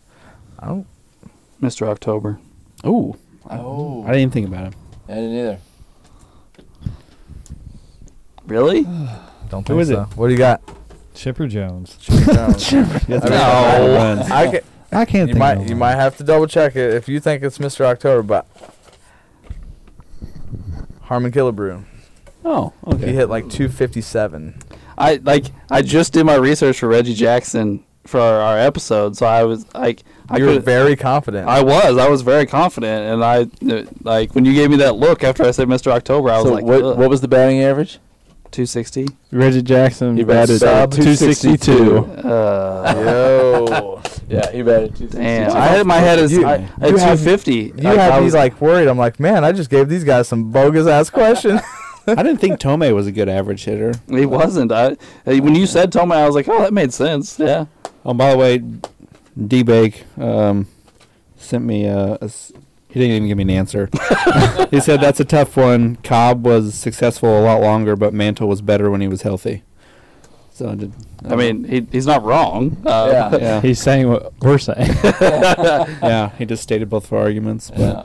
[SPEAKER 2] I don't.
[SPEAKER 1] Mr. October.
[SPEAKER 3] Ooh. I,
[SPEAKER 6] Oh.
[SPEAKER 3] I didn't even think about him.
[SPEAKER 6] I didn't either.
[SPEAKER 1] Really?
[SPEAKER 2] [SIGHS] Don't
[SPEAKER 3] Who
[SPEAKER 2] think
[SPEAKER 3] is
[SPEAKER 2] so.
[SPEAKER 3] it?
[SPEAKER 2] What do you got?
[SPEAKER 5] Chipper Jones.
[SPEAKER 2] I
[SPEAKER 3] No.
[SPEAKER 2] mean, I ca-
[SPEAKER 5] I can't
[SPEAKER 2] you
[SPEAKER 5] think.
[SPEAKER 2] might
[SPEAKER 5] of
[SPEAKER 2] you
[SPEAKER 5] one.
[SPEAKER 2] might have to double check it if you think it's Mr. October, but Harmon Killebrew.
[SPEAKER 3] Oh, okay.
[SPEAKER 2] He hit like 257.
[SPEAKER 1] I like I just did my research for Reggie Jackson for our, our episode, so I was like I
[SPEAKER 2] you were
[SPEAKER 1] could
[SPEAKER 2] very confident.
[SPEAKER 1] I was I was very confident, and I uh, like when you gave me that look after I said Mr. October, I was
[SPEAKER 6] So
[SPEAKER 1] like,
[SPEAKER 6] what, what was the batting average?
[SPEAKER 2] [LAUGHS]
[SPEAKER 1] 260?
[SPEAKER 4] Reggie Jackson
[SPEAKER 6] He
[SPEAKER 4] batted
[SPEAKER 6] batted sub
[SPEAKER 4] 262.
[SPEAKER 6] 262.
[SPEAKER 1] Uh,
[SPEAKER 2] Yo,
[SPEAKER 6] Yeah, he batted two.
[SPEAKER 1] damn! I had my head as
[SPEAKER 2] You-
[SPEAKER 1] I, at
[SPEAKER 2] you have-
[SPEAKER 1] 250.
[SPEAKER 2] you
[SPEAKER 1] Like, I
[SPEAKER 2] had me
[SPEAKER 1] was-
[SPEAKER 3] [LAUGHS]
[SPEAKER 2] like worried. I'm like, man, I just gave these guys some bogus ass questions.
[SPEAKER 3] [LAUGHS] I didn't think Tomei was a good average hitter.
[SPEAKER 1] He wasn't. I hey, when you said Tomei, I was like, oh, that made sense. Yeah.
[SPEAKER 3] Oh, by the way, D Bake um, sent me uh, a, a s- He didn't even give me an answer. [LAUGHS] he said that's a tough one. Cobb was successful a lot longer, but Mantle was better when he was healthy. So I, did, uh,
[SPEAKER 1] I mean, he, he's not wrong.
[SPEAKER 6] Yeah.
[SPEAKER 1] Uh, [LAUGHS]
[SPEAKER 3] yeah,
[SPEAKER 4] He's saying what we're saying.
[SPEAKER 3] yeah, he just stated both for arguments. But
[SPEAKER 6] Yeah.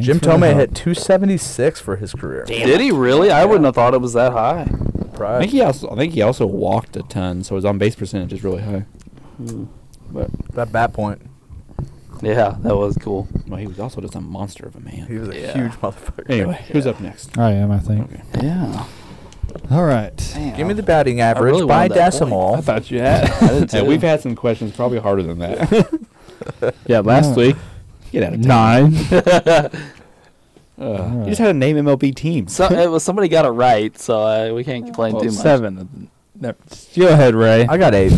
[SPEAKER 2] Jim Tomei hit 276 for his career.
[SPEAKER 1] Did he really? I wouldn't have thought it was that high.
[SPEAKER 3] I
[SPEAKER 2] Surprise.
[SPEAKER 3] think he also I think he also walked a ton, so his on base percentage is really high.
[SPEAKER 2] That bat point.
[SPEAKER 1] Yeah, that was cool.
[SPEAKER 3] Well, he was also just a monster of a man.
[SPEAKER 2] He was a
[SPEAKER 1] Yeah.
[SPEAKER 2] huge motherfucker. [LAUGHS]
[SPEAKER 3] Anyway, who's up next?
[SPEAKER 5] I am, I think.
[SPEAKER 1] Yeah.
[SPEAKER 5] All right.
[SPEAKER 1] Damn.
[SPEAKER 2] Give me the batting average
[SPEAKER 1] really
[SPEAKER 2] by
[SPEAKER 1] wanted that
[SPEAKER 2] decimal.
[SPEAKER 1] point.
[SPEAKER 2] I thought
[SPEAKER 4] you
[SPEAKER 3] [LAUGHS]
[SPEAKER 4] had. [LAUGHS]
[SPEAKER 3] Hey, we've had some questions probably harder than that.
[SPEAKER 4] Yeah, last week
[SPEAKER 3] Get out of town. [LAUGHS]
[SPEAKER 4] nine.
[SPEAKER 3] Uh, You just had to name MLB teams.
[SPEAKER 1] So, it was, somebody got it right, so uh, we can't complain
[SPEAKER 4] Well,
[SPEAKER 1] too much.
[SPEAKER 4] seven. Never- Go ahead, Ray.
[SPEAKER 2] I got
[SPEAKER 1] [LAUGHS]
[SPEAKER 2] eight.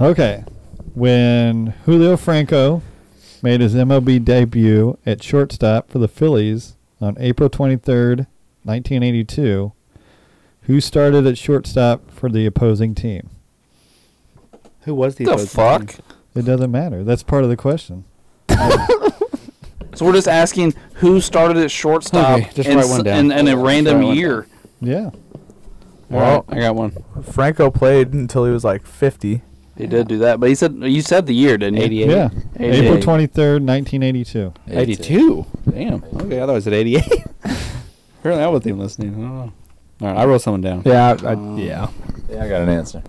[SPEAKER 5] Okay. When Julio Franco made his MLB debut at shortstop for the Phillies on April 23rd, 1982, who started at shortstop for the opposing team?
[SPEAKER 3] Who was the,
[SPEAKER 1] The
[SPEAKER 3] opposing
[SPEAKER 1] fuck?
[SPEAKER 3] team?
[SPEAKER 5] It doesn't matter. That's part of the question.
[SPEAKER 1] So we're just asking who started at shortstop
[SPEAKER 3] Okay, just
[SPEAKER 1] in,
[SPEAKER 3] write
[SPEAKER 1] s-
[SPEAKER 3] one down.
[SPEAKER 1] in, in a
[SPEAKER 3] Just
[SPEAKER 1] random
[SPEAKER 3] write one
[SPEAKER 1] year.
[SPEAKER 5] Yeah.
[SPEAKER 3] All right,
[SPEAKER 2] Well-
[SPEAKER 3] I got one.
[SPEAKER 2] Franco played until he was like 50.
[SPEAKER 1] He did do that, but he said you said the year, didn't you?
[SPEAKER 3] 88.
[SPEAKER 5] Yeah. April
[SPEAKER 1] 88.
[SPEAKER 5] 23rd, 1982.
[SPEAKER 3] 82. Damn. Okay, I thought it was at 88. [LAUGHS] Apparently, I wasn't even listening. I don't know. All right, I wrote someone down.
[SPEAKER 4] yeah, I, I, yeah.
[SPEAKER 6] Yeah, I got an answer.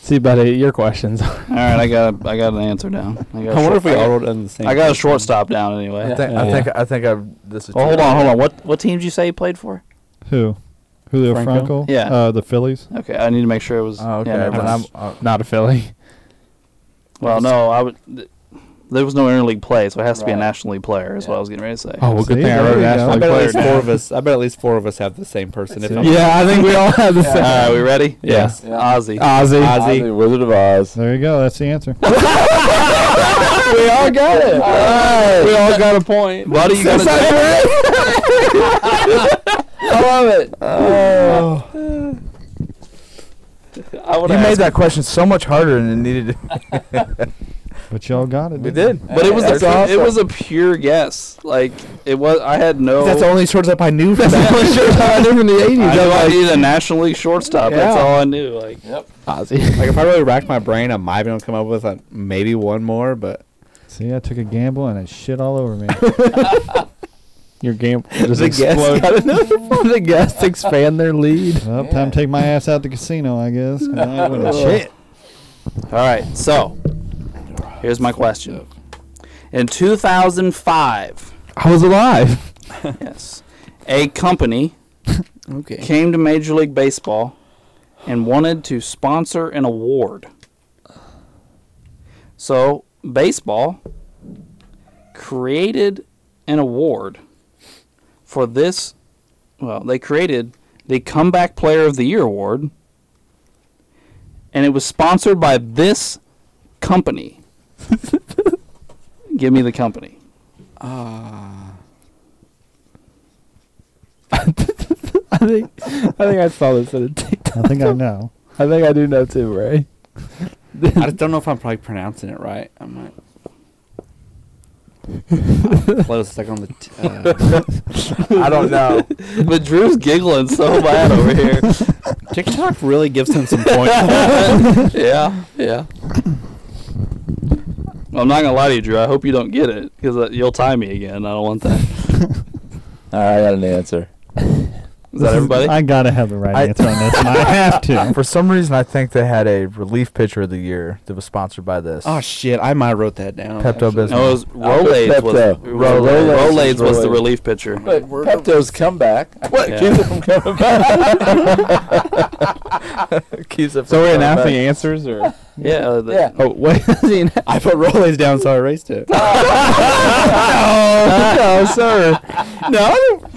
[SPEAKER 4] See, buddy, your questions.
[SPEAKER 1] All right, I got a, I got an answer down. I, got a
[SPEAKER 3] I wonder
[SPEAKER 1] short-
[SPEAKER 3] if we
[SPEAKER 1] I
[SPEAKER 3] all
[SPEAKER 1] got-
[SPEAKER 3] wrote it on the same.
[SPEAKER 1] I got a
[SPEAKER 3] page.
[SPEAKER 1] shortstop down anyway.
[SPEAKER 2] I think I
[SPEAKER 4] Yeah.
[SPEAKER 2] think I think I've this is
[SPEAKER 1] Well,
[SPEAKER 2] too
[SPEAKER 1] hold
[SPEAKER 2] early.
[SPEAKER 1] on, hold on. What what team did you say he played for?
[SPEAKER 5] Who? Julio
[SPEAKER 3] Franco?
[SPEAKER 5] Franco?
[SPEAKER 1] Yeah.
[SPEAKER 5] Uh, the Phillies?
[SPEAKER 1] Okay, I need to make sure it was.
[SPEAKER 2] Oh, okay.
[SPEAKER 1] yeah, never
[SPEAKER 2] then
[SPEAKER 1] mind.
[SPEAKER 2] I'm, uh,
[SPEAKER 4] [LAUGHS] Not a Philly.
[SPEAKER 1] well, no, I would. th- There was no interleague play, so it has to be a
[SPEAKER 6] Right.
[SPEAKER 1] National League player. Is what
[SPEAKER 6] Yeah.
[SPEAKER 1] I was getting ready to say.
[SPEAKER 4] Oh, well, good
[SPEAKER 5] See,
[SPEAKER 4] thing I
[SPEAKER 5] there
[SPEAKER 4] wrote
[SPEAKER 5] you
[SPEAKER 4] National
[SPEAKER 5] go.
[SPEAKER 3] I
[SPEAKER 4] League
[SPEAKER 3] bet at
[SPEAKER 4] player.
[SPEAKER 3] least four of us. I bet at least four of us have the same person. If I'm-
[SPEAKER 4] Yeah, I think we all have the same.
[SPEAKER 1] All right, uh, we ready?
[SPEAKER 3] Yes.
[SPEAKER 6] Yeah.
[SPEAKER 1] Ozzy.
[SPEAKER 3] Uh,
[SPEAKER 4] Ozzy.
[SPEAKER 3] Ozzy.
[SPEAKER 6] Ozzy, Wizard of Oz.
[SPEAKER 5] There you go. That's
[SPEAKER 4] [LAUGHS]
[SPEAKER 5] the answer.
[SPEAKER 4] we all got it. We all got a point.
[SPEAKER 1] Buddy, you got to
[SPEAKER 6] I love it.
[SPEAKER 1] I would
[SPEAKER 2] You made that question so much harder than it needed to
[SPEAKER 1] [LAUGHS]
[SPEAKER 5] But y'all got it.
[SPEAKER 2] We
[SPEAKER 5] didn't
[SPEAKER 2] did.
[SPEAKER 1] But it was
[SPEAKER 6] That's
[SPEAKER 1] a,
[SPEAKER 6] awesome.
[SPEAKER 1] it was a pure guess. Like it was. I had no.
[SPEAKER 3] That's the only shortstop I
[SPEAKER 1] [LAUGHS]
[SPEAKER 3] knew. From that.
[SPEAKER 4] I knew from the
[SPEAKER 1] I, knew
[SPEAKER 4] eighties.
[SPEAKER 1] I needed a National League shortstop. That's
[SPEAKER 4] Yeah.
[SPEAKER 1] all I knew. Like
[SPEAKER 4] Ozzy.
[SPEAKER 3] like if I really rack my brain, I might be able to come up with like maybe one more. But
[SPEAKER 5] See, I took a gamble and it shit all over me.
[SPEAKER 4] Your game just
[SPEAKER 3] [LAUGHS] The
[SPEAKER 1] [LAUGHS]
[SPEAKER 3] guests
[SPEAKER 4] exploded. the
[SPEAKER 3] [LAUGHS]
[SPEAKER 4] guests expand their lead.
[SPEAKER 5] Well, time to take my ass out the casino, I guess. 'cause I ain't winning shit.
[SPEAKER 1] all right. So here's my question. In 2005,
[SPEAKER 4] I was alive.
[SPEAKER 1] yes, a company
[SPEAKER 3] okay,
[SPEAKER 1] came to Major League Baseball and wanted to sponsor an award. So, baseball created an award for this. Well, they created the Comeback Player of the Year award, and it was sponsored by this company. Give me the company.
[SPEAKER 4] I think. [LAUGHS] I think I saw this at a TikTok.
[SPEAKER 5] I think I know.
[SPEAKER 4] I think I do know too, Ray.
[SPEAKER 3] I just don't know if I'm probably pronouncing it right. I might. I'm [LAUGHS] close. It's like on the. T- uh, [LAUGHS]
[SPEAKER 2] I don't know.
[SPEAKER 1] [LAUGHS] but Drew's giggling so bad Oh, over
[SPEAKER 5] [LAUGHS]
[SPEAKER 1] here.
[SPEAKER 3] TikTok really gives him some
[SPEAKER 1] [LAUGHS]
[SPEAKER 3] points. [LAUGHS]
[SPEAKER 1] yeah, yeah. Well, I'm not gonna lie to you, Drew. I hope you don't get it because uh, you'll tie me again. I don't want that. Is
[SPEAKER 6] All right, I got an answer.
[SPEAKER 1] that everybody?
[SPEAKER 5] I gotta have the right
[SPEAKER 2] I-
[SPEAKER 5] answer on this. and I have to.
[SPEAKER 2] Uh, For some reason, I think they had a relief pitcher of the year that was sponsored by this.
[SPEAKER 3] oh shit! I might have wrote that down.
[SPEAKER 2] Pepto
[SPEAKER 3] actually.
[SPEAKER 2] Bismol.
[SPEAKER 1] no, it was Rolades. Was,
[SPEAKER 6] Pepto.
[SPEAKER 1] Rolades,
[SPEAKER 6] Rolades.
[SPEAKER 1] Rolades was the
[SPEAKER 6] Rolades.
[SPEAKER 1] relief pitcher.
[SPEAKER 6] But Pepto's comeback. What
[SPEAKER 1] Yeah.
[SPEAKER 6] keeps it from coming back?
[SPEAKER 2] keeps it.
[SPEAKER 4] So
[SPEAKER 2] from
[SPEAKER 4] we're
[SPEAKER 2] coming
[SPEAKER 4] announcing
[SPEAKER 2] back.
[SPEAKER 4] answers, or
[SPEAKER 1] Yeah. uh, The,
[SPEAKER 6] Yeah.
[SPEAKER 4] oh wait,
[SPEAKER 3] I put Rollins down, so I erased it.
[SPEAKER 2] Oh, [LAUGHS]
[SPEAKER 4] no, sir.
[SPEAKER 3] [LAUGHS] no.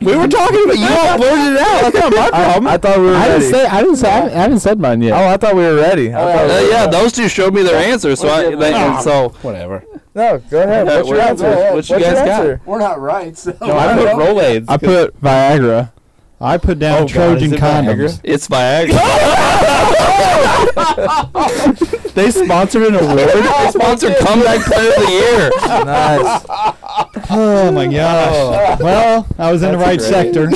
[SPEAKER 3] we were talking about you all blurted it out. That's not my problem.
[SPEAKER 2] I thought we were
[SPEAKER 4] I
[SPEAKER 2] ready.
[SPEAKER 4] didn't say. I didn't say. I haven't- I haven't said mine yet.
[SPEAKER 2] oh, I thought we were ready. I
[SPEAKER 6] Oh,
[SPEAKER 2] thought
[SPEAKER 1] Uh,
[SPEAKER 2] we were
[SPEAKER 1] yeah, those two showed me their answers, so I,
[SPEAKER 6] We're good.
[SPEAKER 1] they, and so
[SPEAKER 3] Whatever.
[SPEAKER 2] No, go ahead.
[SPEAKER 1] Yeah,
[SPEAKER 2] What's your
[SPEAKER 1] what-
[SPEAKER 2] answer?
[SPEAKER 1] what- what
[SPEAKER 2] What's
[SPEAKER 1] you
[SPEAKER 2] your
[SPEAKER 1] guys got?
[SPEAKER 2] answer?
[SPEAKER 6] We're not right. So.
[SPEAKER 3] No, I put Rolades.
[SPEAKER 4] I put Viagra.
[SPEAKER 5] I put down
[SPEAKER 3] Oh, God,
[SPEAKER 5] Trojan
[SPEAKER 3] is it
[SPEAKER 5] condoms.
[SPEAKER 1] It's
[SPEAKER 2] [LAUGHS]
[SPEAKER 1] Viagra.
[SPEAKER 4] They sponsored an
[SPEAKER 3] [LAUGHS]
[SPEAKER 4] award.
[SPEAKER 1] Sponsored comeback player of the year.
[SPEAKER 2] nice.
[SPEAKER 5] Oh my gosh. Well, I was in the right
[SPEAKER 3] That's
[SPEAKER 5] sector.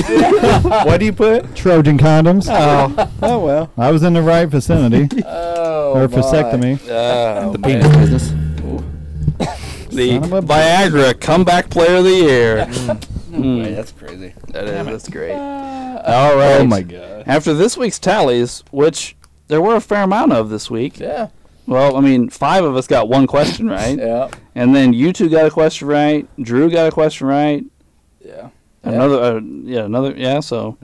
[SPEAKER 3] what do you put?
[SPEAKER 5] Trojan condoms.
[SPEAKER 3] Oh, oh well.
[SPEAKER 5] I was in the right vicinity.
[SPEAKER 6] Oh,
[SPEAKER 5] or
[SPEAKER 6] my.
[SPEAKER 5] vasectomy.
[SPEAKER 6] Oh,
[SPEAKER 3] The
[SPEAKER 6] man.
[SPEAKER 3] penis business.
[SPEAKER 1] The
[SPEAKER 5] Son of a bitch.
[SPEAKER 1] Viagra comeback player of the year.
[SPEAKER 3] Wait, that's crazy.
[SPEAKER 1] That is that's great. All right.
[SPEAKER 3] Oh my god.
[SPEAKER 1] After this week's tallies, which there were a fair amount of this week.
[SPEAKER 6] Yeah.
[SPEAKER 1] Well, I mean, five of us got one question right,
[SPEAKER 6] Yeah.
[SPEAKER 1] and then you two got a question right. Drew got a question right.
[SPEAKER 6] Yeah.
[SPEAKER 1] Another, uh, yeah, another, yeah. So,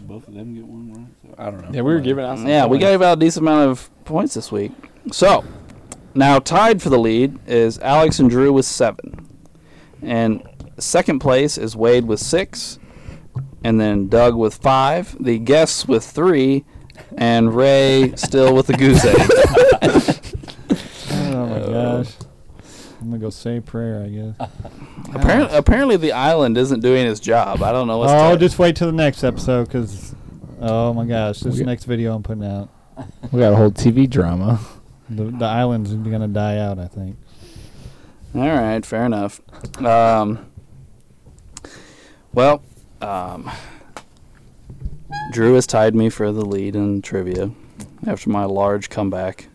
[SPEAKER 3] Both of them get one wrong. So I don't know.
[SPEAKER 4] yeah, we were giving out. Some
[SPEAKER 1] yeah, we
[SPEAKER 4] points.
[SPEAKER 1] gave out a decent amount of points this week. So, now tied for the lead is Alex and Drew with seven, and second place is Wade with six, and then Doug with five, the guests with three, and Ray still with the goose egg.
[SPEAKER 5] Oh my gosh. I'm gonna go say a prayer, I guess.
[SPEAKER 1] apparently, apparently, the island isn't doing its job. I don't know what's.
[SPEAKER 5] oh,
[SPEAKER 1] to-
[SPEAKER 5] just wait till the next episode, cause oh my gosh, this next video I'm putting out,
[SPEAKER 4] We got a whole TV drama.
[SPEAKER 5] the the island's gonna die out. I think.
[SPEAKER 1] All right, fair enough. Um, well, um, Drew has tied me for the lead in trivia after my large comeback.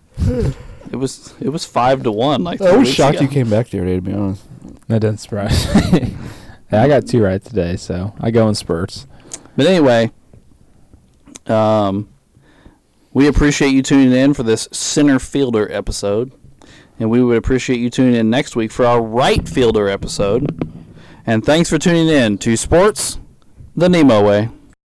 [SPEAKER 1] it was it was five to one. Like
[SPEAKER 3] I
[SPEAKER 1] three
[SPEAKER 3] was
[SPEAKER 1] weeks
[SPEAKER 3] Hmm. Oh, shocked
[SPEAKER 1] ago.
[SPEAKER 3] you came back there, to be honest.
[SPEAKER 4] That doesn't surprise [LAUGHS]
[SPEAKER 3] [LAUGHS]
[SPEAKER 4] me. yeah, I got two right today, so I go in spurts.
[SPEAKER 1] But anyway, um, we appreciate you tuning in for this center fielder episode. And we would appreciate you tuning in next week for our right fielder episode. And thanks for tuning in to Sports the Nemo Way.